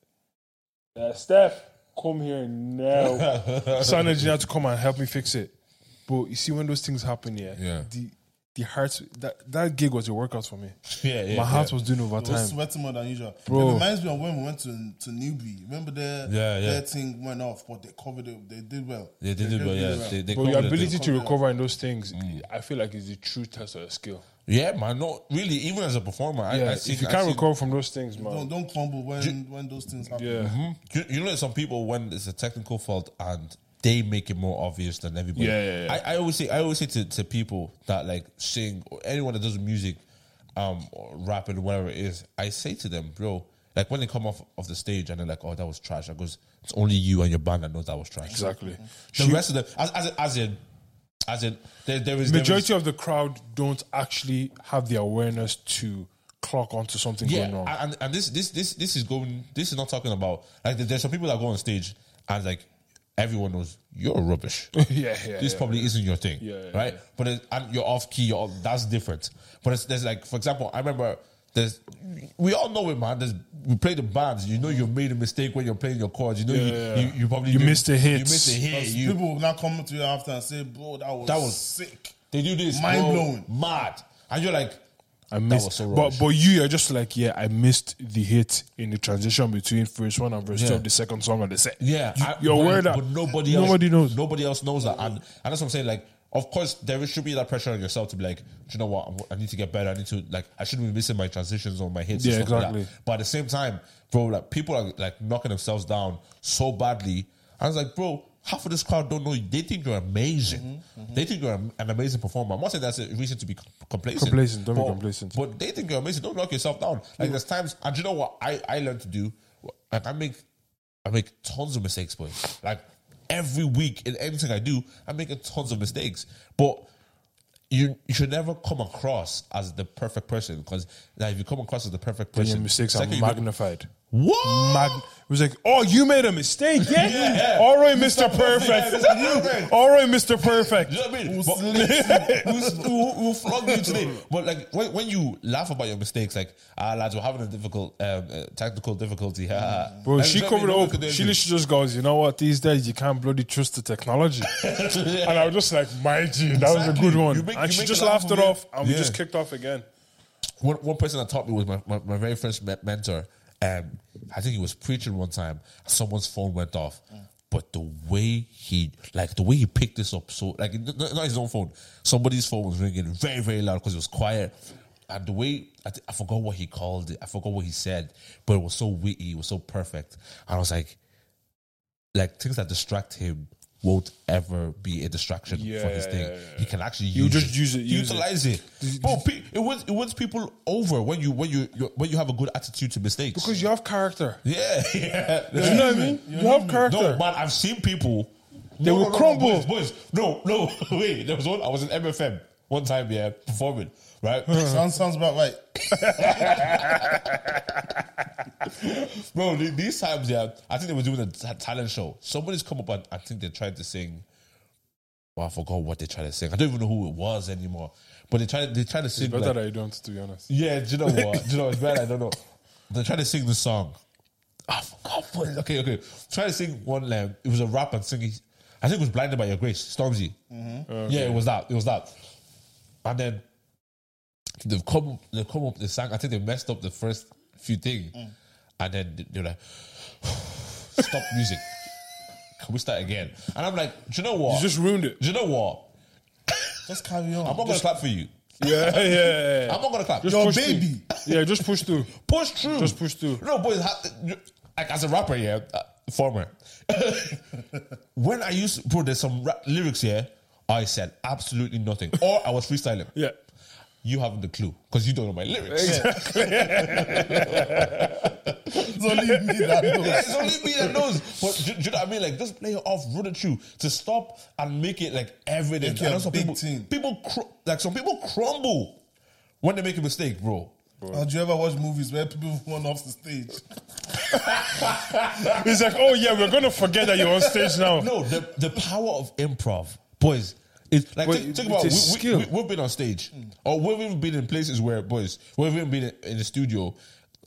[SPEAKER 1] uh, Steph, come here now. Sound engineer to come and help me fix it. But you see, when those things happen, yeah,
[SPEAKER 2] Yeah.
[SPEAKER 1] the the heart that that gig was a workout for me.
[SPEAKER 2] Yeah, yeah,
[SPEAKER 1] my heart
[SPEAKER 2] yeah.
[SPEAKER 1] was doing overtime.
[SPEAKER 3] was sweating more than usual.
[SPEAKER 1] Bro.
[SPEAKER 3] It reminds me of when we went to to Newbie. Remember their
[SPEAKER 2] Yeah, yeah.
[SPEAKER 3] their thing went off, but they covered it. They did well.
[SPEAKER 2] They did it, well,
[SPEAKER 3] really
[SPEAKER 2] yeah.
[SPEAKER 3] well.
[SPEAKER 2] They, they
[SPEAKER 1] But your
[SPEAKER 2] covered it.
[SPEAKER 1] ability to
[SPEAKER 3] Covered it.
[SPEAKER 1] recover in those things, I feel like is the true test of your skill.
[SPEAKER 2] yeah, man. No, really, even as a performer, I,
[SPEAKER 1] Yeah,
[SPEAKER 2] I
[SPEAKER 1] if
[SPEAKER 2] seen,
[SPEAKER 1] you
[SPEAKER 2] I
[SPEAKER 1] can't
[SPEAKER 2] seen-
[SPEAKER 1] recover from those things, man.
[SPEAKER 3] Don't don't crumble when when those things happen.
[SPEAKER 1] Yeah,
[SPEAKER 2] Mhm. you, you know, some people when it's a technical fault and they make it more obvious than everybody.
[SPEAKER 1] Yeah, yeah, yeah.
[SPEAKER 2] I, I always say, I always say to, to people that like sing or anyone that does music, um, or rapping, whatever it is, I say to them, bro. Like when they come off of the stage and they're like, "Oh, that was trash," I goes, "It's only you and your band that knows that was trash."
[SPEAKER 1] exactly.
[SPEAKER 2] The
[SPEAKER 1] She-
[SPEAKER 2] rest of them, as as in, as in, as in there, there is there is-
[SPEAKER 1] majority of the crowd don't actually have the awareness to clock onto something
[SPEAKER 2] Yeah,
[SPEAKER 1] going on.
[SPEAKER 2] and and this this this this is going. This is not talking about like there- there's some people that go on stage and like everyone knows you're rubbish.
[SPEAKER 1] yeah, yeah.
[SPEAKER 2] this
[SPEAKER 1] yeah.
[SPEAKER 2] probably isn't your thing,
[SPEAKER 1] Yeah, yeah,
[SPEAKER 2] right? But it, and you're off key. You're off, that's different. But it's, there's like, for example, I remember there's we all know it, man. There's we play the bands. You know you've made a mistake when you're playing your chords. You know you,
[SPEAKER 1] Yeah.
[SPEAKER 2] you you probably
[SPEAKER 1] You
[SPEAKER 2] do-
[SPEAKER 1] missed the hits.
[SPEAKER 2] You missed a hit.
[SPEAKER 3] Because
[SPEAKER 2] You-
[SPEAKER 3] People will now come to you after and say, "Bro, that was
[SPEAKER 2] That was-
[SPEAKER 3] sick."
[SPEAKER 2] they do this
[SPEAKER 3] Mind
[SPEAKER 2] bro,
[SPEAKER 3] blowing.
[SPEAKER 2] mad, and you're like,
[SPEAKER 1] I missed,
[SPEAKER 2] was so
[SPEAKER 1] but
[SPEAKER 2] rubbish.
[SPEAKER 1] but you are just like yeah, I missed the hit in the transition between verse one and verse two
[SPEAKER 2] Yeah.
[SPEAKER 1] of the second song of the set.
[SPEAKER 2] Yeah,
[SPEAKER 1] you,
[SPEAKER 2] I-
[SPEAKER 1] you're
[SPEAKER 2] but-
[SPEAKER 1] aware that
[SPEAKER 2] but nobody else,
[SPEAKER 1] nobody knows.
[SPEAKER 2] Nobody else knows that, and and that's what I'm saying. Like, of course, there should be that pressure on yourself to be like, do you know what? I'm, I need to get better. I need to like, I shouldn't be missing my transitions or my hits. and
[SPEAKER 1] Yeah,
[SPEAKER 2] stuff like that.
[SPEAKER 1] exactly.
[SPEAKER 2] But at the same time, bro, like people are like knocking themselves down so badly. I was like, bro, half of this crowd don't know. you. They think you're amazing.
[SPEAKER 1] Mm-hmm,
[SPEAKER 2] They think you're an an amazing performer. I'm not saying that's a reason to be com- complacent.
[SPEAKER 1] Complacent, don't be
[SPEAKER 2] but-
[SPEAKER 1] complacent.
[SPEAKER 2] But they think you're amazing. Don't knock yourself down. Like there's times, and you know what? I I learned to do. Like I make I make tons of mistakes, boy. Like every week in anything I do, I'm making tons of mistakes. But you you should never come across as the perfect person because like, if you come across as the perfect
[SPEAKER 1] your
[SPEAKER 2] person,
[SPEAKER 1] mistakes are
[SPEAKER 2] second you go-
[SPEAKER 1] magnified.
[SPEAKER 2] What?
[SPEAKER 1] Mag- it was like, oh, you made a mistake. Yeah.
[SPEAKER 2] Yeah.
[SPEAKER 1] All right, Mr.
[SPEAKER 2] Perfect.
[SPEAKER 1] Perfect.
[SPEAKER 2] Yeah, this is you.
[SPEAKER 1] All right, Mr. Perfect.
[SPEAKER 2] You know what I mean? But- Who's- Who who flogged you today? But like when, when you laugh about your mistakes, like ah lads, we're having a difficult um, uh, technical difficulty.
[SPEAKER 1] Bro,
[SPEAKER 2] Bro,
[SPEAKER 1] she covered up. She literally just goes, you know what? These days, you can't bloody trust the technology. and I was just like, my G, that was a
[SPEAKER 2] Exactly.
[SPEAKER 1] good one.
[SPEAKER 2] You make-
[SPEAKER 1] and
[SPEAKER 2] you
[SPEAKER 1] she
[SPEAKER 2] make
[SPEAKER 1] just
[SPEAKER 2] a laugh
[SPEAKER 1] laughed
[SPEAKER 2] of
[SPEAKER 1] it
[SPEAKER 2] it.
[SPEAKER 1] off, and
[SPEAKER 2] Yeah.
[SPEAKER 1] we just kicked off again.
[SPEAKER 2] one, one person that taught me was my, my, my very first me- mentor. Um, I think he was preaching one time. Someone's phone went off, but the way he like the way he picked this up, so like n- n- not his own phone. Somebody's phone was ringing very very loud because it was quiet, and the way I, thi- I forgot what he called it, I forgot what he said, but it was so witty, it was so perfect, and I was like, like things that distract him won't ever be a distraction
[SPEAKER 1] Yeah,
[SPEAKER 2] for his
[SPEAKER 1] yeah,
[SPEAKER 2] thing.
[SPEAKER 1] yeah, yeah.
[SPEAKER 2] He can actually
[SPEAKER 1] He'll
[SPEAKER 2] use
[SPEAKER 1] just
[SPEAKER 2] it.
[SPEAKER 1] use it, use it.
[SPEAKER 2] utilize it. Bro, pe- it wins it wins people over when you when you you- when you have a good attitude to mistakes.
[SPEAKER 1] Because you have character.
[SPEAKER 2] yeah, yeah.
[SPEAKER 1] You know what I mean? You have
[SPEAKER 2] No,
[SPEAKER 1] character.
[SPEAKER 2] man, I've seen people.
[SPEAKER 1] They will crumble.
[SPEAKER 2] boys, boys. No, no. Wait, there was one. I was in MFM one time. Yeah, performing. Right,
[SPEAKER 1] Uh-huh.
[SPEAKER 3] Sounds sounds about right.
[SPEAKER 2] bro. th- These times, yeah. I think they were doing a ta- talent show. Somebody's come up and I think they tried to sing. Well, I forgot what they tried to sing. I don't even know who it was anymore. But they tried. They tried to sing.
[SPEAKER 1] Better
[SPEAKER 2] like-
[SPEAKER 1] that I don't, to be honest.
[SPEAKER 2] Yeah, do you know what? do you know what's bad? I don't know. Ah, They're trying to sing the song. I forgot what. Okay, okay. Try to sing one. Um, it was a rap and singing. I think it was "Blinded by Your Grace," Stormzy.
[SPEAKER 1] Mm-hmm.
[SPEAKER 2] Yeah, it was that. It was that. And then they've come. They've come up. They sang. I think they messed up the first few things,
[SPEAKER 1] Mm.
[SPEAKER 2] and then they- they're like, "Stop music. Can we start again?" And I'm like, "Do you know what?
[SPEAKER 1] You just ruined it.
[SPEAKER 2] do you know what?
[SPEAKER 3] Just carry on.
[SPEAKER 2] I'm not gonna clap for you.
[SPEAKER 1] Yeah, yeah.
[SPEAKER 2] I'm not gonna clap.
[SPEAKER 1] Just
[SPEAKER 3] Your
[SPEAKER 1] push through.
[SPEAKER 3] baby.
[SPEAKER 1] Yeah, just push through.
[SPEAKER 2] push through.
[SPEAKER 1] Just push through.
[SPEAKER 2] No, boys, ha- like as a rapper, yeah, uh, former. when I used to, bro, there's some rap lyrics here. I said absolutely nothing, or I was freestyling.
[SPEAKER 1] Yeah.
[SPEAKER 2] You haven't the clue because you don't know my lyrics.
[SPEAKER 3] It's only me that
[SPEAKER 2] Yeah,
[SPEAKER 3] knows.
[SPEAKER 2] it's only me that knows. But do, do you know what I mean? Like, just play it off, run it through to stop and make it like evident.
[SPEAKER 3] Make it
[SPEAKER 2] I know
[SPEAKER 3] a
[SPEAKER 2] some
[SPEAKER 3] big
[SPEAKER 2] people,
[SPEAKER 3] thing.
[SPEAKER 2] people cr- like some people crumble when they make a mistake, bro.
[SPEAKER 3] Oh, do you ever watch movies where people run off the stage?
[SPEAKER 1] He's like, oh, yeah, we're going to forget that you're on stage now.
[SPEAKER 2] No, the, the power of improv, boys. It's like
[SPEAKER 1] But
[SPEAKER 2] think,
[SPEAKER 1] it-
[SPEAKER 2] think about
[SPEAKER 1] it is
[SPEAKER 2] it. We,
[SPEAKER 1] skill.
[SPEAKER 2] we, have been on stage, or we've even been in places where, boys, we've even been in, in the studio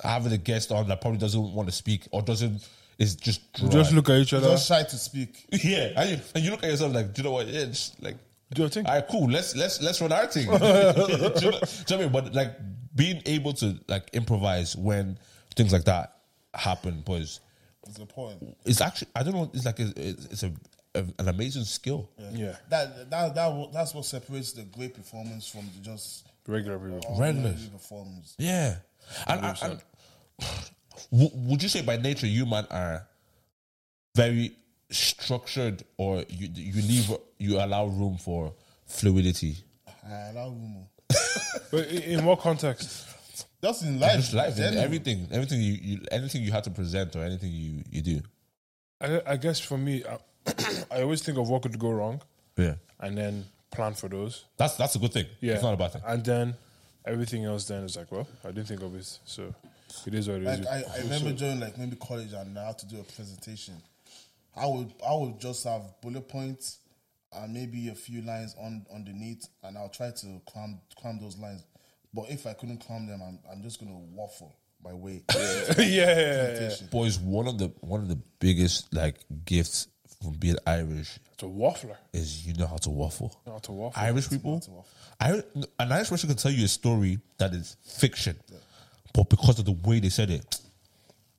[SPEAKER 2] having a guest on that probably doesn't want to speak or doesn't is just dry.
[SPEAKER 1] Just look at each other.
[SPEAKER 3] Just shy to speak.
[SPEAKER 2] yeah, and you, and you look at yourself like, do you know what? Yeah, just like
[SPEAKER 1] Do your thing.
[SPEAKER 2] All right, cool. Let's let's let's run our thing. do, you know, do you know what I mean? But like being able to like improvise when things like that happen, boys.
[SPEAKER 3] Is the point?
[SPEAKER 2] It's actually I don't know. It's like a, it's it's a, a an amazing skill.
[SPEAKER 1] Yeah.
[SPEAKER 3] That, that that wa- that's what separates the great performance from the just
[SPEAKER 1] Regular people.
[SPEAKER 2] Regulars.
[SPEAKER 3] ordinary performance.
[SPEAKER 2] Yeah. And, and, and w- would you say by nature you man are very structured or you you leave you allow room for fluidity?
[SPEAKER 3] I love humor.
[SPEAKER 1] But i- in what context?
[SPEAKER 3] Just in life,
[SPEAKER 2] Just life and
[SPEAKER 3] generally.
[SPEAKER 2] everything, everything you, you anything you have to present or anything you you do.
[SPEAKER 1] I, I guess for me, I, I always think of what could go wrong
[SPEAKER 2] Yeah.
[SPEAKER 1] and then plan for those.
[SPEAKER 2] That's that's a good thing.
[SPEAKER 1] Yeah.
[SPEAKER 2] It's not a bad thing.
[SPEAKER 1] And then everything else then is like, well, I didn't think of it. So it is what it is.
[SPEAKER 3] Like I, I remember during like maybe college and I had to do a presentation. I would I would just have bullet points and maybe a few lines on underneath, and I'll try to cram cram those lines. But if I couldn't cram them, I'm, I'm just gonna waffle my way.
[SPEAKER 1] yeah, yeah, yeah.
[SPEAKER 3] Presentation.
[SPEAKER 2] Boys, one of the one of the biggest like gifts from being Irish
[SPEAKER 1] It's a waffler.
[SPEAKER 2] is you know how to waffle.
[SPEAKER 1] Not a waffle.
[SPEAKER 2] Irish people, I, an Irish person can tell you a story that is fiction, but because of the way they said it,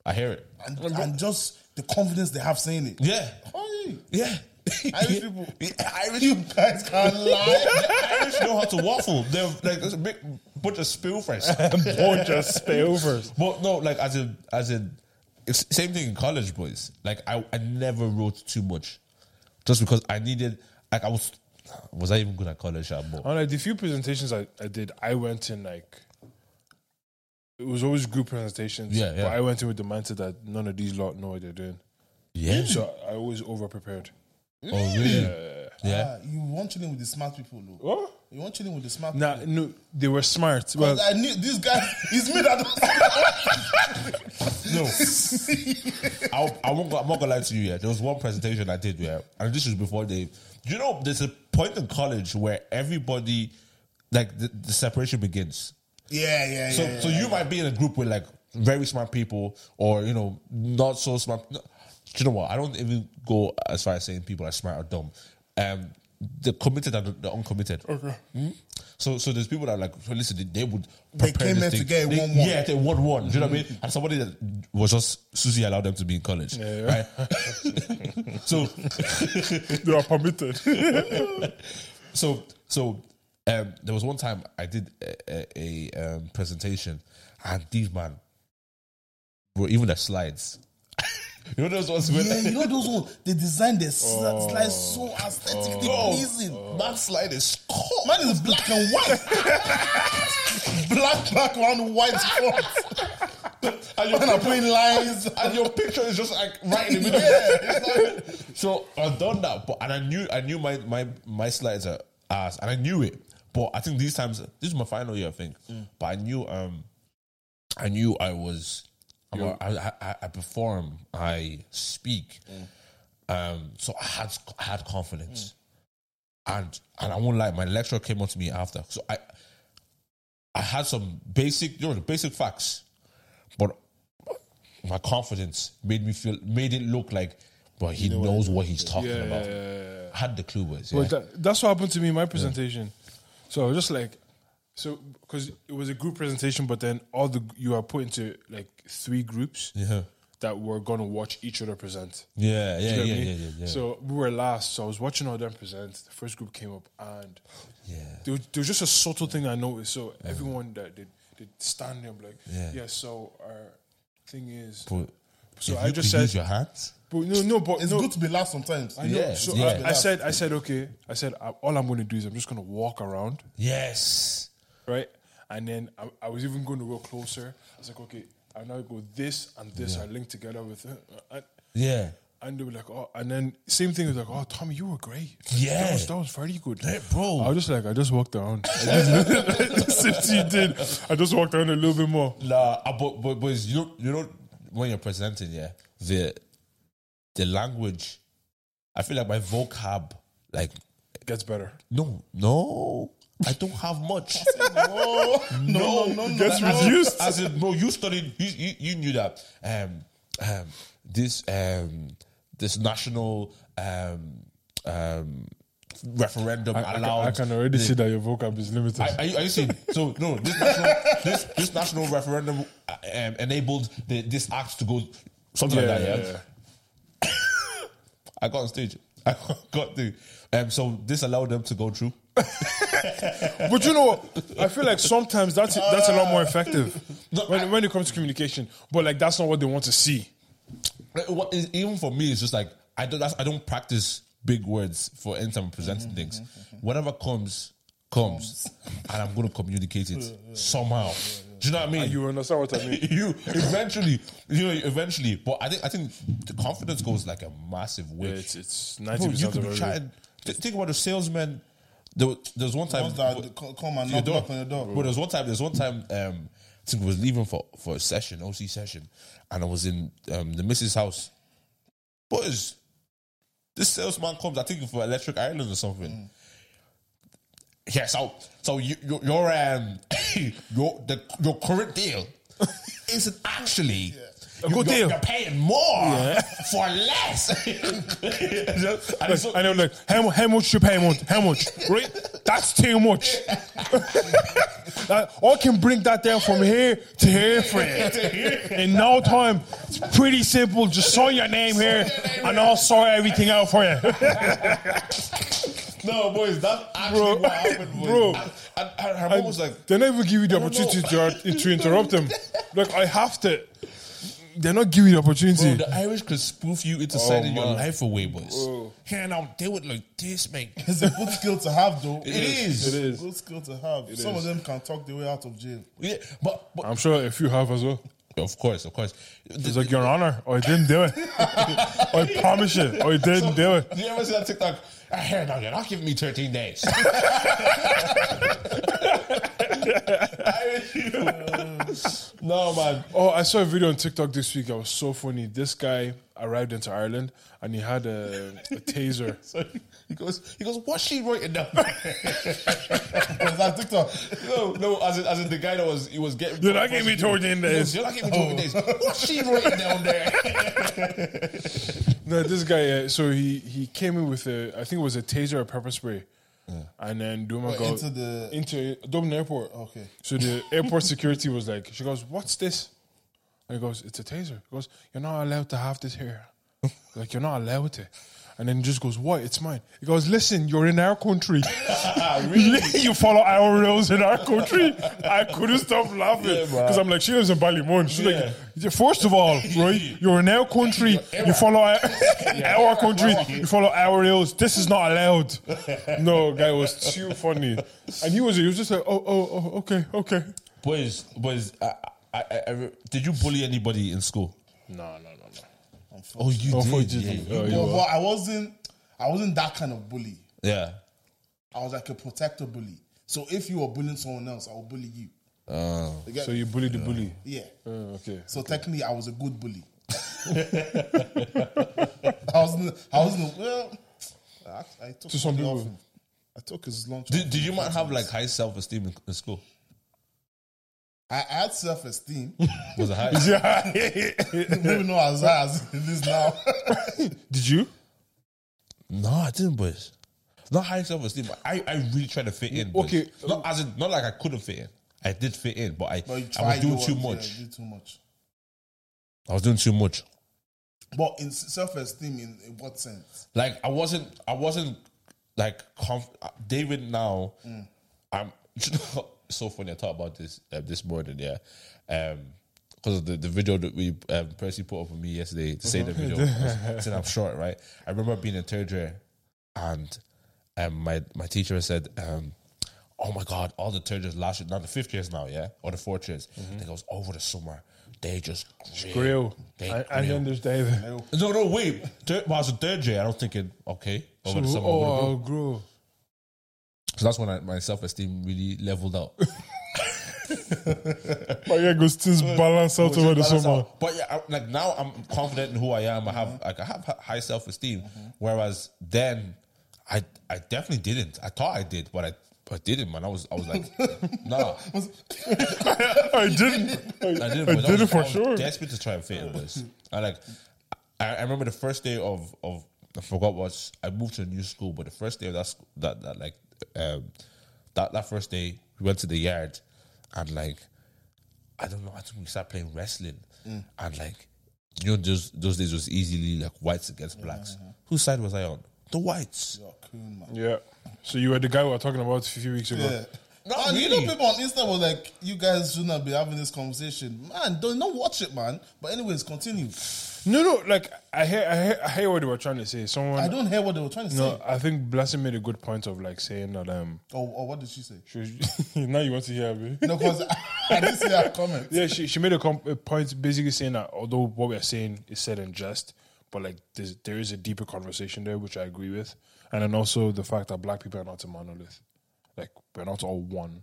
[SPEAKER 2] I hear it.
[SPEAKER 3] And, and just the confidence they have saying it.
[SPEAKER 2] Yeah,
[SPEAKER 3] Hey,
[SPEAKER 2] yeah.
[SPEAKER 3] Irish people.
[SPEAKER 2] Yeah, Irish,
[SPEAKER 3] You guys can't lie.
[SPEAKER 2] Irish know how to waffle. They're like there's a big bunch of spill friends.
[SPEAKER 1] Or just spillovers.
[SPEAKER 2] But no, like as in as in it's same thing in college, boys. Like I, I never wrote too much, just because I needed. Like I was, was I even good at college? Yeah, but
[SPEAKER 1] And like the few presentations I, I did, I went in like it was always group presentations.
[SPEAKER 2] Yeah, yeah.
[SPEAKER 1] But I went in with the mindset that none of these lot know what they're doing.
[SPEAKER 2] yeah,
[SPEAKER 1] So I always over prepared.
[SPEAKER 2] oh really? Yeah,
[SPEAKER 3] Ah, you want to with the smart people, though.
[SPEAKER 1] What?
[SPEAKER 3] You want chilling with the smart
[SPEAKER 1] Nah, no, they were smart. Well,
[SPEAKER 3] I knew this guy. It's me that
[SPEAKER 2] No, I, I won't. go- I'm not gonna lie to you. Yeah, there was one presentation I did. Yeah, and this was before they. You know, there's a point in college where everybody, like the, the separation begins.
[SPEAKER 3] Yeah, yeah, yeah.
[SPEAKER 2] So,
[SPEAKER 3] yeah,
[SPEAKER 2] so
[SPEAKER 3] yeah.
[SPEAKER 2] you might be in a group with like very smart people, or you know, not so smart. No, do you know what? I don't even go as far as saying people are smart or dumb. Um, the committed and the- the uncommitted. Okay. So, so there's people that are like, so listen, they, they would.
[SPEAKER 3] They
[SPEAKER 2] prepare
[SPEAKER 3] came
[SPEAKER 2] this
[SPEAKER 3] here
[SPEAKER 2] thing.
[SPEAKER 3] together,
[SPEAKER 2] They-
[SPEAKER 3] one, Mm. one.
[SPEAKER 2] Yeah, they won one. Do you know what I mean? And somebody that was just Susie allowed them to be in college.
[SPEAKER 1] Yeah.
[SPEAKER 2] Right? so,
[SPEAKER 1] they are permitted.
[SPEAKER 2] so so um, there was one time I did a, a, a um, presentation, and these man were even the slides. you know those ones where
[SPEAKER 3] Yeah, you know those ones. They designed their sl- slides so aesthetically
[SPEAKER 2] Oh.
[SPEAKER 3] pleasing.
[SPEAKER 2] man slide is cold.
[SPEAKER 3] Man is black and white. black background, white front.
[SPEAKER 2] and your
[SPEAKER 3] Man are putting lines.
[SPEAKER 2] and your picture is just like right in the middle. It's like- so I've done that, but and I knew I knew my my my slides are ass, and I knew it. But I think these times, this is my final year, I think. But I knew, um, I knew I was. I'm a- I, I, I perform, I speak, um, so I had I had confidence,
[SPEAKER 1] Mm.
[SPEAKER 2] and and I won't lie, my lecturer came up to me after, so I I had some basic, you know, the basic facts, but my confidence made me feel, made it look like, well, he knows what he's talking
[SPEAKER 1] Yeah,
[SPEAKER 2] about.
[SPEAKER 1] yeah, yeah,
[SPEAKER 2] I had the clue was, yeah.
[SPEAKER 1] But that, that's what happened to me in my presentation. So I was just like, so because it was a group presentation, but then all the you are put into like three groups
[SPEAKER 2] yeah,
[SPEAKER 1] that were gonna watch each other present.
[SPEAKER 2] yeah, yeah,
[SPEAKER 1] You
[SPEAKER 2] yeah,
[SPEAKER 1] know what I
[SPEAKER 2] yeah,
[SPEAKER 1] mean?
[SPEAKER 2] yeah, yeah.
[SPEAKER 1] So we were last. So I was watching all them present. The first group came up, and
[SPEAKER 2] Yeah.
[SPEAKER 1] there, was, there was just a subtle thing I noticed. So everyone that did did stand there, I'm like,
[SPEAKER 2] Yeah.
[SPEAKER 1] yeah. So our thing is,
[SPEAKER 2] But
[SPEAKER 1] So
[SPEAKER 2] if
[SPEAKER 1] I
[SPEAKER 2] you
[SPEAKER 1] just
[SPEAKER 2] could use
[SPEAKER 1] said-
[SPEAKER 2] your hands.
[SPEAKER 1] but no, no, but
[SPEAKER 3] It's
[SPEAKER 1] no,
[SPEAKER 3] good to be last sometimes.
[SPEAKER 1] I know.
[SPEAKER 2] Yeah,
[SPEAKER 1] so
[SPEAKER 2] yeah.
[SPEAKER 1] I, I said, I said, okay. I said, I, all I'm going to do is I'm just going to walk around,
[SPEAKER 2] Yes.
[SPEAKER 1] right? And then I, I was even going to go closer. I was like, okay, I now go this and this are linked together with it. And,
[SPEAKER 2] Yeah.
[SPEAKER 1] and they were like, oh, and then same thing was like, oh, Tommy, you were great.
[SPEAKER 2] Yeah. Oh,
[SPEAKER 1] that was, that was very good,
[SPEAKER 2] Yeah, bro.
[SPEAKER 1] I was just like, I just walked around. I just, since you did, I just walked around a little bit more.
[SPEAKER 2] Nah, uh, but but but you know you know when you're presenting, yeah, the the language. I feel like my vocab, like
[SPEAKER 1] Gets better.
[SPEAKER 2] no, no, I don't have much.
[SPEAKER 3] No, no, no, no.
[SPEAKER 1] Gets
[SPEAKER 3] no.
[SPEAKER 1] reduced.
[SPEAKER 2] I said, bro, you studied, you, you, you knew that. Um, um, this um, this national um, um, referendum
[SPEAKER 1] I, can,
[SPEAKER 2] allowed.
[SPEAKER 1] I can already see that your vocab is limited.
[SPEAKER 2] Are, are you, are you saying so? No, this national, this, this national referendum uh, um, enabled the, this act to go something
[SPEAKER 1] Yeah,
[SPEAKER 2] like that. Yeah?
[SPEAKER 1] yeah, yeah.
[SPEAKER 2] I got on stage. I got the um. So this allowed them to go through.
[SPEAKER 1] But you know what? I feel like sometimes that's that's a lot more effective
[SPEAKER 2] No,
[SPEAKER 1] when,
[SPEAKER 2] I-
[SPEAKER 1] when it comes to communication. But like that's not what they want to see.
[SPEAKER 2] Like, What is, even for me, it's just like I don't. That's, I don't practice big words for any time of presenting things. Whatever comes, comes, and I'm going to communicate it somehow. Do you know what I mean?
[SPEAKER 1] You understand what I mean?
[SPEAKER 2] you eventually, you know, eventually. But I think I think the confidence goes like a massive way.
[SPEAKER 1] It's it's
[SPEAKER 2] Bro,
[SPEAKER 1] ninety
[SPEAKER 2] you could
[SPEAKER 1] percent
[SPEAKER 2] be
[SPEAKER 1] of everything.
[SPEAKER 2] trying. th- think about the salesman. There was, there was one time.
[SPEAKER 3] Ones that c- come and knock, knock on your door.
[SPEAKER 2] But there's one time. There's one time. Um, I think I was leaving for for a session, OC session, and I was in um, the missus' house. Boys, this salesman comes. I think for Electric Ireland or something.
[SPEAKER 1] Mm.
[SPEAKER 2] Yeah, so so you, your your um your the, your current deal isn't actually
[SPEAKER 1] A
[SPEAKER 2] you-
[SPEAKER 1] good
[SPEAKER 2] you're,
[SPEAKER 1] deal.
[SPEAKER 2] You're paying more for less. and it's so-
[SPEAKER 1] And they're like, how, mu- how much you pay a month? How much? Right? That's too much. That- I can bring that down from here to here for you. In no time. It's pretty simple. Just sign your name here and I'll sort everything out for you.
[SPEAKER 2] no, boys, that's actually
[SPEAKER 1] Bro.
[SPEAKER 2] what happened, boys.
[SPEAKER 1] Bro.
[SPEAKER 2] And, and her, her mom was like,
[SPEAKER 1] They never give you the
[SPEAKER 2] I don't
[SPEAKER 1] opportunity to, to interrupt them. Like I have to. They're not giving you the opportunity.
[SPEAKER 2] Bro, the Irish could spoof you
[SPEAKER 1] Oh
[SPEAKER 2] into signing your
[SPEAKER 1] man.
[SPEAKER 2] life away, boys. Here and now, they would like this, man.
[SPEAKER 3] It's a good skill to have, though.
[SPEAKER 2] It is.
[SPEAKER 1] It
[SPEAKER 3] It's
[SPEAKER 1] is.
[SPEAKER 3] a good skill to have. Some of them can talk their way out of jail.
[SPEAKER 2] Yeah, but, but
[SPEAKER 1] I'm sure if you have as well.
[SPEAKER 2] of course, of course.
[SPEAKER 1] It's like your honor. I didn't do it. I promise you, I didn't do it.
[SPEAKER 2] Did you ever see that TikTok? I heard now you're not giving me 13 days. no, man.
[SPEAKER 1] Oh, I saw a video on TikTok this week. That was so funny. This guy arrived into Ireland and he had a, a taser.
[SPEAKER 2] So he goes, he goes, what's she writing down?
[SPEAKER 3] Was that TikTok?
[SPEAKER 2] no, no, as in, as in the guy that was, he was getting.
[SPEAKER 1] You're not giving me 13 days.
[SPEAKER 2] You're not giving me 13 days. What's she writing down there?
[SPEAKER 1] No, this guy. Uh, so he he came in with a, I think it was a taser or pepper spray, and then Duma
[SPEAKER 3] But
[SPEAKER 1] got
[SPEAKER 3] into the-
[SPEAKER 1] into Dublin airport.
[SPEAKER 3] Okay.
[SPEAKER 1] So the airport security was like, she goes, "What's this?" And he goes, "It's a taser." He goes, "You're not allowed to have this here. like you're not allowed to." And then he just goes, "What? It's mine." He goes, "Listen, you're in our country. you follow our rules in our country." I couldn't stop laughing
[SPEAKER 2] Yeah, man.
[SPEAKER 1] because I'm like, she lives in Ballymun. She's
[SPEAKER 2] Yeah.
[SPEAKER 1] like, yeah, First of all, right, you're in our country. You follow our, our country. You follow our rules. This is not allowed. No, guy was too funny, and he was he was just like, oh, oh, oh, okay, okay.
[SPEAKER 2] Boys, boys, I, I, I, I, re- did you bully anybody in school?
[SPEAKER 1] No, no, no, no.
[SPEAKER 2] Oh, you did.
[SPEAKER 1] you
[SPEAKER 2] yeah,
[SPEAKER 1] did.
[SPEAKER 2] you-
[SPEAKER 1] Oh, you
[SPEAKER 3] No,
[SPEAKER 1] were.
[SPEAKER 3] but I wasn't. I wasn't that kind of bully.
[SPEAKER 2] yeah.
[SPEAKER 3] I was like a protector bully. So if you were bullying someone else, I would bully you.
[SPEAKER 2] Oh.
[SPEAKER 3] You get-
[SPEAKER 1] So you bullied the bully.
[SPEAKER 3] yeah.
[SPEAKER 1] Oh, okay.
[SPEAKER 3] So technically, I was a good bully. I wasn't. I wasn't. Well, I, I took
[SPEAKER 1] To some
[SPEAKER 3] money
[SPEAKER 1] people.
[SPEAKER 3] off him. I took his lunch. off
[SPEAKER 2] Did,
[SPEAKER 3] him
[SPEAKER 2] did you
[SPEAKER 3] a few
[SPEAKER 2] might have
[SPEAKER 3] times.
[SPEAKER 2] like high self esteem in, in school?
[SPEAKER 3] I, I had self-esteem.
[SPEAKER 2] Was it high?
[SPEAKER 1] Yeah.
[SPEAKER 3] Maybe not as high as it is now.
[SPEAKER 1] Did you?
[SPEAKER 2] No, I didn't, boys. Not high self esteem. I, I really tried to fit in. boys.
[SPEAKER 1] Okay.
[SPEAKER 2] Not as in, not like I couldn't fit in. I did fit in, but I,
[SPEAKER 3] but you
[SPEAKER 2] I was
[SPEAKER 3] tried
[SPEAKER 2] doing
[SPEAKER 3] your
[SPEAKER 2] too
[SPEAKER 3] own- yeah,
[SPEAKER 2] much.
[SPEAKER 3] you did too much.
[SPEAKER 2] I was doing too much.
[SPEAKER 3] But in s- self-esteem, in, in what sense?
[SPEAKER 2] Like I wasn't. I wasn't like comf- uh, David. Now I'm. it's so funny. I thought about this uh, this morning. Yeah. Um. Because of the, the video that we um, Percy put up with me yesterday, to say the video, saying I'm short, right? I remember being in third year, and um, my my teacher said, um, "Oh my God, all the third years last year, now the fifth years now, yeah, or the fourth years." And it goes over the summer, they just
[SPEAKER 1] Grill.
[SPEAKER 2] They
[SPEAKER 1] I, I understand.
[SPEAKER 2] no, no, wait. Third, well, I was a third year. I was thinking, okay, over the summer. what do we do?
[SPEAKER 1] Oh, grow.
[SPEAKER 2] So that's when I, my self esteem really leveled out.
[SPEAKER 1] My hair goes just balance out over the summer.
[SPEAKER 2] But yeah, I, like now I'm confident in who I am. I have like I have h- high self esteem. Whereas then, I I definitely didn't. I thought I did, but I but I didn't. Man, I was I was like, nah,
[SPEAKER 1] I didn't.
[SPEAKER 2] I didn't.
[SPEAKER 1] I
[SPEAKER 2] boys.
[SPEAKER 1] did
[SPEAKER 2] was,
[SPEAKER 1] it for
[SPEAKER 2] I was
[SPEAKER 1] sure.
[SPEAKER 2] Desperate to try and fit in this. I like. I, I remember the first day of of I forgot was I moved to a new school, but the first day of that sc- that that like um, that that first day we went to the yard, and like I don't know, I think we started playing wrestling,
[SPEAKER 1] Mm.
[SPEAKER 2] and like you know those those days was easily like whites against blacks. Whose side was I on? The whites.
[SPEAKER 3] You're a coon, man.
[SPEAKER 1] Yeah. So you were the guy we were talking about a few weeks ago.
[SPEAKER 3] Yeah.
[SPEAKER 2] No,
[SPEAKER 3] Man, You
[SPEAKER 2] really.
[SPEAKER 3] know, people on Insta were like, "You guys should not be having this conversation, man. Don't not watch it, man." But anyways, continue.
[SPEAKER 1] No, no. Like I hear, I hear, I hear what they were trying to say. Someone.
[SPEAKER 3] I don't hear what they were trying to
[SPEAKER 1] No,
[SPEAKER 3] say.
[SPEAKER 1] I think Blessing made a good point of like saying that um
[SPEAKER 3] Or, or what did she say?
[SPEAKER 1] she was, now you want to hear me.
[SPEAKER 3] No, because I, I didn't see her comment.
[SPEAKER 1] Yeah, she, she made a, com- a point basically saying that although what we're saying is said in jest, but like there's, there is a deeper conversation there, which I agree with, and then also the fact that black people are not a monolith, like we're not all one.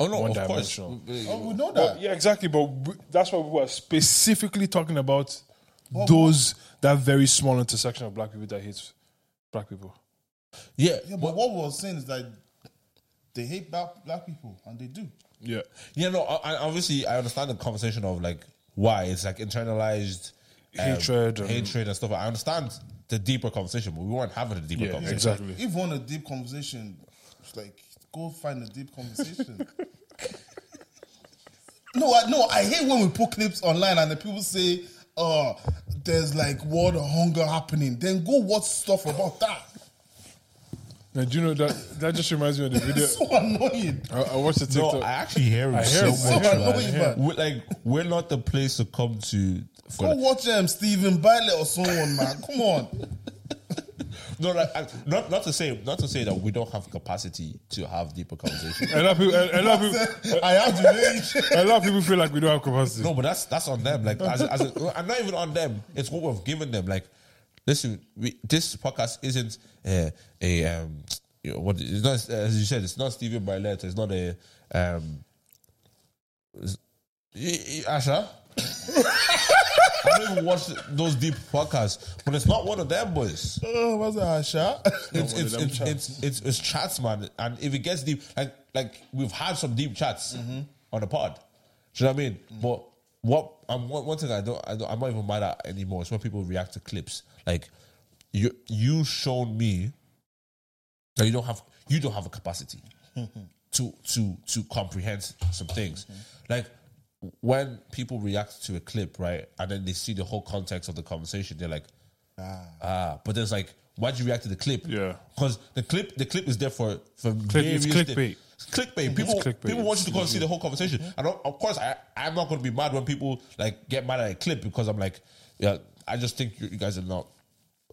[SPEAKER 2] Oh no,
[SPEAKER 1] One
[SPEAKER 2] of course.
[SPEAKER 1] dimensional.
[SPEAKER 3] Oh, we know that.
[SPEAKER 1] Yeah, exactly. But we, that's why we were specifically talking about those that very small intersection of black people that hates black people.
[SPEAKER 2] Yeah,
[SPEAKER 3] Yeah, but what we were saying is that they hate black, black people, and they do.
[SPEAKER 1] Yeah,
[SPEAKER 2] yeah. No, I, I- obviously I understand the conversation of like why it's like internalized. um,
[SPEAKER 1] hatred. And,
[SPEAKER 2] hatred and stuff. I understand the deeper conversation, but we weren't having a deeper
[SPEAKER 1] yeah,
[SPEAKER 2] conversation.
[SPEAKER 1] exactly.
[SPEAKER 3] If you want a deep conversation, it's like go find a deep conversation. no, I, no, I hate when we put clips online and the people say, "Uh, there's like world hunger happening." Then go watch stuff about that.
[SPEAKER 1] Now, do you know that that just reminds me of the video.
[SPEAKER 3] It's so annoying.
[SPEAKER 1] I, I watched the TikTok.
[SPEAKER 2] No, I actually hear it
[SPEAKER 1] hear
[SPEAKER 2] so
[SPEAKER 1] it, I
[SPEAKER 2] much.
[SPEAKER 1] hear it,
[SPEAKER 2] man.
[SPEAKER 3] I hear it.
[SPEAKER 2] We're, like we're not the place to come to. For
[SPEAKER 3] Go watch um Stephen Bailey or someone, man. Come on.
[SPEAKER 2] no, like, I- not not to say not to say that we don't have capacity to have deeper conversations.
[SPEAKER 1] a lot of people, a, a lot of people,
[SPEAKER 3] I have the rage.
[SPEAKER 1] a lot of people feel like we don't have capacity.
[SPEAKER 2] no, but that's that's on them. Like, as, as, I'm not even on them. It's what we've given them. Like, Listen, we, this podcast isn't uh, a um, you know, what it's not as you said. It's not Stephen Barlett. It's not a um, it's- y- y- Asha. I don't even watch those deep podcasts, but it's not one of them boys.
[SPEAKER 3] Oh, was that a shot?
[SPEAKER 2] It's
[SPEAKER 1] one of
[SPEAKER 2] it's
[SPEAKER 1] them
[SPEAKER 2] it's,
[SPEAKER 1] chats.
[SPEAKER 2] it's it's it's chats, man. And if it gets deep, like like we've had some deep chats on the pod. Do you know what I mean? But what I'm one, one thing I don't, I don't I'm not even mad at anymore. It's when people react to clips. Like you you shown me that you don't have you don't have a capacity to to to comprehend some things. Like when people react to a clip, right, and then they see the whole context of the conversation, they're like, Ah, but there's like, why'd you react to the clip?
[SPEAKER 1] Yeah.
[SPEAKER 2] because the clip, the clip is there for for
[SPEAKER 1] it's
[SPEAKER 2] various
[SPEAKER 1] clickbait.
[SPEAKER 2] things. It's clickbait. People,
[SPEAKER 1] clickbait.
[SPEAKER 2] people want you to go and
[SPEAKER 1] It's
[SPEAKER 2] see the whole conversation. And of of course, I, I'm not going to be mad when people like get mad at a clip because I'm like, yeah, I just think you, you guys are not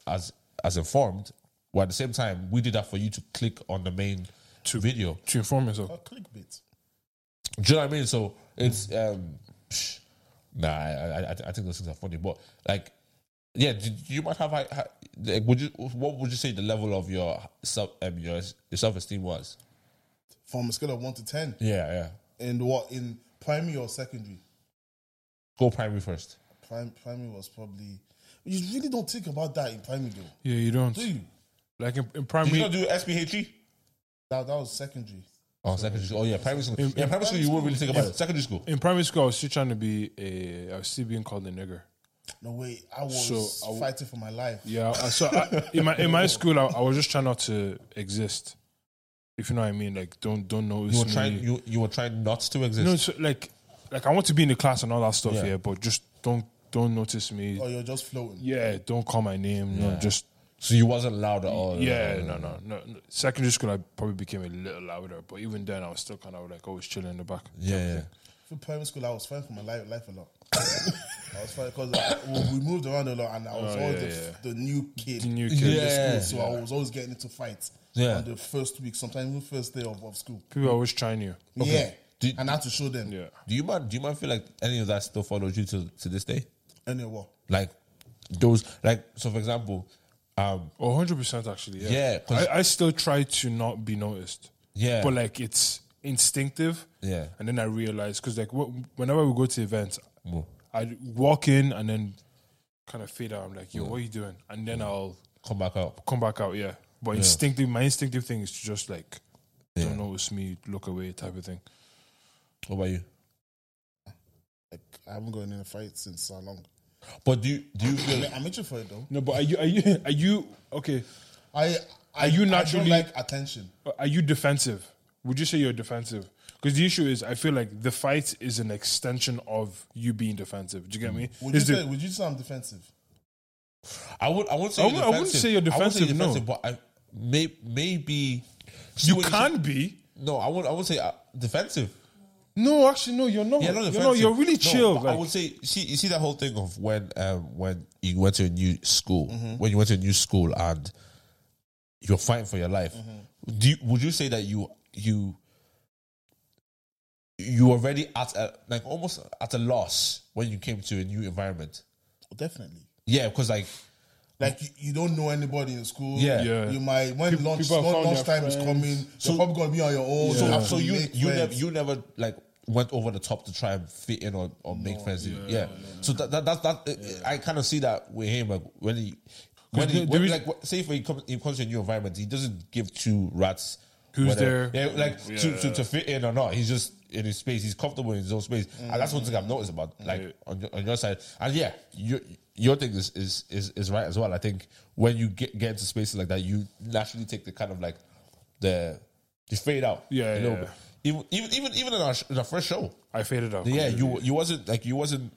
[SPEAKER 2] as as informed. Well, at the same time, we did that for you to click on the main video.
[SPEAKER 1] to inform yourself.
[SPEAKER 3] A clickbait.
[SPEAKER 2] Do you know what I mean? So it's um, psh, nah. I, I I- I think those things are funny, but like, yeah. Do, do you might have like, ha- like, would you what would you say the level of your self um, your, your self esteem was?
[SPEAKER 3] From a scale of one to ten.
[SPEAKER 2] Yeah, yeah.
[SPEAKER 3] In what? In primary or secondary?
[SPEAKER 2] Go primary first.
[SPEAKER 3] Prim- primary was probably. You really don't think about that in primary though,
[SPEAKER 1] Yeah, you don't.
[SPEAKER 3] do you?
[SPEAKER 1] Like in, in
[SPEAKER 2] Did you
[SPEAKER 1] primary,
[SPEAKER 2] not do SPHE?
[SPEAKER 3] That that was secondary.
[SPEAKER 2] Oh, secondary school. Oh yeah, primary school.
[SPEAKER 1] In-
[SPEAKER 2] yeah,
[SPEAKER 1] in
[SPEAKER 2] primary school. You won't really think about it. Secondary school.
[SPEAKER 1] in primary school, I was still trying to be a. I was still being called a nigger.
[SPEAKER 3] No way. I was
[SPEAKER 1] So, I w-
[SPEAKER 3] fighting for my life.
[SPEAKER 1] Yeah, I- so I, in my in my school, I, I was just trying not to exist. If you know what I mean, like don't don't notice
[SPEAKER 2] You were
[SPEAKER 1] me.
[SPEAKER 2] trying. You you were trying not to exist.
[SPEAKER 1] no, so like like I want to be in the class and all that stuff,
[SPEAKER 2] Yeah. Oh.
[SPEAKER 1] yeah, but just don't don't notice me.
[SPEAKER 3] Or Oh, you're just floating.
[SPEAKER 1] Yeah, don't call my name. No, just
[SPEAKER 2] so you wasn't loud at all.
[SPEAKER 1] yeah,
[SPEAKER 2] Um,
[SPEAKER 1] no, no, no, no. Secondary school, I probably became a little louder, but even then, I was still kind of like always chilling in the back.
[SPEAKER 2] Yeah, yeah.
[SPEAKER 3] For primary school, I was fighting for my life, life a lot. I was fighting because we moved around a lot, and I was
[SPEAKER 1] Oh,
[SPEAKER 3] always
[SPEAKER 1] yeah,
[SPEAKER 3] the,
[SPEAKER 1] yeah.
[SPEAKER 3] the new kid.
[SPEAKER 1] The new
[SPEAKER 3] in
[SPEAKER 1] kid.
[SPEAKER 2] Yeah.
[SPEAKER 3] school, so I was always getting into fights.
[SPEAKER 2] Yeah.
[SPEAKER 3] On the first week, sometimes even first day of, of school.
[SPEAKER 1] People always trying you.
[SPEAKER 3] Yeah.
[SPEAKER 2] Did-
[SPEAKER 3] and I had to show them.
[SPEAKER 1] Yeah,
[SPEAKER 2] Do you mind? Do you mind feel like any of that still follows you to to this day?
[SPEAKER 3] Anyway, what?
[SPEAKER 2] like those like so for example um
[SPEAKER 1] oh, 100 percent actually. Yeah,
[SPEAKER 2] Yeah, 'cause-
[SPEAKER 1] I, I still try to not be noticed.
[SPEAKER 2] Yeah.
[SPEAKER 1] but like it's instinctive.
[SPEAKER 2] Yeah.
[SPEAKER 1] and then I realize because like wh- whenever we go to events,
[SPEAKER 2] Mm.
[SPEAKER 1] I walk in and then kind of fade out. I'm like, yo, what are you doing? And then I'll
[SPEAKER 2] come back up
[SPEAKER 1] come back out. Yeah, but instinctive, my instinctive thing is to just like
[SPEAKER 2] Yeah.
[SPEAKER 1] don't notice me, look away, type of thing.
[SPEAKER 2] what about you
[SPEAKER 3] Like, I haven't gone in a fight since so long.
[SPEAKER 2] but do you do you feel
[SPEAKER 3] I'm itching for it though.
[SPEAKER 1] No, but are you are you are you okay?
[SPEAKER 3] I, I
[SPEAKER 1] Are you
[SPEAKER 3] I don't
[SPEAKER 1] naturally-
[SPEAKER 3] like attention?
[SPEAKER 1] Are you defensive? Would you say you're defensive? Because the issue is, I feel like the fight is an extension of you being defensive. Do you get me?
[SPEAKER 2] Mm.
[SPEAKER 3] Would you,
[SPEAKER 1] Is the-
[SPEAKER 3] say, would you say I'm defensive?
[SPEAKER 2] i would i wouldn't say
[SPEAKER 1] I
[SPEAKER 2] you're
[SPEAKER 1] wou- I wouldn't
[SPEAKER 2] defensive.
[SPEAKER 1] say you're defensive, no.
[SPEAKER 2] but i may maybe
[SPEAKER 1] you can be.
[SPEAKER 2] no i would i would say uh, defensive
[SPEAKER 1] No, actually, Oh, no, you're not.
[SPEAKER 2] yeah,
[SPEAKER 1] You're,
[SPEAKER 2] not
[SPEAKER 1] not,
[SPEAKER 2] defensive.
[SPEAKER 1] you're really
[SPEAKER 2] No,
[SPEAKER 1] chill.
[SPEAKER 2] but I
[SPEAKER 1] like-
[SPEAKER 2] would say, see, you see that whole thing of when, um, when you went to a new school,
[SPEAKER 1] Mm-hmm.
[SPEAKER 2] when you went to a new school, and you're fighting for your life.
[SPEAKER 1] Mm-hmm.
[SPEAKER 2] Do you, would you say that you you you were already at a, like almost at a loss when you came to a new environment?
[SPEAKER 3] Oh, Definitely.
[SPEAKER 2] Yeah, because like
[SPEAKER 3] Like you, you don't know anybody in school.
[SPEAKER 2] Yeah.
[SPEAKER 1] Yeah.
[SPEAKER 3] You might when
[SPEAKER 1] People-
[SPEAKER 3] lunch
[SPEAKER 1] people have found
[SPEAKER 3] lunch
[SPEAKER 1] their
[SPEAKER 3] time is
[SPEAKER 1] friends.
[SPEAKER 3] coming.
[SPEAKER 2] So-
[SPEAKER 3] you're probably gonna be on your own.
[SPEAKER 2] so,
[SPEAKER 3] You have
[SPEAKER 2] so
[SPEAKER 3] to
[SPEAKER 2] you
[SPEAKER 3] make
[SPEAKER 2] you never
[SPEAKER 3] friends.
[SPEAKER 2] you never like went over the top to try and fit in or, or make friends. Yeah, yeah. so that that that, that I kind of see that with him like when he. When he,
[SPEAKER 1] the- the
[SPEAKER 2] when,
[SPEAKER 1] reason-
[SPEAKER 2] like wh- say if he comes, he comes to a new environment, he doesn't give two rats
[SPEAKER 1] Who's
[SPEAKER 2] whether-
[SPEAKER 1] there?
[SPEAKER 2] Yeah, like To, to,
[SPEAKER 1] Yeah.
[SPEAKER 2] to fit in or not. He's just in his space. He's comfortable in his own space, and that's one thing I've noticed about like on, your, on your side. And yeah, your your thing is, is is is right as well. I think when you get get into spaces like that, you naturally take the kind of like the you fade out
[SPEAKER 1] Yeah,
[SPEAKER 2] a little
[SPEAKER 1] yeah.
[SPEAKER 2] bit. Even even even even in our, sh- in our first show,
[SPEAKER 1] I faded out.
[SPEAKER 2] yeah,
[SPEAKER 1] completely.
[SPEAKER 2] you you wasn't like you wasn't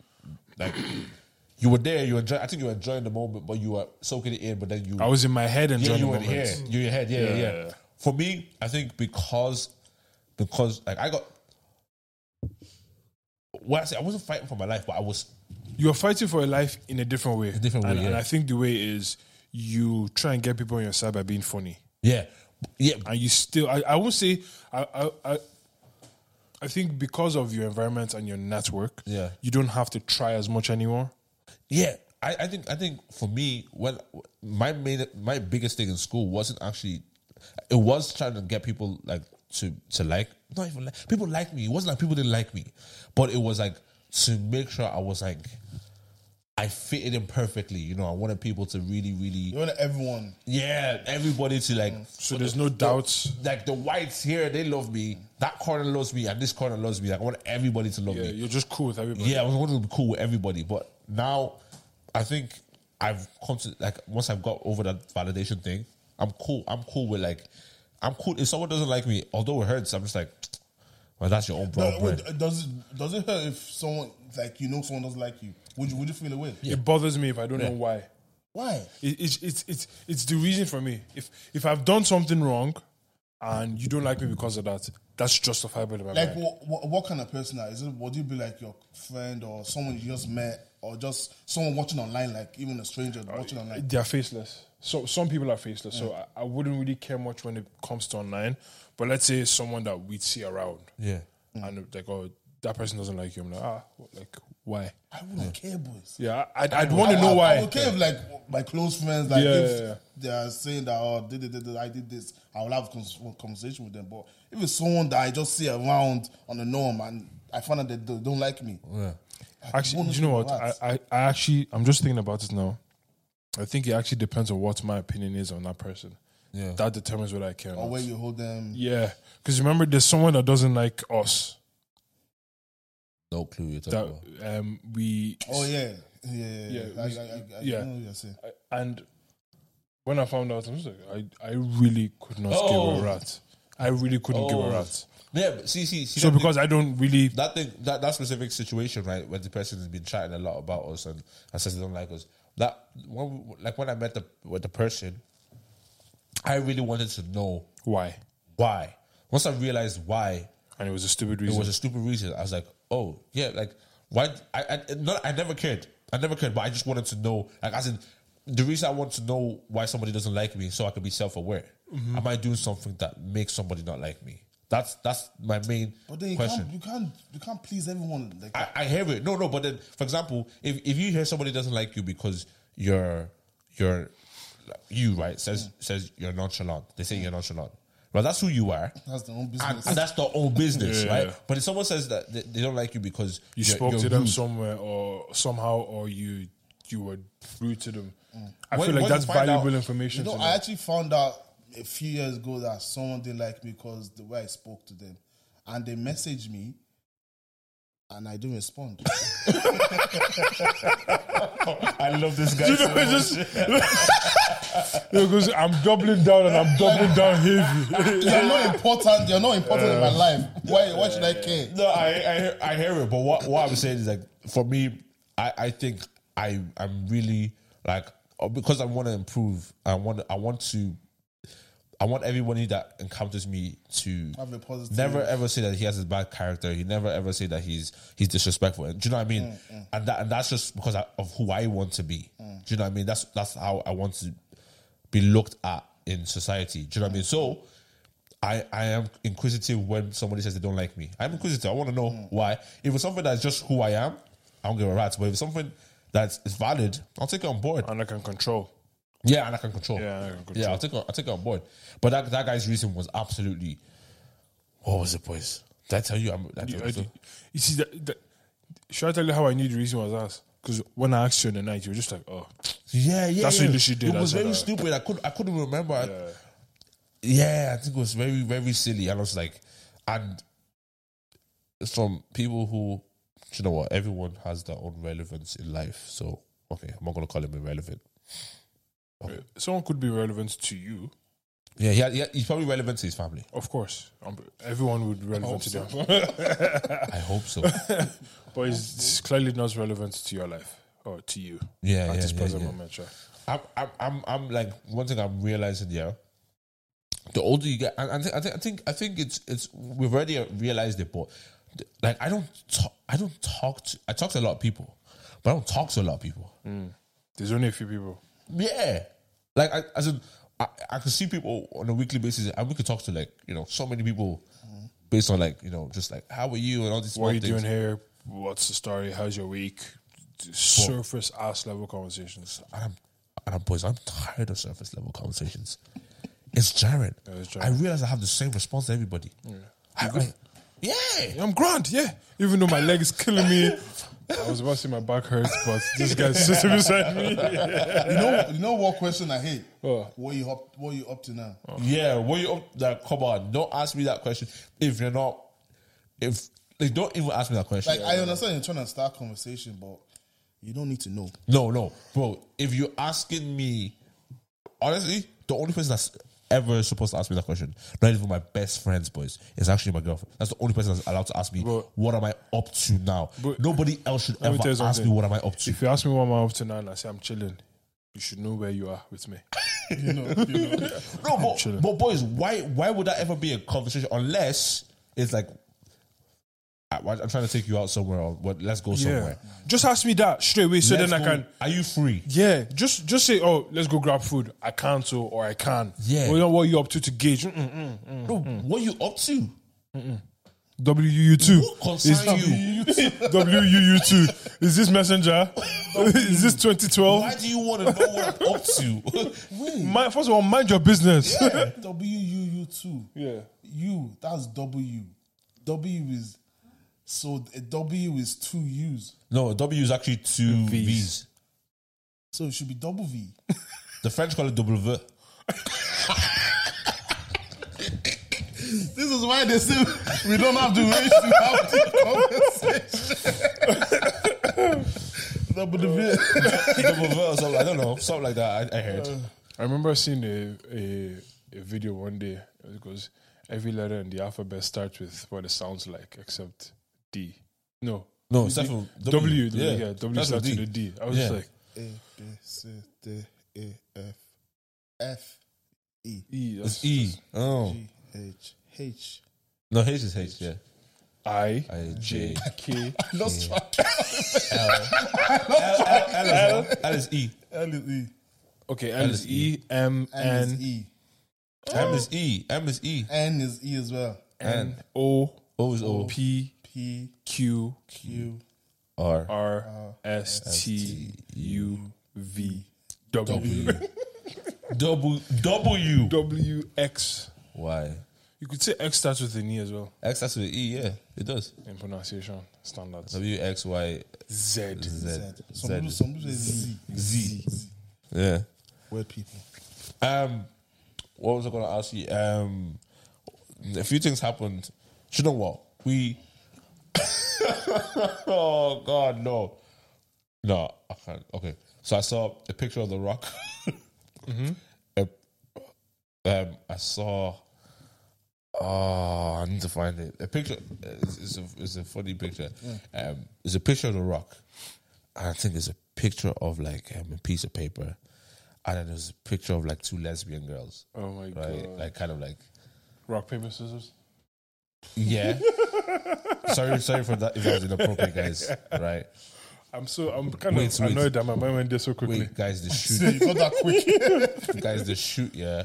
[SPEAKER 2] like you were there. You enjoy. I think you were enjoying the moment, but you were soaking it in. But then you
[SPEAKER 1] I was in my head and
[SPEAKER 2] yeah,
[SPEAKER 1] yeah,
[SPEAKER 2] you were in here. You were in head. Yeah, yeah,
[SPEAKER 1] Yeah.
[SPEAKER 2] yeah. For me, I think because because like I got. Well, I say I wasn't fighting for my life, but I was.
[SPEAKER 1] You're fighting for your life in a different way.
[SPEAKER 2] different way,
[SPEAKER 1] and, and
[SPEAKER 2] yeah.
[SPEAKER 1] I think the way is you try and get people on your side by being funny.
[SPEAKER 2] Yeah, yeah,
[SPEAKER 1] and you still I, I won't say I, I I I think because of your environment and your network,
[SPEAKER 2] Yeah.
[SPEAKER 1] you don't have to try as much anymore.
[SPEAKER 2] yeah. I, I think I think for me, when my main my biggest thing in school wasn't actually, it was trying to get people like to to like not even like people like me. It wasn't like people didn't like me, but it was like to make sure I was like. I fitted in perfectly, you know. I wanted people to really,
[SPEAKER 3] You
[SPEAKER 2] really,
[SPEAKER 3] want everyone.
[SPEAKER 2] yeah, everybody to like.
[SPEAKER 1] So there's no doubts.
[SPEAKER 2] Like the whites here, they love me. That corner loves me, and this corner loves me. Like I want everybody to love
[SPEAKER 1] Yeah,
[SPEAKER 2] me.
[SPEAKER 1] you're just cool with everybody.
[SPEAKER 2] Yeah, I was wanting to be cool with everybody, but now I think I've come to like once I've got over that validation thing, I'm cool. I'm cool with like I'm cool. If someone doesn't like me, although it hurts, I'm just like, well, that's your own
[SPEAKER 3] No,
[SPEAKER 1] Oh,
[SPEAKER 2] problem.
[SPEAKER 1] uh,
[SPEAKER 3] wait, does it does it hurt if someone like you know someone doesn't like you? Would you would you feel away?
[SPEAKER 1] It bothers me if I don't know why.
[SPEAKER 3] Why?
[SPEAKER 1] It, it's it's it's it's the reason for me. If if I've done something wrong, and you don't like me because of that, that's justifiable in my
[SPEAKER 3] Like
[SPEAKER 1] mind.
[SPEAKER 3] what, what, what kind of person are? Is it would you be like your friend or someone you just met or just someone watching online like even a stranger
[SPEAKER 1] Oh,
[SPEAKER 3] watching online?
[SPEAKER 1] They're faceless. So some people are faceless. So I, I wouldn't really care much when it comes to online. But let's say someone that we see around,
[SPEAKER 2] yeah,
[SPEAKER 1] and it's like oh that person doesn't like you. I'm like ah what- like why?
[SPEAKER 3] I wouldn't care, boys.
[SPEAKER 1] Yeah, I, I'd, I'd want to know
[SPEAKER 3] I
[SPEAKER 1] why.
[SPEAKER 3] would care if like my close friends like
[SPEAKER 1] Yeah,
[SPEAKER 3] if
[SPEAKER 1] yeah, yeah.
[SPEAKER 3] they are saying that oh did, did, did, did, I did this, I will have cons- conversation with them. But if it's someone that I just see around on the norm and I find out that they don't like me,
[SPEAKER 1] Actually,
[SPEAKER 3] Bonus
[SPEAKER 1] do you know
[SPEAKER 3] with
[SPEAKER 1] what? I,
[SPEAKER 3] what?
[SPEAKER 1] I, I actually, I'm just thinking about it now. I think it actually depends on what my opinion is on that person.
[SPEAKER 2] Yeah.
[SPEAKER 1] That determines whether I care. Or
[SPEAKER 3] or
[SPEAKER 1] not.
[SPEAKER 3] where you hold them.
[SPEAKER 1] Yeah, because remember, there's someone that doesn't like us
[SPEAKER 2] no clue you're talking
[SPEAKER 1] that
[SPEAKER 2] about.
[SPEAKER 1] um we.
[SPEAKER 3] Oh yeah, yeah, yeah.
[SPEAKER 1] Yeah,
[SPEAKER 3] I,
[SPEAKER 1] we-
[SPEAKER 3] I, I, I
[SPEAKER 1] yeah.
[SPEAKER 3] know what you're saying.
[SPEAKER 1] And when I found out, I was like, I, I really could not
[SPEAKER 2] Oh.
[SPEAKER 1] give a rat. I really couldn't give
[SPEAKER 2] Oh.
[SPEAKER 1] a rat.
[SPEAKER 2] Yeah, but see, see, see.
[SPEAKER 1] So
[SPEAKER 2] that thing-
[SPEAKER 1] because I don't really,
[SPEAKER 2] that thing, that, that specific situation, right, where the person has been chatting a lot about us and, and says they don't like us. That when, we- like when I met the with the person, I really wanted to know
[SPEAKER 1] why?
[SPEAKER 2] why. Once I realized why,
[SPEAKER 1] And it was a stupid
[SPEAKER 2] it
[SPEAKER 1] reason.
[SPEAKER 2] was a stupid reason. I was like, oh yeah, like why? I I, not, I never cared. I never cared, but I just wanted to know. Like as in, the reason I want to know why somebody doesn't like me, is so I can be self aware.
[SPEAKER 3] Mm-hmm.
[SPEAKER 2] Am I doing something that makes somebody not like me? That's that's my main
[SPEAKER 3] But then you
[SPEAKER 2] question.
[SPEAKER 3] can't, you can't, you can't please everyone. Like
[SPEAKER 2] I, I hear it. No, no, but then for example, if, if you hear somebody doesn't like you because you're you're you right says says you're nonchalant. They say you're nonchalant. Well, that's who you are.
[SPEAKER 3] that's their own
[SPEAKER 2] And,
[SPEAKER 3] business.
[SPEAKER 2] and that's their own business,
[SPEAKER 1] Yeah.
[SPEAKER 2] right? But if someone says that they, they don't like you because
[SPEAKER 1] you
[SPEAKER 2] you're-
[SPEAKER 1] spoke
[SPEAKER 2] you're
[SPEAKER 1] to them
[SPEAKER 2] rude,
[SPEAKER 1] somewhere or somehow or you you were rude to them. I
[SPEAKER 2] Mm. When-
[SPEAKER 1] feel like
[SPEAKER 2] when you
[SPEAKER 1] that's
[SPEAKER 2] find
[SPEAKER 1] valuable
[SPEAKER 2] out-
[SPEAKER 1] information.
[SPEAKER 3] you know,
[SPEAKER 1] to
[SPEAKER 3] I
[SPEAKER 1] know.
[SPEAKER 3] actually found out a few years ago that someone didn't like me because the way I spoke to them, and they messaged me, and I didn't respond.
[SPEAKER 2] I love this guy.
[SPEAKER 1] you
[SPEAKER 2] so
[SPEAKER 1] know, it's
[SPEAKER 2] much.
[SPEAKER 1] just because I'm doubling down and I'm doubling down heavy.
[SPEAKER 3] you're not important. You're not important in my life. Why? Why should I care?
[SPEAKER 2] no, I, I hear- I hear it, but what what I'm saying is like for me, I I think I I'm really like uh, because I want to improve. I want I want to. I want everybody that encounters me to
[SPEAKER 3] Have a positive-
[SPEAKER 2] never ever say that he has a bad character. He never ever say that he's he's disrespectful. And do you know what I mean?
[SPEAKER 3] Mm,
[SPEAKER 2] And that and that's just because I, of who I want to be. Do you know what I mean? That's that's how I want to be looked at in society. Do you know what I mean? So I, I am inquisitive when somebody says they don't like me. I'm inquisitive. I want to know
[SPEAKER 1] Hmm.
[SPEAKER 2] why. If it's something that's just who I am, I don't give a rat's. But if it's something that's is valid, I'll take it on board.
[SPEAKER 1] And I can control.
[SPEAKER 2] Yeah, and I can control.
[SPEAKER 1] Yeah, I can control.
[SPEAKER 2] Yeah, I'll take it, I'll take it on board. But that, that guy's reason was absolutely. What was it, boys? Did I tell you? I'm, I
[SPEAKER 1] You,
[SPEAKER 2] told you so?
[SPEAKER 1] you see, that, that, should I tell you how I knew the reason was us? Because when I asked you in the night, you were just like, oh,
[SPEAKER 2] yeah, yeah.
[SPEAKER 1] That's
[SPEAKER 2] yeah.
[SPEAKER 1] what you should do,
[SPEAKER 2] It
[SPEAKER 1] that's
[SPEAKER 2] was
[SPEAKER 1] what
[SPEAKER 2] very
[SPEAKER 1] I-
[SPEAKER 2] stupid. I couldn't. I couldn't remember. I-
[SPEAKER 1] yeah.
[SPEAKER 2] yeah, I think it was very, very silly. And I was like, and from people who, do you know what, everyone has their own relevance in life. So, okay, I'm not going to call him irrelevant.
[SPEAKER 1] Someone could be relevant to you,
[SPEAKER 2] Yeah, he, had, he had- he's probably relevant to his family.
[SPEAKER 1] of course. Um, everyone would be relevant to them.
[SPEAKER 2] I hope so.
[SPEAKER 1] But it's, it's clearly not relevant to your life or to you
[SPEAKER 2] Yeah,
[SPEAKER 1] at
[SPEAKER 2] yeah,
[SPEAKER 1] this
[SPEAKER 2] yeah,
[SPEAKER 1] present
[SPEAKER 2] yeah.
[SPEAKER 1] moment. Sure.
[SPEAKER 2] I'm, I'm, I'm, I'm like one thing I'm realizing. Yeah, the older you get, and I think, I think, I think, I think it's, it's. We've already realized it, but like, I don't, talk, I don't talk to. I talk to a lot of people, but I don't talk to a lot of people.
[SPEAKER 1] There's only a few people.
[SPEAKER 2] Yeah. Like I as in I, I could see people on a weekly basis and we could talk to like, you know, so many people based on like, you know, just like how are you and all these small
[SPEAKER 1] What are you
[SPEAKER 2] things.
[SPEAKER 1] doing here? What's the story? How's your week? surface ass level conversations.
[SPEAKER 2] and I'm, and I'm boys, I'm tired of surface level conversations. It's Jared.
[SPEAKER 1] it's
[SPEAKER 2] I
[SPEAKER 1] jarring.
[SPEAKER 2] realize I have the same response to everybody. I, I, yeah.
[SPEAKER 1] I'm Grant, yeah. Even though my leg is killing me, I was about to say my back hurts, but this guy's sitting beside me.
[SPEAKER 3] You know, you know what question I hate?
[SPEAKER 1] What?
[SPEAKER 3] What you up? What you up to now?
[SPEAKER 2] Yeah, what you up that come on, don't ask me that question if you're not if like don't even ask me that question.
[SPEAKER 3] Like I understand you're trying to start conversation, but you don't need to know.
[SPEAKER 2] no, no, bro. If you're asking me honestly, the only person that's ever supposed to ask me that question, not even my best friends, boys, is actually my girlfriend. That's the only person that's allowed to ask me
[SPEAKER 1] Bro.
[SPEAKER 2] what am I up to now.
[SPEAKER 1] Bro,
[SPEAKER 2] Nobody else should
[SPEAKER 1] me
[SPEAKER 2] ever
[SPEAKER 1] tell you
[SPEAKER 2] ask me
[SPEAKER 1] something.
[SPEAKER 2] what am I up to.
[SPEAKER 1] If you ask me what am I up to now and I say I'm chilling, you should know where you are with me.
[SPEAKER 3] You know, you know.
[SPEAKER 2] No, but,
[SPEAKER 1] chilling.
[SPEAKER 2] but boys, why why would that ever be a conversation unless it's like I, am trying to take you out somewhere or what, let's go
[SPEAKER 1] Yeah.
[SPEAKER 2] somewhere.
[SPEAKER 1] Just ask me that straight away so
[SPEAKER 2] Let's
[SPEAKER 1] then I
[SPEAKER 2] go-
[SPEAKER 1] can
[SPEAKER 2] Are you free?
[SPEAKER 1] Yeah, just just say, oh, let's go grab food. I can't so, or I can.
[SPEAKER 2] Yeah.
[SPEAKER 1] Well, you know what you up to to gauge? Mm-mm.
[SPEAKER 2] Bro,
[SPEAKER 1] Mm.
[SPEAKER 2] what you up to?
[SPEAKER 1] WUU two.
[SPEAKER 2] Who concern you?
[SPEAKER 1] WUU two. Is this messenger? Is this twenty twelve?
[SPEAKER 2] Why do you want to know what I'm up to?
[SPEAKER 1] First of all, mind your business.
[SPEAKER 3] W U U two.
[SPEAKER 1] Yeah.
[SPEAKER 3] U that's W. W is so a W is two U's.
[SPEAKER 2] no, W is actually two V's.
[SPEAKER 1] V's.
[SPEAKER 3] So it should be double V.
[SPEAKER 2] The French call it double V.
[SPEAKER 3] this is why they say we don't have the race to have the conversation. double V.
[SPEAKER 2] double V or something. I don't know. Something like that. I, I heard.
[SPEAKER 1] I remember seeing a, a a video one day because every letter in the alphabet starts with what it sounds like, except D. No.
[SPEAKER 2] No,
[SPEAKER 1] D-
[SPEAKER 2] it's definitely
[SPEAKER 1] W.
[SPEAKER 2] W.
[SPEAKER 1] Yeah,
[SPEAKER 2] Yeah,
[SPEAKER 1] W
[SPEAKER 2] that's
[SPEAKER 1] starts
[SPEAKER 2] with
[SPEAKER 1] with
[SPEAKER 2] D.
[SPEAKER 1] a D. I was just
[SPEAKER 2] Yeah.
[SPEAKER 1] like,
[SPEAKER 3] A B C D E F F E
[SPEAKER 1] E.
[SPEAKER 2] It's
[SPEAKER 1] That's
[SPEAKER 2] E. Oh
[SPEAKER 3] G H H.
[SPEAKER 2] no, H is H. Yeah.
[SPEAKER 1] I
[SPEAKER 2] I, J.
[SPEAKER 1] J K.
[SPEAKER 3] Lost track.
[SPEAKER 2] L, L, L, is- L is E.
[SPEAKER 3] L is E.
[SPEAKER 1] Okay, L is E M
[SPEAKER 3] N is
[SPEAKER 1] N
[SPEAKER 3] E.
[SPEAKER 2] M is E. M is E.
[SPEAKER 3] N is E as well.
[SPEAKER 1] N O
[SPEAKER 2] O is O.
[SPEAKER 1] P
[SPEAKER 3] P
[SPEAKER 1] Q
[SPEAKER 3] Q
[SPEAKER 2] R.
[SPEAKER 1] R S T U V W
[SPEAKER 2] W. Double W.
[SPEAKER 1] W X.
[SPEAKER 2] Why?
[SPEAKER 1] You could say X starts with an E as well
[SPEAKER 2] X starts with E. Yeah, it does.
[SPEAKER 1] in pronunciation standards.
[SPEAKER 2] W X Y
[SPEAKER 1] Z.
[SPEAKER 2] Z.
[SPEAKER 3] Z. Some
[SPEAKER 2] Z.
[SPEAKER 3] people, some people say Z.
[SPEAKER 2] Z. Yeah.
[SPEAKER 3] Weird people.
[SPEAKER 2] Um, what was I going to ask you? Um, a few things happened. Do you know what we? oh God, no, no, I can't. Okay, so I saw a picture of the Rock. A- um, I saw. Oh, I need to find it. A picture. It's, it's a it's a funny picture. Um, it's a picture of the Rock. I think it's a picture of like um, a piece of paper, and then there's a picture of like two lesbian girls,
[SPEAKER 1] Oh my
[SPEAKER 2] right?
[SPEAKER 1] god.
[SPEAKER 2] Like kind of like
[SPEAKER 1] Rock paper scissors.
[SPEAKER 2] yeah. sorry, sorry for that if that was inappropriate, guys. Right?
[SPEAKER 1] I'm so I'm kind
[SPEAKER 2] Wait,
[SPEAKER 1] of
[SPEAKER 2] wait.
[SPEAKER 1] annoyed that my mind went there so quickly.
[SPEAKER 2] Wait, guys, the shoot,
[SPEAKER 3] Not that quick.
[SPEAKER 2] guys, the shoot, yeah.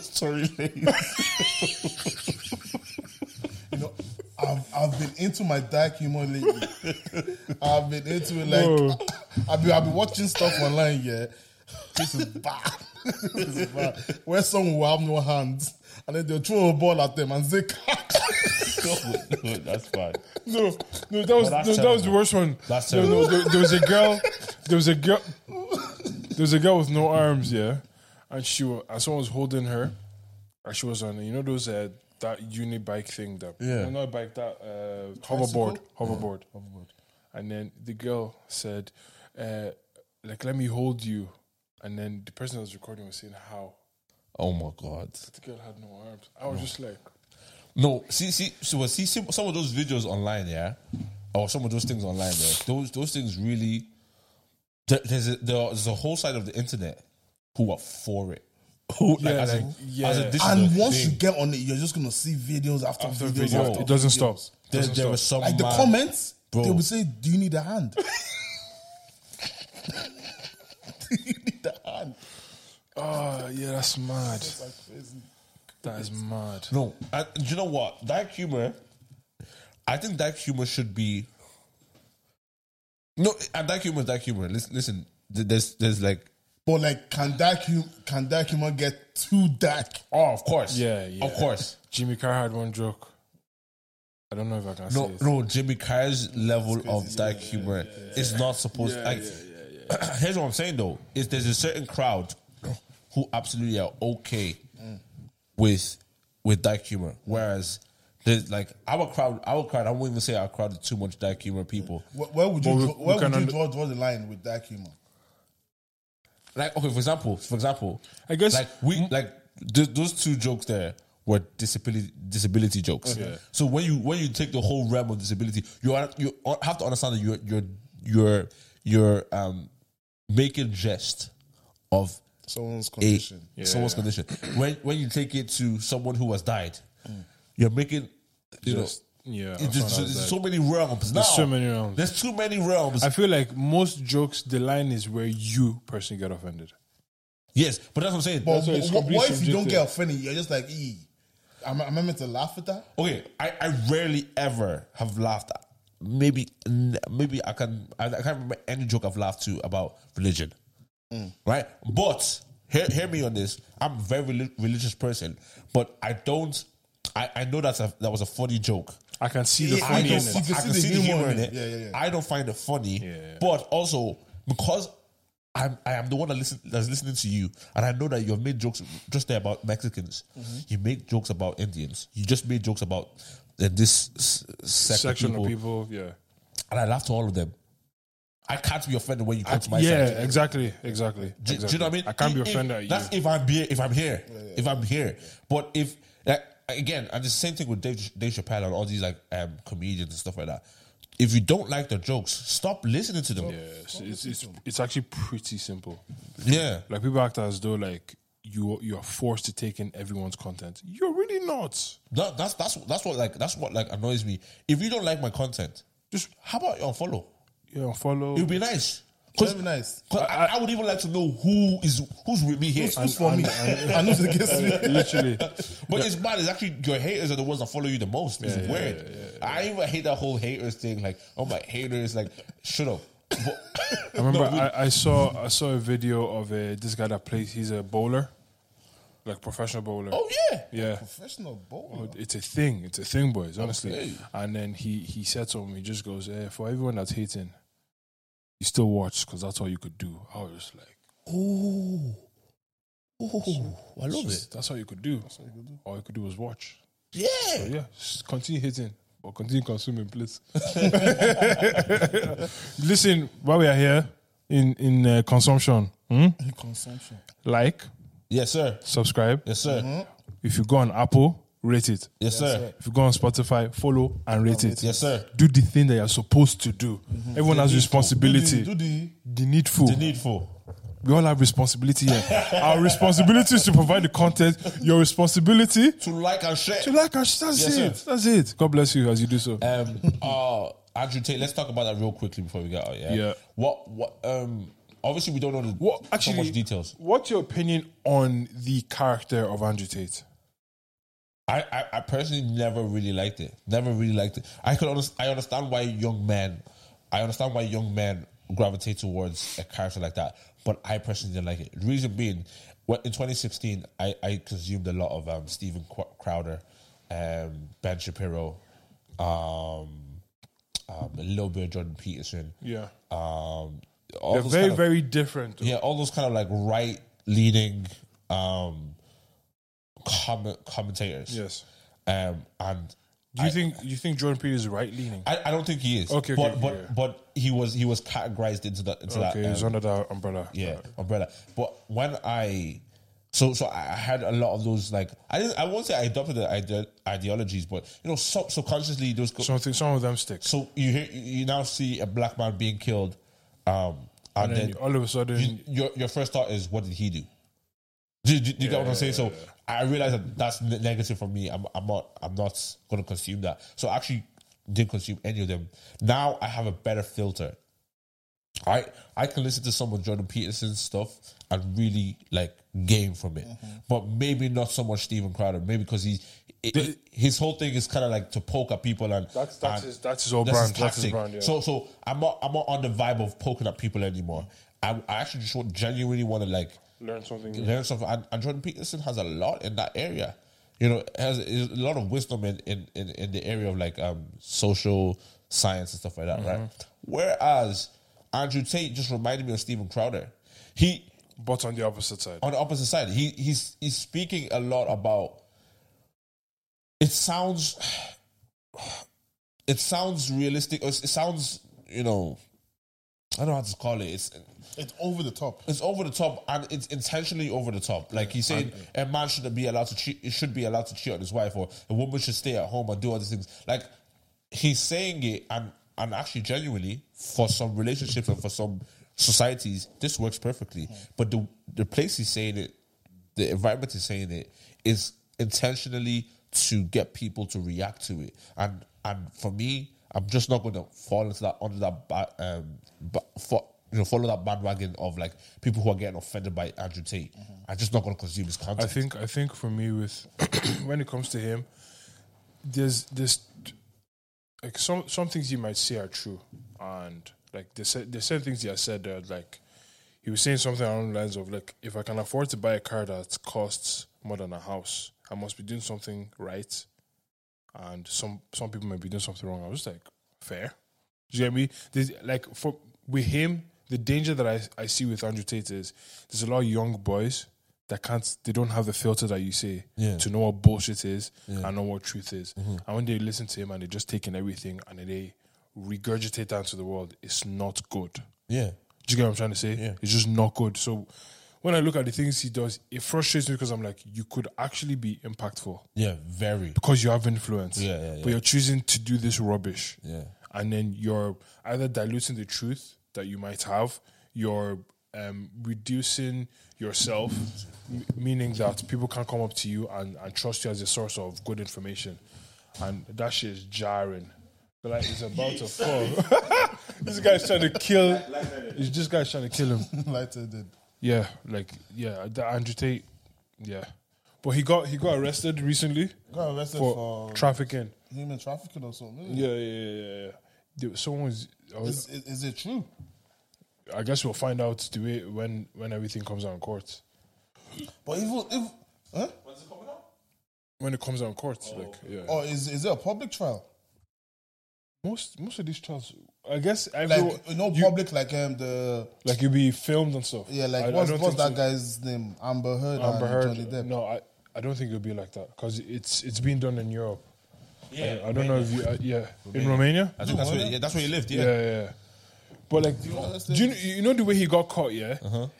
[SPEAKER 2] sorry, ladies.
[SPEAKER 3] You know, I've, I've been into my dark humor lately. I've been into it like
[SPEAKER 1] Whoa.
[SPEAKER 3] I've been I've been watching stuff online. Yeah, this is bad. this is bad. Where someone will have no hands and then they'll throw a ball at them and say,
[SPEAKER 2] no, that's fine.
[SPEAKER 1] No, no, that was
[SPEAKER 2] But that's
[SPEAKER 1] no, that was the
[SPEAKER 2] terrible.
[SPEAKER 1] worst one.
[SPEAKER 2] That's
[SPEAKER 1] no, no,
[SPEAKER 2] terrible.
[SPEAKER 1] there, there was a girl, there was a girl, there was a girl with no arms, yeah, and she wa- and someone was holding her, and she was on you know those uh, that uni bike thing that
[SPEAKER 2] Yeah.
[SPEAKER 1] no, not a bike that uh,
[SPEAKER 3] Tricycle?
[SPEAKER 1] hoverboard hoverboard hoverboard, and then the girl said, uh, like let me hold you, and then the person that was recording was saying how
[SPEAKER 2] Oh my god.
[SPEAKER 1] the girl had no arms. I was just like,
[SPEAKER 2] No, see, see, so well, see, see some of those videos online, yeah, or some of those things online, yeah. Those those things really. There, there's a, there's a whole side of the internet who are for it. Who
[SPEAKER 1] Yeah,
[SPEAKER 2] as a-
[SPEAKER 1] like, yeah.
[SPEAKER 2] as a- this is
[SPEAKER 3] and
[SPEAKER 2] a
[SPEAKER 3] once
[SPEAKER 2] thing.
[SPEAKER 3] you get on it, you're just gonna see videos after,
[SPEAKER 1] after
[SPEAKER 3] videos.
[SPEAKER 1] video,
[SPEAKER 3] After
[SPEAKER 1] it doesn't
[SPEAKER 3] videos.
[SPEAKER 1] stop.
[SPEAKER 2] there,
[SPEAKER 1] Doesn't
[SPEAKER 2] there
[SPEAKER 1] stop.
[SPEAKER 2] was some
[SPEAKER 3] Like the
[SPEAKER 2] man-
[SPEAKER 3] comments,
[SPEAKER 2] Bro.
[SPEAKER 3] they will say, "Do you need a hand?" Do you need a hand?
[SPEAKER 1] Oh yeah, that's mad.
[SPEAKER 3] Like, crazy.
[SPEAKER 1] That is mad.
[SPEAKER 2] No, I, do you know what? That humor, I think that humor should be. No, and that humor is that humor. Listen, listen th- there's there's like
[SPEAKER 3] But like, can that hum- can that human get too dark?
[SPEAKER 2] oh, of course,
[SPEAKER 1] Yeah, yeah.
[SPEAKER 2] of course.
[SPEAKER 1] Jimmy Carr had one joke. I don't know if I can
[SPEAKER 2] No,
[SPEAKER 1] say it.
[SPEAKER 2] no, Jimmy Carr's level of dark humor is not supposed. like, here's what I'm saying though: is there's a certain crowd who absolutely are okay
[SPEAKER 1] Mm.
[SPEAKER 2] with with dark humor, whereas there's like our crowd, our crowd. I won't even say our crowd is too much dark humor people.
[SPEAKER 3] Where, where would you
[SPEAKER 1] But we-
[SPEAKER 3] draw,
[SPEAKER 1] we
[SPEAKER 3] where would
[SPEAKER 1] can
[SPEAKER 3] you
[SPEAKER 1] under-
[SPEAKER 3] draw, draw the line with dark humor?
[SPEAKER 2] Like, okay, for example, for example,
[SPEAKER 1] I guess-
[SPEAKER 2] like we like th- those two jokes there were disability disability jokes. So when you when you take the whole realm of disability, you are you are- have to understand that you're you're you're you're um making jest of
[SPEAKER 3] Someone's
[SPEAKER 2] a
[SPEAKER 3] condition.
[SPEAKER 2] someone's condition. When when you take it to someone who has died, you're making you
[SPEAKER 1] Mm. Just-
[SPEAKER 2] know
[SPEAKER 1] yeah, I
[SPEAKER 2] It's just,
[SPEAKER 1] found out
[SPEAKER 2] there's
[SPEAKER 1] that.
[SPEAKER 2] so many realms.
[SPEAKER 1] There's
[SPEAKER 2] now.
[SPEAKER 1] so many realms.
[SPEAKER 2] There's too many realms.
[SPEAKER 1] I feel like most jokes, the line is where you personally get offended.
[SPEAKER 2] yes, but that's what I'm saying.
[SPEAKER 3] But
[SPEAKER 1] That's why it's
[SPEAKER 3] wh- wh- what if
[SPEAKER 1] completely
[SPEAKER 3] you don't
[SPEAKER 1] subjective.
[SPEAKER 3] get offended? You're just like, ee, am, I- am I meant to laugh at that?
[SPEAKER 2] Okay, I, I rarely ever have laughed. Maybe n- maybe I can I, I can't remember any joke I've laughed to about religion, right? But hear, hear me on this. I'm a very reli- religious person, but I don't. I, I know that's a, that was a funny joke.
[SPEAKER 1] I can see the
[SPEAKER 3] Yeah,
[SPEAKER 1] funny
[SPEAKER 2] I
[SPEAKER 1] in
[SPEAKER 2] don't
[SPEAKER 3] can see-
[SPEAKER 1] it.
[SPEAKER 2] fi- I can see the humor in it.
[SPEAKER 3] Yeah, yeah, yeah.
[SPEAKER 2] I don't find it funny,
[SPEAKER 1] Yeah.
[SPEAKER 2] but also because I'm I am the one that listen that's listening to you, and I know that you've made jokes just there about Mexicans.
[SPEAKER 1] Mm-hmm.
[SPEAKER 2] You make jokes about Indians. You just made jokes about uh, this s- sect
[SPEAKER 1] Section
[SPEAKER 2] of people,
[SPEAKER 1] of people, yeah,
[SPEAKER 2] and I laugh to all of them. I can't be offended when you come to my
[SPEAKER 1] yeah,
[SPEAKER 2] side.
[SPEAKER 1] exactly, exactly.
[SPEAKER 2] Do, do you know what I mean?
[SPEAKER 1] I can't be
[SPEAKER 2] If- if-
[SPEAKER 1] offended at you.
[SPEAKER 2] That's if I'm here. If I'm here. If I'm here. But if like, again, and the same thing with Dave, Dave Chappelle and all these like um, comedians and stuff like that. If you don't like the jokes, stop listening to them.
[SPEAKER 1] Yeah,
[SPEAKER 2] Yeah.
[SPEAKER 1] it's, it's it's it's actually pretty simple.
[SPEAKER 2] yeah.
[SPEAKER 1] Like people act as though like you you are forced to take in everyone's content. You're really not.
[SPEAKER 2] That, that's that's that's what like that's what like annoys me. If you don't like my content, just how about you unfollow?
[SPEAKER 1] You know, follow.
[SPEAKER 2] It would be nice.
[SPEAKER 3] That'd be nice.
[SPEAKER 2] 'cause I, I would even like to know who is who's with me here.
[SPEAKER 3] Who's for me? I know it's against me.
[SPEAKER 1] Literally,
[SPEAKER 2] But it's bad. It's actually your haters are the ones that follow you the most. It's weird. I even hate that whole haters thing. Like, oh my haters, like, shut up. But,
[SPEAKER 1] I remember I, I saw I saw a video of a, this guy that plays. He's a bowler, like professional bowler.
[SPEAKER 2] oh yeah,
[SPEAKER 1] yeah.
[SPEAKER 3] Professional bowler.
[SPEAKER 1] But It's a thing. It's a thing, boys. Honestly. And then he he said something. He just goes, eh, "For everyone that's hating, you still watch because that's all you could do." I was just like,
[SPEAKER 2] oh, oh, I love it.
[SPEAKER 1] "That's all you could do. All you could do was watch."
[SPEAKER 2] Yeah,
[SPEAKER 1] Yeah, s- continue hating or continue consuming, please. Listen, while we are here in in uh, consumption, hmm?
[SPEAKER 3] Consumption.
[SPEAKER 1] like,
[SPEAKER 2] yes sir,
[SPEAKER 1] subscribe.
[SPEAKER 2] yes sir,
[SPEAKER 1] If you go on Apple, rate it.
[SPEAKER 2] Mm-hmm. yes sir,
[SPEAKER 1] If you go on Spotify, follow and rate it.
[SPEAKER 2] yes sir.
[SPEAKER 1] Do the thing that you're supposed to do. Everyone has responsibility.
[SPEAKER 3] Do the
[SPEAKER 1] the needful.
[SPEAKER 2] The needful.
[SPEAKER 1] we all have responsibility here. Our responsibility is to provide the content. Your responsibility
[SPEAKER 2] To like and share.
[SPEAKER 1] to like us. That's
[SPEAKER 2] Yes,
[SPEAKER 1] it. That's it. God bless you as you do so.
[SPEAKER 2] Um, uh, Andrew Tate. Let's talk about that real quickly before we get out. Yeah.
[SPEAKER 1] Yeah.
[SPEAKER 2] What? What? Um. Obviously, we don't know the,
[SPEAKER 1] What
[SPEAKER 2] so
[SPEAKER 1] actually?
[SPEAKER 2] much details.
[SPEAKER 1] What's your opinion on the character of Andrew Tate?
[SPEAKER 2] I, I, I personally never really liked it. Never really liked it. I could underst- I understand why young men, I understand why young men gravitate towards a character like that. But I personally didn't like it. Reason being, what in 2016, I, I consumed a lot of um, Stephen Qu- Crowder, um, Ben Shapiro, um, um, a little bit of Jordan Peterson.
[SPEAKER 1] Yeah,
[SPEAKER 2] Um, all
[SPEAKER 1] they're
[SPEAKER 2] those
[SPEAKER 1] very
[SPEAKER 2] kind of-
[SPEAKER 1] very different.
[SPEAKER 2] yeah, all those kind of like right leaning um, comment commentators.
[SPEAKER 1] Yes.
[SPEAKER 2] Um, and
[SPEAKER 1] Do you think you think Jordan Peele is right leaning?
[SPEAKER 2] I, I don't think he is.
[SPEAKER 1] Okay, okay,
[SPEAKER 2] but
[SPEAKER 1] okay,
[SPEAKER 2] but
[SPEAKER 1] yeah.
[SPEAKER 2] but he was he was categorized into that into
[SPEAKER 1] Okay,
[SPEAKER 2] that um,
[SPEAKER 1] he's under that umbrella.
[SPEAKER 2] yeah umbrella. But when I so so I I had a lot of those like I didn't I won't say I adopted the ide- ideologies, but you know sub- subconsciously those go-
[SPEAKER 1] something. Some of them stick,
[SPEAKER 2] so you hear you now see a black man being killed, um, and,
[SPEAKER 1] and
[SPEAKER 2] then,
[SPEAKER 1] then all of a sudden,
[SPEAKER 2] you- your your first thought is what did he do? Do, do, do you get what I'm saying? So I realize that that's ne- negative for me. I'm, I'm not I'm not going to consume that. So I actually didn't consume any of them. Now I have a better filter. I I can listen to some of Jordan Peterson's stuff
[SPEAKER 1] Mm-hmm.
[SPEAKER 2] and really like gain from it, but maybe not so much Steven Crowder. Maybe because he it- it- his whole thing is kind of like to poke at people and
[SPEAKER 1] That's that's
[SPEAKER 2] and
[SPEAKER 1] his that's his old
[SPEAKER 2] that's
[SPEAKER 1] brand.
[SPEAKER 2] his
[SPEAKER 1] That's his
[SPEAKER 2] tactic.
[SPEAKER 1] brand. Yeah.
[SPEAKER 2] So so I'm not I'm not on the vibe of poking at people anymore. I, I actually just want, genuinely want to like
[SPEAKER 1] learn something. new.
[SPEAKER 2] learn something. And, and Jordan Peterson has a lot in that area. You know, has is a lot of wisdom in, in, in, in the area of like um, social science and stuff like that, right? Whereas Andrew Tate just reminded me of Stephen Crowder. He
[SPEAKER 1] But on the opposite side,
[SPEAKER 2] on the opposite side, he he's he's speaking a lot about. It sounds, it sounds realistic. Or it sounds, you know, I don't know how to call it. It's
[SPEAKER 3] It's over the top.
[SPEAKER 2] it's over the top and it's intentionally over the top. Like he's saying, a man shouldn't be allowed to cheat. Should be allowed to cheat on his wife, or a woman should stay at home and do all these things. Like he's saying it, and and actually, genuinely, for some relationships and for some societies, this works perfectly. But the the place he's saying it, the environment he's saying it, is intentionally to get people to react to it. And and for me, I'm just not going to fall into that under that ba- um, but for you know, follow that bandwagon of like people who are getting offended by Andrew Tate. I'm just not going to consume his
[SPEAKER 1] Mm-hmm. I
[SPEAKER 2] content.
[SPEAKER 1] think I think for me with when it comes to him, there's this like some some things you might say are true, and like there's cer- there's certain things he has said that like he was saying something along the lines of like if I can afford to buy a car that costs more than a house, I must be doing something right, and some some people might be doing something wrong. I was like fair, do you get me? There's, like for with him. The danger that I, I see with Andrew Tate is there's a lot of young boys that can't they don't have the filter that you say
[SPEAKER 2] Yeah. Mm-hmm.
[SPEAKER 1] to know what bullshit is and know what truth is. And when they listen to him and they're just taking everything and then they regurgitate that to the world, it's not good. Do
[SPEAKER 2] yeah,
[SPEAKER 1] you get what I'm trying to say?
[SPEAKER 2] Yeah.
[SPEAKER 1] It's just not good. So when I look at the things he does, it frustrates me because I'm like, you could actually be impactful
[SPEAKER 2] yeah, very.
[SPEAKER 1] because you have influence.
[SPEAKER 2] Yeah, yeah, yeah.
[SPEAKER 1] But you're choosing to do this rubbish.
[SPEAKER 2] Yeah.
[SPEAKER 1] And then you're either diluting the truth that you might have, you're um, reducing yourself, m- meaning that people can't come up to you and, and trust you as a source of good information. And that shit is jarring. But like it's about to fall. this guy's trying to kill. This guy's trying to kill him.
[SPEAKER 3] like they did.
[SPEAKER 1] Yeah, like yeah, the Andrew Tate. Yeah, but he got he got arrested recently
[SPEAKER 3] Got arrested
[SPEAKER 1] for
[SPEAKER 3] for,
[SPEAKER 1] trafficking.
[SPEAKER 3] human trafficking or something. isn't it?
[SPEAKER 1] Yeah, yeah, yeah, yeah. yeah. There was- Someone was. I, was-
[SPEAKER 3] Is, is, is it true?
[SPEAKER 1] I guess we'll find out the way when when everything comes out in court.
[SPEAKER 3] But even if, huh?
[SPEAKER 1] When it comes out in court,
[SPEAKER 3] Oh,
[SPEAKER 1] like uh, yeah.
[SPEAKER 3] or is is it a public trial?
[SPEAKER 1] Most most of these trials, I guess,
[SPEAKER 3] Like
[SPEAKER 1] everyone,
[SPEAKER 3] you know,
[SPEAKER 1] you-
[SPEAKER 3] public like um the
[SPEAKER 1] like you'll be filmed and stuff.
[SPEAKER 3] yeah like
[SPEAKER 1] I- I
[SPEAKER 3] what's,
[SPEAKER 1] don't
[SPEAKER 3] what's
[SPEAKER 1] think
[SPEAKER 3] that
[SPEAKER 1] so.
[SPEAKER 3] guy's name? Amber Heard
[SPEAKER 1] Amber
[SPEAKER 3] and
[SPEAKER 1] Heard.
[SPEAKER 3] Johnny Depp.
[SPEAKER 1] No, I I don't think it'll be like that because it's it's being done in Europe.
[SPEAKER 2] Yeah,
[SPEAKER 1] I don't know if you uh, yeah in Romania.
[SPEAKER 2] I think that's where, yeah, that's where he lived. Yeah,
[SPEAKER 1] Yeah, yeah. yeah. But like, do you, know- you know the way he got caught? Yeah,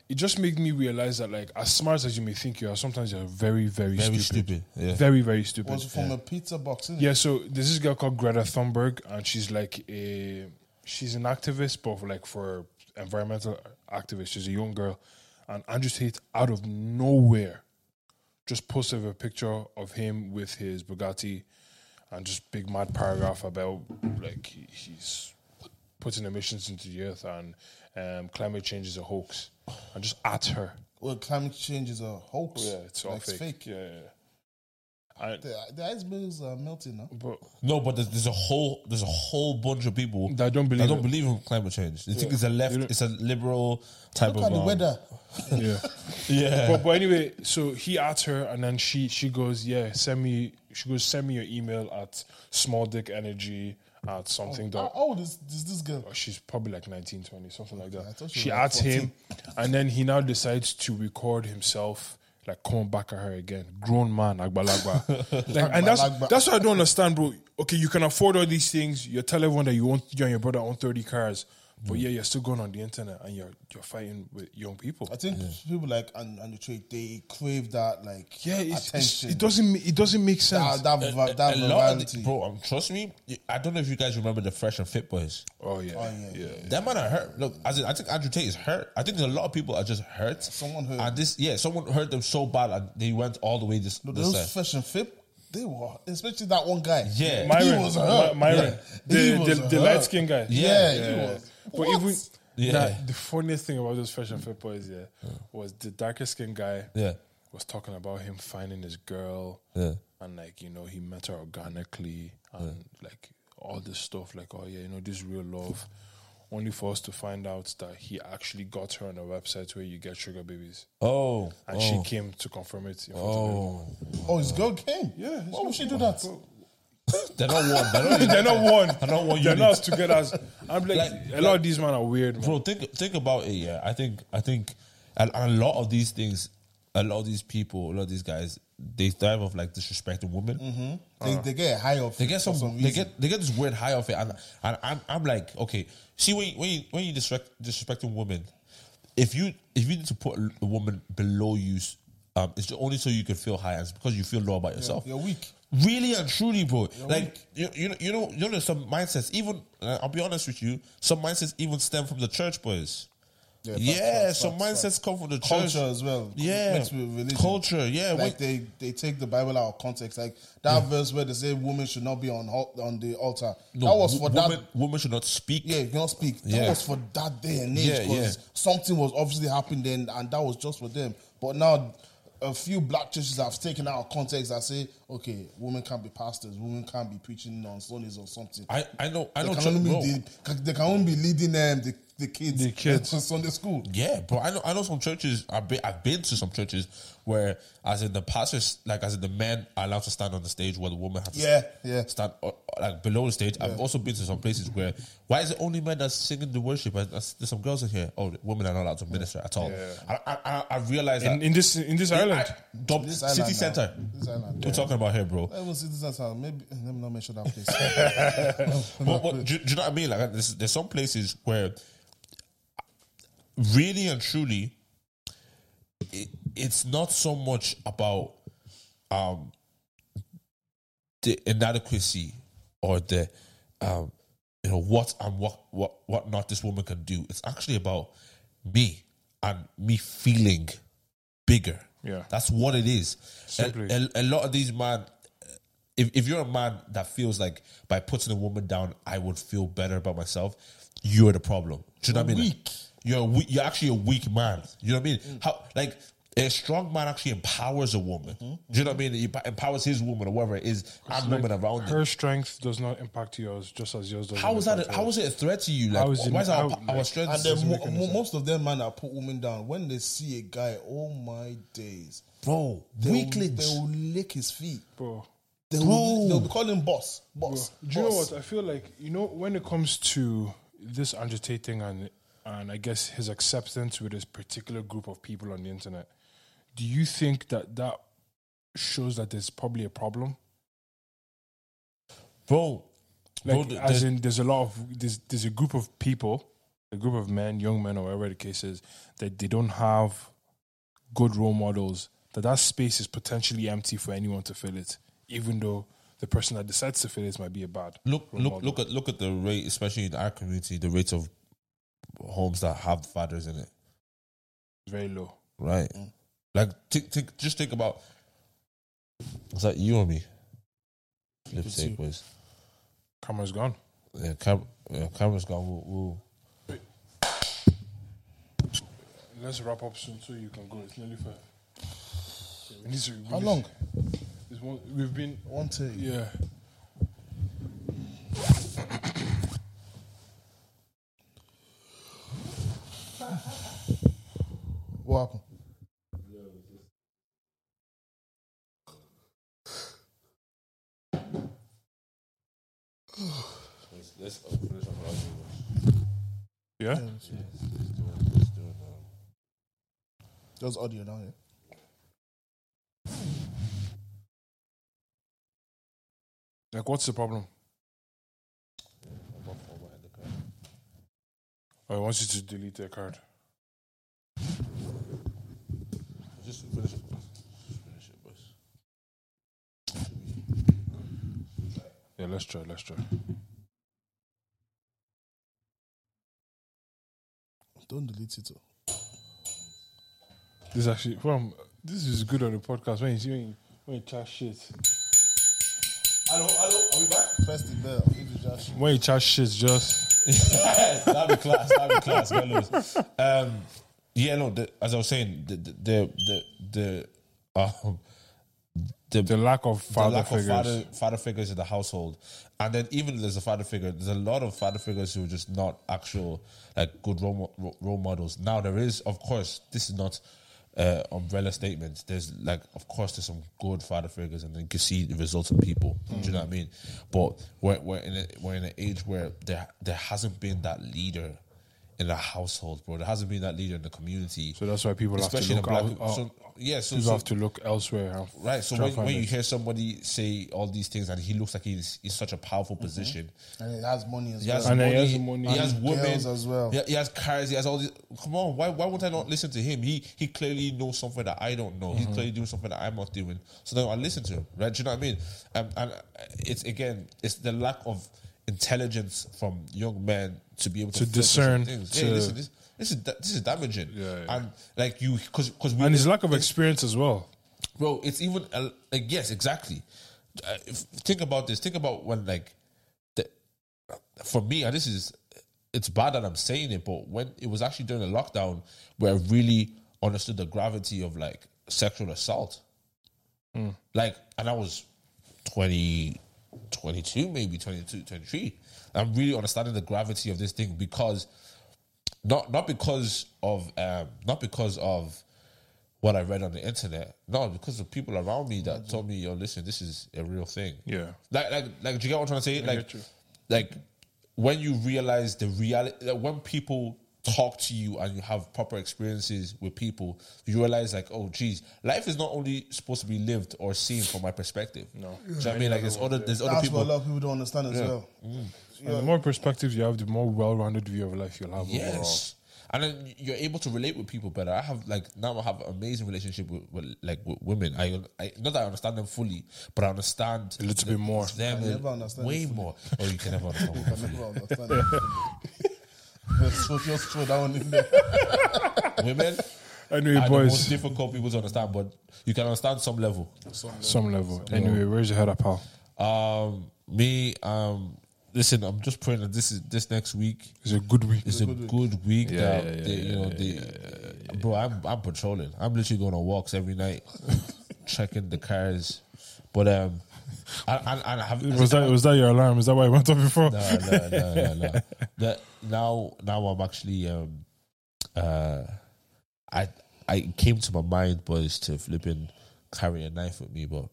[SPEAKER 1] it just made me realize that like, as smart as you may think you are, sometimes you're very, very,
[SPEAKER 2] very
[SPEAKER 1] stupid.
[SPEAKER 2] stupid. Yeah.
[SPEAKER 1] Very, very stupid.
[SPEAKER 3] Was from a pizza box. Isn't it?
[SPEAKER 1] yeah. So there's this girl called Greta Thunberg, and she's like a, she's an activist, but for, like for environmental activist. She's a young girl, and Andrew Tate out of nowhere, just posted a picture of him with his Bugatti, and just big mad paragraph about like he, he's putting emissions into the earth and um, climate change is a hoax, and just at her.
[SPEAKER 3] Well, climate change is a hoax.
[SPEAKER 1] Yeah, it's all
[SPEAKER 3] Like,
[SPEAKER 1] fake. Yeah, yeah. yeah. And-
[SPEAKER 3] The, the icebergs are uh, melting now.
[SPEAKER 1] but
[SPEAKER 2] No, but there's, there's a whole there's a whole bunch of people
[SPEAKER 1] That don't believe
[SPEAKER 2] that don't
[SPEAKER 1] it.
[SPEAKER 2] believe in climate change. They think it's a left,
[SPEAKER 1] They don't-
[SPEAKER 2] it's a liberal type of
[SPEAKER 3] Look at the
[SPEAKER 2] um,
[SPEAKER 3] weather.
[SPEAKER 1] yeah.
[SPEAKER 2] Yeah,
[SPEAKER 1] but, but anyway, so he asked her, and then she she goes, yeah, send me. She goes, send me your email at small dick energy at something
[SPEAKER 3] How
[SPEAKER 1] dot.
[SPEAKER 3] old is, is this girl?
[SPEAKER 1] She's probably like 19, 20, something like
[SPEAKER 3] I
[SPEAKER 1] that.
[SPEAKER 3] thought she
[SPEAKER 1] She
[SPEAKER 3] was like
[SPEAKER 1] asked him, and then he now decides to record himself. Like coming back at her again, grown man, agbalagba. like, and that's
[SPEAKER 3] Agbalagba.
[SPEAKER 1] that's what I don't understand, bro. Okay, you can afford all these things. You tell everyone that you own, you and your brother own thirty cars, but
[SPEAKER 3] Mm.
[SPEAKER 1] yeah, you're still going on the internet and you're you're fighting with young people.
[SPEAKER 3] I think people like and and the trade they crave that like
[SPEAKER 1] Yeah, it's, it's,
[SPEAKER 3] attention.
[SPEAKER 1] it doesn't ma- it doesn't make sense.
[SPEAKER 3] that that, va- that
[SPEAKER 2] a lot of the-
[SPEAKER 3] virality.
[SPEAKER 2] bro. Um, trust me, I don't know if you guys remember the Fresh and Fit Boys.
[SPEAKER 1] Oh yeah,
[SPEAKER 3] yeah,
[SPEAKER 1] yeah.
[SPEAKER 2] That man are hurt. Look, as in, I think Andrew Tate is hurt. I think a lot of people are just hurt.
[SPEAKER 3] Someone hurt
[SPEAKER 2] And this, yeah, someone hurt them so bad, and they went all the way this. this
[SPEAKER 3] Those
[SPEAKER 2] side.
[SPEAKER 3] fresh and fit, they were especially that one guy.
[SPEAKER 2] Yeah.
[SPEAKER 3] he
[SPEAKER 1] Myron,
[SPEAKER 3] was hurt.
[SPEAKER 1] My- Myron,
[SPEAKER 3] He
[SPEAKER 1] the,
[SPEAKER 3] was
[SPEAKER 1] the, the
[SPEAKER 3] hurt.
[SPEAKER 1] light skinned guy.
[SPEAKER 3] Yeah,
[SPEAKER 2] Yeah.
[SPEAKER 3] he was.
[SPEAKER 1] But
[SPEAKER 3] What?
[SPEAKER 1] if we,
[SPEAKER 2] Yeah.
[SPEAKER 1] Nah, the funniest thing about those fresh and fit boys, yeah, was the darker skinned guy
[SPEAKER 2] Yeah.
[SPEAKER 1] was talking about him finding his girl
[SPEAKER 2] Yeah.
[SPEAKER 1] and and like you know he met her organically and like all this stuff like oh yeah you know this real love only for us to find out that he actually got her on a website where you get sugar babies
[SPEAKER 2] Oh,
[SPEAKER 1] and she came to confirm it in front of everyone.
[SPEAKER 2] oh.
[SPEAKER 3] Oh, his girl came.
[SPEAKER 1] Yeah, his
[SPEAKER 3] Why would
[SPEAKER 1] girl
[SPEAKER 3] she do that?
[SPEAKER 2] They're not one. They're not,
[SPEAKER 1] they're not one
[SPEAKER 2] They're not one
[SPEAKER 1] they're
[SPEAKER 2] unit.
[SPEAKER 1] not as together as I'm like,
[SPEAKER 2] Like-
[SPEAKER 1] a lot of these men are weird man.
[SPEAKER 2] bro think think about it yeah i think i think and, and a lot of these things a lot of these people a lot of these guys they thrive off like disrespecting
[SPEAKER 1] Mm.
[SPEAKER 2] women
[SPEAKER 3] They, they get high off.
[SPEAKER 2] they get
[SPEAKER 3] for
[SPEAKER 2] some, they
[SPEAKER 3] reason.
[SPEAKER 2] get they get this weird high off it and, and I'm, I'm like okay see when you, when you when you disrespect disrespecting women if you if you need to put a woman below you um it's only so you can feel high and it's because you feel low about yourself
[SPEAKER 3] You're weak.
[SPEAKER 2] Really and truly, bro. like you, you, know, you know, you know, some mindsets. Even uh, I'll be honest with you, some mindsets even stem from the church boys. Yeah,
[SPEAKER 3] facts, facts,
[SPEAKER 2] some
[SPEAKER 3] facts,
[SPEAKER 2] mindsets come from the church.
[SPEAKER 3] Culture as well.
[SPEAKER 2] Yeah,
[SPEAKER 3] Mixed with religion.
[SPEAKER 2] culture. Yeah, when-
[SPEAKER 3] Like they, they take the Bible out of context. Like that verse where they say women should not be on al- on the altar.
[SPEAKER 2] no,
[SPEAKER 3] that was for
[SPEAKER 2] wo-
[SPEAKER 3] that.
[SPEAKER 2] women, women should not speak.
[SPEAKER 3] Yeah, you cannot speak. That
[SPEAKER 2] Yeah.
[SPEAKER 3] was for that day and age
[SPEAKER 2] Yeah,
[SPEAKER 3] because
[SPEAKER 2] yeah.
[SPEAKER 3] something was obviously happening then, and that was just for them. But now, a few black churches have taken out of context and say, okay, women can't be pastors, women can't be preaching on Sundays or something.
[SPEAKER 2] I, I know, I
[SPEAKER 3] They
[SPEAKER 2] know.
[SPEAKER 3] can,
[SPEAKER 2] church-
[SPEAKER 3] only
[SPEAKER 2] bro.
[SPEAKER 3] be, they, they can only be leading them the, the kids,
[SPEAKER 1] The kids.
[SPEAKER 3] to Sunday school.
[SPEAKER 2] Yeah, bro. I know. I know some churches. I've been. I've been to some churches where, as in the pastors, like as in the men are allowed to stand on the stage, while the woman has to
[SPEAKER 3] Yeah, yeah.
[SPEAKER 2] stand uh, like below the stage. I've also been to some places where why is it only men that's singing the worship? And that's- there's some girls in here. Oh, women are not allowed to minister at all. I, I, I, I realized
[SPEAKER 1] in,
[SPEAKER 2] that.
[SPEAKER 1] in this in this
[SPEAKER 2] I,
[SPEAKER 1] island
[SPEAKER 2] Dub-
[SPEAKER 3] This
[SPEAKER 2] city
[SPEAKER 3] island now.
[SPEAKER 2] center.
[SPEAKER 3] This island,
[SPEAKER 2] We're talking about here, bro.
[SPEAKER 3] I was citizens are uh, maybe eh, let me not mention that place.
[SPEAKER 2] But, but do, do you know what I mean? Like, there's, there's some places where, really and truly, it, it's not so much about um, the inadequacy or the um, you know what and what what what not this woman can do. It's actually about me and me feeling bigger.
[SPEAKER 1] Yeah.
[SPEAKER 2] that's what it is. A,
[SPEAKER 1] Simply.
[SPEAKER 2] a- a lot of these man, if if you're a man that feels like by putting a woman down, I would feel better about myself. You're the problem. Do you know what I mean?
[SPEAKER 3] Weak.
[SPEAKER 2] You're a weak, you're actually a weak man. You know what I mean? How like a strong man actually empowers a woman. Do you know what I mean? He emp- empowers his woman or whatever it is, and women around him.
[SPEAKER 1] her strength does not impact yours just as yours does
[SPEAKER 2] How is that? A, how is it a threat to you? Like,
[SPEAKER 1] How is it-
[SPEAKER 2] why is our,
[SPEAKER 1] how-
[SPEAKER 2] our
[SPEAKER 1] like-
[SPEAKER 2] strength?
[SPEAKER 3] and then mo-
[SPEAKER 1] make any
[SPEAKER 3] mo-
[SPEAKER 1] sense.
[SPEAKER 3] most of them man that put women down when they see a guy. Oh my days!
[SPEAKER 2] bro,
[SPEAKER 3] They will, they
[SPEAKER 2] weaklings.
[SPEAKER 3] will lick his feet.
[SPEAKER 1] bro
[SPEAKER 3] They will, they'll be calling boss, boss.
[SPEAKER 1] Do you know
[SPEAKER 3] boss.
[SPEAKER 1] what? I feel like you know when it comes to this agitating and and I guess his acceptance with this particular group of people on the internet. Do you think that that shows that there's probably a problem?
[SPEAKER 2] bro, bro,
[SPEAKER 1] Like,
[SPEAKER 2] the-
[SPEAKER 1] as
[SPEAKER 2] the-
[SPEAKER 1] in, there's a lot of there's there's a group of people, a group of men, young men, or whatever the case is, that they don't have good role models. That that space is potentially empty for anyone to fill it, even though the person that decides to fill it might be a bad
[SPEAKER 2] look,
[SPEAKER 1] role
[SPEAKER 2] look,
[SPEAKER 1] model.
[SPEAKER 2] look at look at the rate, especially in our community, the rates of homes that have fathers in it.
[SPEAKER 1] very low.
[SPEAKER 2] Right. Like think think just think about is that you or me? Flip
[SPEAKER 3] It's you.
[SPEAKER 2] segues.
[SPEAKER 1] Camera's gone.
[SPEAKER 2] Yeah, cam- yeah, camera's gone. We'll, we'll
[SPEAKER 1] Let's wrap up soon so you can go. It's nearly five. Yeah, we need to- we
[SPEAKER 3] How
[SPEAKER 1] need-
[SPEAKER 3] long?
[SPEAKER 1] It's one, we've been.
[SPEAKER 3] One take.
[SPEAKER 1] Yeah.
[SPEAKER 3] What happened?
[SPEAKER 2] let's, let's finish up what I was
[SPEAKER 1] Yeah?
[SPEAKER 2] doing.
[SPEAKER 3] There's audio down here.
[SPEAKER 1] Like, what's the problem? I want Oh, you to delete their card.
[SPEAKER 2] Just finish it. Just finish it, boys.
[SPEAKER 1] Yeah, let's try. Let's try.
[SPEAKER 3] Don't delete it. oh.
[SPEAKER 1] This is actually from. This is good on the podcast when you see when you, when you chat shit.
[SPEAKER 2] Hello, hello, are we back?
[SPEAKER 3] Press the bell. If you just
[SPEAKER 1] When you chat shit, just
[SPEAKER 2] that'd be class. That'd be class. Go Lewis. Um, yeah, no. The, as I was saying, the the the the, the um, the,
[SPEAKER 1] the lack of father
[SPEAKER 2] the lack
[SPEAKER 1] figures.
[SPEAKER 2] of father, father figures in the household. And then even there's a father figure, there's a lot of father figures who are just not actual like good role, mo- ro- role models. Now there is, of course, this is not uh, umbrella statement. There's like, of course, there's some good father figures, and then you can see the results in people. Do you know what I mean? But we're, we're in a, we're in an age where there there hasn't been that leader in the household, bro. There hasn't been that leader in the community.
[SPEAKER 1] So that's why people have to
[SPEAKER 2] especially in
[SPEAKER 1] look
[SPEAKER 2] the black.
[SPEAKER 1] out- out-
[SPEAKER 2] so, yeah, so,
[SPEAKER 1] You
[SPEAKER 2] so
[SPEAKER 1] have to look elsewhere. and
[SPEAKER 2] Right. So
[SPEAKER 1] try
[SPEAKER 2] when,
[SPEAKER 1] and find
[SPEAKER 2] when
[SPEAKER 1] it.
[SPEAKER 2] you hear somebody say all these things and he looks like he's in such a powerful position,
[SPEAKER 3] and it has money as
[SPEAKER 2] he has
[SPEAKER 3] well.
[SPEAKER 1] And
[SPEAKER 2] money,
[SPEAKER 1] he
[SPEAKER 2] he
[SPEAKER 1] has
[SPEAKER 2] has,
[SPEAKER 3] Mm-hmm. And
[SPEAKER 1] money.
[SPEAKER 2] women
[SPEAKER 3] girls as well.
[SPEAKER 2] He, he has cars. He has all these. Come on, why why would I not listen to him? He he clearly knows something that I don't know.
[SPEAKER 1] Mm-hmm.
[SPEAKER 2] He's clearly doing something that I'm not doing. So then I listen to him. Right? Do you know what I mean? Um, and uh, it's again, it's the lack of intelligence from young men to be able to,
[SPEAKER 1] To
[SPEAKER 2] filter
[SPEAKER 1] discern,
[SPEAKER 2] certain Things.
[SPEAKER 1] to-
[SPEAKER 2] hey, listen, this, this is da- this is damaging.
[SPEAKER 1] Yeah, yeah.
[SPEAKER 2] And like you, because because we
[SPEAKER 1] and his lack of experience as well.
[SPEAKER 2] bro it's even uh, like yes exactly uh, if, think about this think about when like the, for me and this is it's bad that i'm saying it but when it was actually during the lockdown where i really understood the gravity of like sexual assault like and i was 20 22 maybe 22 23 i'm really understanding the gravity of this thing because not not because of um not because of what I read on the internet. No, because of people around me that told me, "Yo, listen, this is a real thing."
[SPEAKER 1] Yeah.
[SPEAKER 2] like, like, like, do you get what I'm trying to say? like,
[SPEAKER 1] get you.
[SPEAKER 2] like when you realize the reality, like when people talk to you and you have proper experiences with people, you realize like, oh, geez, life is not only supposed to be lived or seen from my perspective. No, do you know what I mean? Like, there's other, there's other
[SPEAKER 3] That's
[SPEAKER 2] people.
[SPEAKER 3] what a lot of people don't understand as well.
[SPEAKER 1] And the more perspectives you have, the more well-rounded view of life you'll have overall.
[SPEAKER 2] Yes. And then you're able to relate with people better. I have like now I have an amazing relationship with, with like with women. I, I not that I understand them fully, but I understand
[SPEAKER 1] A little bit more.
[SPEAKER 2] them
[SPEAKER 3] I never understand
[SPEAKER 2] way
[SPEAKER 3] them
[SPEAKER 2] more. Oh, you can never understand
[SPEAKER 3] I
[SPEAKER 2] women fully.
[SPEAKER 3] never understand that. so just throw that one in there.
[SPEAKER 2] women
[SPEAKER 1] Anyway,
[SPEAKER 2] are the most
[SPEAKER 1] boys,
[SPEAKER 2] difficult people to understand, but you can understand some level.
[SPEAKER 1] some level. Anyway, where's your head up, pal?
[SPEAKER 2] Um, me, um, listen, I'm just praying that this is this next week.
[SPEAKER 1] It's a good week.
[SPEAKER 2] It's a good week
[SPEAKER 1] Yeah,
[SPEAKER 2] that
[SPEAKER 1] yeah, yeah,
[SPEAKER 2] they, you know they, bro. I'm I'm patrolling. I'm literally going on walks every night, checking the cars. But um, and and, and I have
[SPEAKER 1] Was that was that your alarm? Is that why it went off before?
[SPEAKER 2] no no no no no. That now now I'm actually um uh I I it came to my mind was to flipping carry a knife with me, but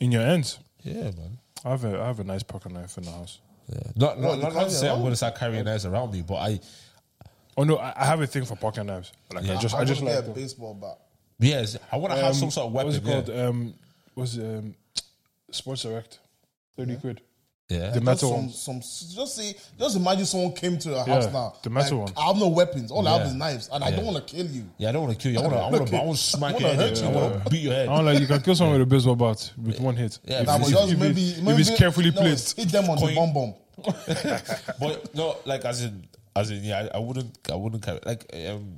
[SPEAKER 1] In your ends,
[SPEAKER 2] yeah, man.
[SPEAKER 1] I have a I have a nice pocket knife in the house.
[SPEAKER 2] Yeah. Not, not,
[SPEAKER 3] Well, you
[SPEAKER 2] not,
[SPEAKER 3] carry
[SPEAKER 2] to say I'm
[SPEAKER 3] around?
[SPEAKER 2] going to start carrying knives around me, but I,
[SPEAKER 1] Oh no, I, I have a thing for pocket knives. Like I just I,
[SPEAKER 3] I
[SPEAKER 1] just
[SPEAKER 3] just
[SPEAKER 1] like
[SPEAKER 3] get a
[SPEAKER 1] them.
[SPEAKER 3] baseball bat.
[SPEAKER 2] yes, I want to have
[SPEAKER 1] Um,
[SPEAKER 2] some sort of weapon.
[SPEAKER 1] What's it
[SPEAKER 2] yeah.
[SPEAKER 1] called? Um, was um, Sports Direct, thirty quid.
[SPEAKER 2] Yeah.
[SPEAKER 1] The
[SPEAKER 3] Just
[SPEAKER 1] metal
[SPEAKER 3] some,
[SPEAKER 1] ones.
[SPEAKER 3] some, just see, just imagine someone came to your house
[SPEAKER 1] Yeah,
[SPEAKER 3] now.
[SPEAKER 1] the metal
[SPEAKER 3] like,
[SPEAKER 1] ones.
[SPEAKER 3] I have no weapons. All I have
[SPEAKER 2] Yeah.
[SPEAKER 3] is knives, and I don't want to kill you.
[SPEAKER 2] Yeah, I don't want to kill you. I want to. I want to. I want to smack your
[SPEAKER 3] wanna
[SPEAKER 2] head.
[SPEAKER 3] hurt
[SPEAKER 2] in. I
[SPEAKER 3] you.
[SPEAKER 2] want to beat your head.
[SPEAKER 1] I don't like you can kill someone with a baseball bat with one hit.
[SPEAKER 2] Yeah,
[SPEAKER 1] if,
[SPEAKER 2] nah,
[SPEAKER 3] Nah,
[SPEAKER 2] but
[SPEAKER 3] but
[SPEAKER 1] if,
[SPEAKER 2] you
[SPEAKER 1] if,
[SPEAKER 3] just
[SPEAKER 1] if,
[SPEAKER 3] maybe,
[SPEAKER 1] it's-
[SPEAKER 3] maybe
[SPEAKER 1] if it's carefully
[SPEAKER 3] no,
[SPEAKER 1] placed.
[SPEAKER 3] Hit them on
[SPEAKER 2] Coin.
[SPEAKER 3] the bomb bomb.
[SPEAKER 2] But no, like as in, as in, yeah, I, I wouldn't. I wouldn't carry. Like um,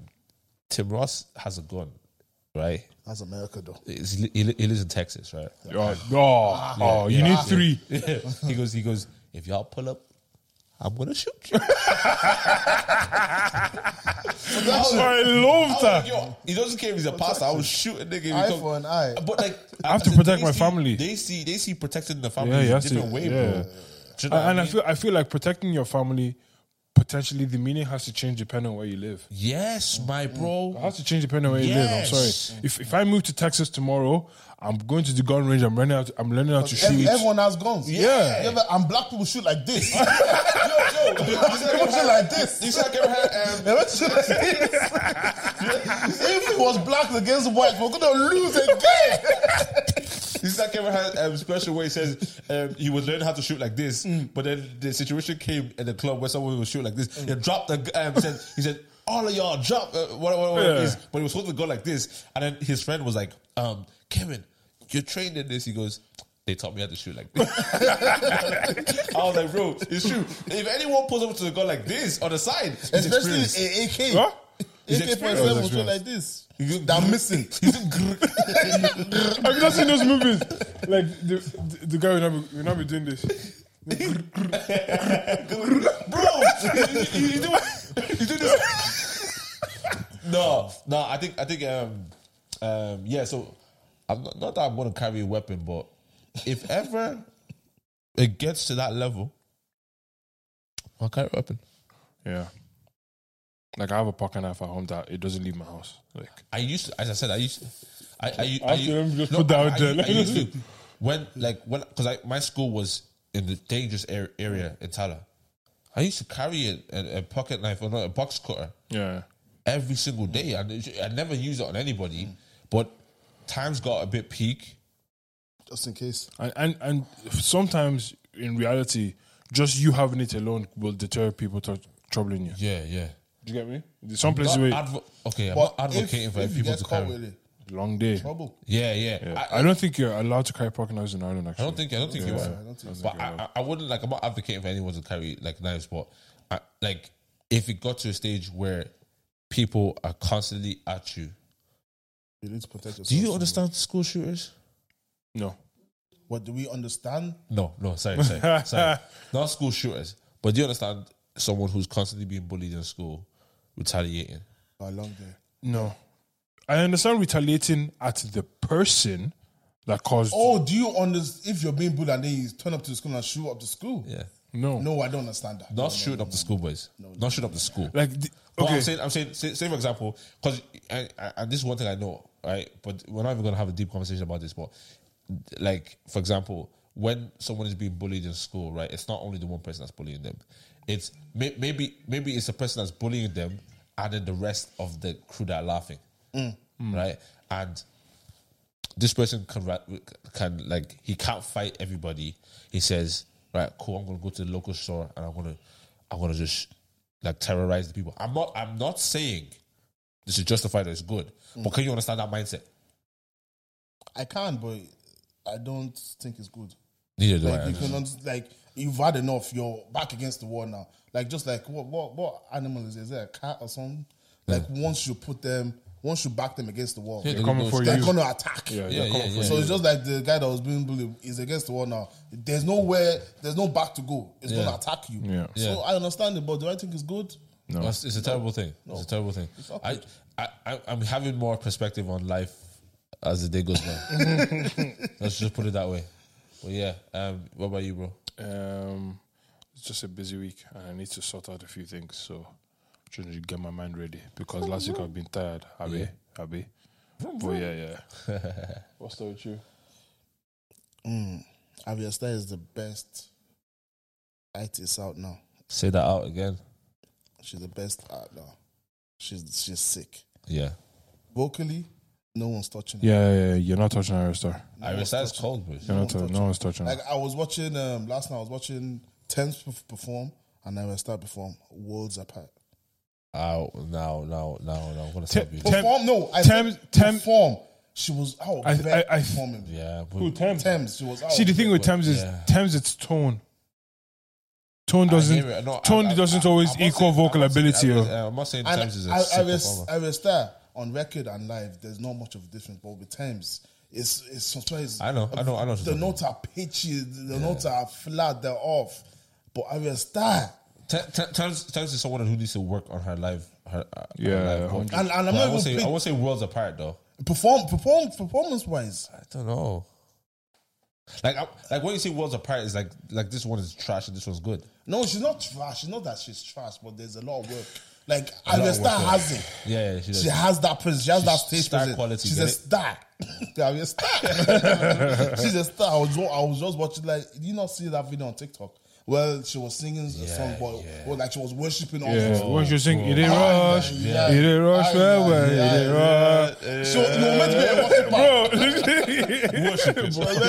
[SPEAKER 2] Tim Ross has a gun, right?
[SPEAKER 3] That's America, though.
[SPEAKER 2] It's, he, li- he lives in Texas, right?
[SPEAKER 1] Oh, oh, oh, you need three.
[SPEAKER 2] he goes. He goes. If y'all pull up, I'm gonna shoot you.
[SPEAKER 1] I love
[SPEAKER 2] I was
[SPEAKER 1] that.
[SPEAKER 2] like, yo, he doesn't care if he's a pastor. I was shooting nigga. if he
[SPEAKER 3] Eye
[SPEAKER 2] come-
[SPEAKER 3] for an eye.
[SPEAKER 2] But like,
[SPEAKER 1] I have to
[SPEAKER 2] as in,
[SPEAKER 1] protect
[SPEAKER 2] they
[SPEAKER 1] my
[SPEAKER 2] see-
[SPEAKER 1] family.
[SPEAKER 2] They see. They see protecting the family
[SPEAKER 1] Yeah, you
[SPEAKER 2] in a
[SPEAKER 1] have to-
[SPEAKER 2] different way,
[SPEAKER 1] yeah.
[SPEAKER 2] bro. Do you know what
[SPEAKER 1] and I
[SPEAKER 2] mean?
[SPEAKER 1] feel I feel like protecting your family. Potentially, the meaning has to change depending on where you live.
[SPEAKER 2] yes, my bro.
[SPEAKER 1] It has to change depending on where you live. I'm
[SPEAKER 2] Yes.
[SPEAKER 1] sorry. If if I move to Texas tomorrow, I'm going to the gun range. I'm learning how to, I'm learning how to
[SPEAKER 3] Ev-
[SPEAKER 1] shoot.
[SPEAKER 3] Everyone has guns.
[SPEAKER 1] Yeah.
[SPEAKER 3] but- and black people shoot like this. yo, yo, people shoot like this.
[SPEAKER 2] You see, like, um,
[SPEAKER 3] They went to like this. if it was blacks against whites, we're gonna lose again.
[SPEAKER 2] This is like Kevin had um, special where he says um, he was learning how to shoot like this,
[SPEAKER 3] Mm.
[SPEAKER 2] but then the situation came in the club where someone was shoot like this.
[SPEAKER 3] Mm.
[SPEAKER 2] He dropped the. Um, said, he said, "All of y'all drop." Uh, what, what, what it
[SPEAKER 1] Yeah.
[SPEAKER 2] is. But he was holding the gun like this, and then his friend was like, um, "Kevin, you're trained in this." He goes. They taught me how to shoot like this. I was like, bro, it's true. If anyone pulls up to the gun like this on the side, it's
[SPEAKER 3] Especially
[SPEAKER 2] experienced.
[SPEAKER 3] a- AK.
[SPEAKER 1] Huh?
[SPEAKER 2] He's
[SPEAKER 3] AK
[SPEAKER 2] experienced.
[SPEAKER 3] forty-seven will shoot like this.
[SPEAKER 2] He's-
[SPEAKER 3] That missing.
[SPEAKER 1] Have you not seen those movies? Like the the, the guy will not be, will not be doing this.
[SPEAKER 2] bro. You, you, you do, you do this. no, no. I think I think um um yeah. So I'm not, not that I'm going to carry a weapon, but if ever it gets to that level, I'll carry a weapon.
[SPEAKER 1] Yeah. Like I have a pocket knife at home that it doesn't leave my house. Like
[SPEAKER 2] I used to, as I said, I used to, I, I, I,
[SPEAKER 1] Okay, let me just put that
[SPEAKER 2] I,
[SPEAKER 1] out
[SPEAKER 2] I-
[SPEAKER 1] there.
[SPEAKER 2] I used to, when, like, when, because I, my school was in the dangerous area, area in Tala. I used to carry a, a, a pocket knife or not a box cutter
[SPEAKER 1] yeah.
[SPEAKER 2] every single day. I, I never used it on anybody, but times got a bit peak.
[SPEAKER 3] just in case.
[SPEAKER 1] And and, and sometimes in reality, just you having it alone will deter people to troubling you.
[SPEAKER 2] Yeah, yeah.
[SPEAKER 1] Do you get me? There's some places
[SPEAKER 2] Not
[SPEAKER 1] where
[SPEAKER 2] advo- okay, I'm
[SPEAKER 3] But
[SPEAKER 2] not advocating
[SPEAKER 3] if,
[SPEAKER 2] for
[SPEAKER 3] if you
[SPEAKER 2] people
[SPEAKER 3] get
[SPEAKER 2] to
[SPEAKER 3] caught
[SPEAKER 2] carry.
[SPEAKER 3] with it,
[SPEAKER 1] long day.
[SPEAKER 3] trouble.
[SPEAKER 2] yeah, yeah.
[SPEAKER 1] Yeah.
[SPEAKER 2] I,
[SPEAKER 1] I, don't think you're allowed to carry pocket knives in Ireland.
[SPEAKER 2] I
[SPEAKER 1] Actually,
[SPEAKER 2] don't think I don't think you
[SPEAKER 1] Yeah,
[SPEAKER 2] are.
[SPEAKER 1] I
[SPEAKER 3] don't think
[SPEAKER 2] but I, I, I wouldn't like. I'm not advocating for anyone to carry like knives, but I, like if it got to a stage where people are constantly at you,
[SPEAKER 3] You need to protect yourself.
[SPEAKER 2] do you
[SPEAKER 3] somehow.
[SPEAKER 2] understand school shooters?
[SPEAKER 1] no.
[SPEAKER 3] What do we understand?
[SPEAKER 2] No, no. Sorry, sorry, sorry. Not school shooters, but do you understand someone who's constantly being bullied in school, retaliating?
[SPEAKER 3] A long day.
[SPEAKER 1] No. I understand retaliating at the person that caused.
[SPEAKER 3] Oh, do you understand? If you're being bullied and then you turn up to the school and shoot up the school?
[SPEAKER 2] Yeah.
[SPEAKER 1] no.
[SPEAKER 3] No, I don't understand that.
[SPEAKER 2] Not shooting up the school boys. Not shooting up the school.
[SPEAKER 1] Like, the,
[SPEAKER 2] But
[SPEAKER 1] okay.
[SPEAKER 2] I'm saying, I'm saying, say, say for example, because and this is one thing I know, right? But we're not even gonna have a deep conversation about this. But like, for example, when someone is being bullied in school, right? It's not only the one person that's bullying them. It's may, maybe maybe it's the person that's bullying them, and then the rest of the crew that are laughing, right? And this person can ra- can like he can't fight everybody. He says, right, cool. I'm gonna go to the local store and I'm gonna I'm gonna just like terrorize the people. I'm not I'm not saying this is justified or it's good, but can you understand that mindset?
[SPEAKER 3] I can, but I don't think it's good.
[SPEAKER 2] Neither do
[SPEAKER 3] Like
[SPEAKER 2] I.
[SPEAKER 3] you can under- like you've had enough. You're back against the wall now. Like just like what what what animal is it? Is it a cat or something? Like once you put them, once you back them against the wall,
[SPEAKER 2] Yeah,
[SPEAKER 1] They're coming for
[SPEAKER 3] they're
[SPEAKER 1] you.
[SPEAKER 3] gonna attack.
[SPEAKER 2] yeah,
[SPEAKER 1] Yeah, they're
[SPEAKER 2] yeah,
[SPEAKER 1] coming for
[SPEAKER 2] yeah.
[SPEAKER 1] you.
[SPEAKER 3] So it's just like the guy that was being bullied is against the wall now. There's nowhere, there's no back to go. It's
[SPEAKER 2] Yeah.
[SPEAKER 3] gonna attack you.
[SPEAKER 1] Yeah.
[SPEAKER 3] So
[SPEAKER 2] Yeah.
[SPEAKER 3] I understand it, but do I think it's good?
[SPEAKER 1] No.
[SPEAKER 2] It's, it's a terrible thing. It's a terrible thing.
[SPEAKER 3] not
[SPEAKER 2] I, I, I, I'm having more perspective on life as the day goes by. Let's just put it that way. But yeah, um, what about you, bro?
[SPEAKER 1] Um, it's just a busy week, and I need to sort out a few things. So, I'm trying to get my mind ready because last week I've been tired. Abi, Abi. But yeah, yeah. What's that with you?
[SPEAKER 3] Mm. Aviasta is the best artist out now.
[SPEAKER 2] Say that out again.
[SPEAKER 3] She's the best out now. She's she's sick.
[SPEAKER 2] Yeah,
[SPEAKER 3] Vocally, no one's touching her.
[SPEAKER 1] Yeah, yeah, yeah. You're not touching Iris Star.
[SPEAKER 3] No
[SPEAKER 2] I
[SPEAKER 3] one's
[SPEAKER 2] was that's
[SPEAKER 3] touching her.
[SPEAKER 2] cold, bro.
[SPEAKER 1] You're not. tou- no one's touching. her.
[SPEAKER 3] Like I was watching um, last night. I was watching Thames perf- perform and I start perform worlds apart.
[SPEAKER 2] Oh, no, no, no, no. I'm gonna
[SPEAKER 1] Tip-
[SPEAKER 2] stop you.
[SPEAKER 1] tip- Tem-
[SPEAKER 3] perform? No, I
[SPEAKER 1] Tem-
[SPEAKER 3] said
[SPEAKER 1] Tem-
[SPEAKER 3] perform. She was out
[SPEAKER 1] I-
[SPEAKER 3] back
[SPEAKER 1] I- I-
[SPEAKER 3] performing.
[SPEAKER 2] Yeah, but
[SPEAKER 1] Who, Thames?
[SPEAKER 3] Thames, she was out.
[SPEAKER 1] See, the thing with Thames is
[SPEAKER 2] yeah.
[SPEAKER 1] Thames. It's tone. Tone
[SPEAKER 2] I
[SPEAKER 1] doesn't.
[SPEAKER 2] hear it. No, I-
[SPEAKER 1] tone
[SPEAKER 2] I-
[SPEAKER 1] doesn't
[SPEAKER 2] I-
[SPEAKER 1] always
[SPEAKER 2] I'm not
[SPEAKER 1] equal
[SPEAKER 2] saying- I'm not
[SPEAKER 1] vocal
[SPEAKER 2] saying-
[SPEAKER 1] ability. oh.
[SPEAKER 2] I'm
[SPEAKER 1] yo.
[SPEAKER 2] not- I'm not saying
[SPEAKER 3] and
[SPEAKER 2] Thames is a
[SPEAKER 3] I,
[SPEAKER 2] sick
[SPEAKER 3] I, was,
[SPEAKER 2] performer.
[SPEAKER 3] I was there on record and live. There's not much of a difference, but with Thames, it's it's sometimes
[SPEAKER 2] I know, I know, I know what
[SPEAKER 3] The
[SPEAKER 2] you're
[SPEAKER 3] notes are pitchy, the notes are flat, they're off. But I was there,
[SPEAKER 2] Th- th- Thames, Thames is someone who needs to work on her life. Her, uh, her
[SPEAKER 1] Yeah,
[SPEAKER 2] live vocal.
[SPEAKER 1] 100.
[SPEAKER 3] and, and I'm
[SPEAKER 2] But I
[SPEAKER 3] not
[SPEAKER 2] won't
[SPEAKER 3] even
[SPEAKER 2] say I
[SPEAKER 3] pick-
[SPEAKER 2] won't say worlds apart though.
[SPEAKER 3] perform perform performance wise.
[SPEAKER 2] I don't know. Like, I, like when you say worlds apart, it's like like this one is trash and this one's good.
[SPEAKER 3] No, she's not trash. It's not that she's trash, but there's a lot of work. Like
[SPEAKER 2] lot of
[SPEAKER 3] Avesta
[SPEAKER 2] work,
[SPEAKER 3] has it.
[SPEAKER 2] Yeah, yeah she does.
[SPEAKER 3] She has that presence. She has that
[SPEAKER 2] She's
[SPEAKER 3] stage
[SPEAKER 2] star
[SPEAKER 3] presence.
[SPEAKER 2] quality,
[SPEAKER 3] She's
[SPEAKER 2] get
[SPEAKER 3] a
[SPEAKER 2] it?
[SPEAKER 3] star. Yeah, I'm a star. She's a star. I was, wa- I was just watching like did you not see that video on TikTok? Well, she was singing a song, but
[SPEAKER 2] yeah.
[SPEAKER 3] well, like she was worshiping all
[SPEAKER 1] Yeah,
[SPEAKER 3] those-
[SPEAKER 1] once you sing, it ain't
[SPEAKER 3] Ah,
[SPEAKER 1] rush,
[SPEAKER 3] yeah.
[SPEAKER 1] it ain't rush,
[SPEAKER 3] Ah,
[SPEAKER 1] well,
[SPEAKER 3] yeah, yeah,
[SPEAKER 1] well, it ain't
[SPEAKER 3] yeah.
[SPEAKER 1] rush.
[SPEAKER 3] So you were meant to be a worshiper. You were meant to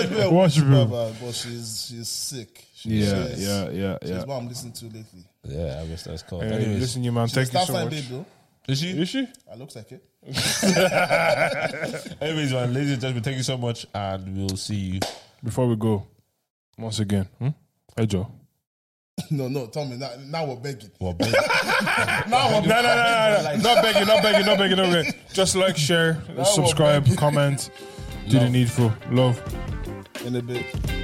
[SPEAKER 3] be a
[SPEAKER 1] Worship
[SPEAKER 3] worshiper,
[SPEAKER 1] him.
[SPEAKER 3] but- but she's she's sick. She-
[SPEAKER 1] Yeah,
[SPEAKER 3] she's-
[SPEAKER 1] yeah, yeah,
[SPEAKER 3] She's
[SPEAKER 1] yeah.
[SPEAKER 3] what I'm listening to lately.
[SPEAKER 2] yeah, I guess that's cool.
[SPEAKER 1] Hey,
[SPEAKER 2] Anyways,
[SPEAKER 1] listen, you man,
[SPEAKER 3] She's a
[SPEAKER 1] thank you
[SPEAKER 3] star
[SPEAKER 1] so
[SPEAKER 3] sign
[SPEAKER 1] much.
[SPEAKER 3] babe though.
[SPEAKER 2] is she?
[SPEAKER 1] Is she?
[SPEAKER 3] It looks like it.
[SPEAKER 2] Anyways, man, ladies and gentlemen, thank you so much, and we'll see you.
[SPEAKER 1] Before we go, once again, hmm? hey Joe.
[SPEAKER 3] No, no, tell me now. Now we're begging.
[SPEAKER 2] Well, babe.
[SPEAKER 3] Now we're
[SPEAKER 1] No, no, no, no, no. not begging, not begging, not begging, not begging. Just like, share, subscribe, comment, do the
[SPEAKER 2] Love.
[SPEAKER 1] needful. Love.
[SPEAKER 3] in a bit.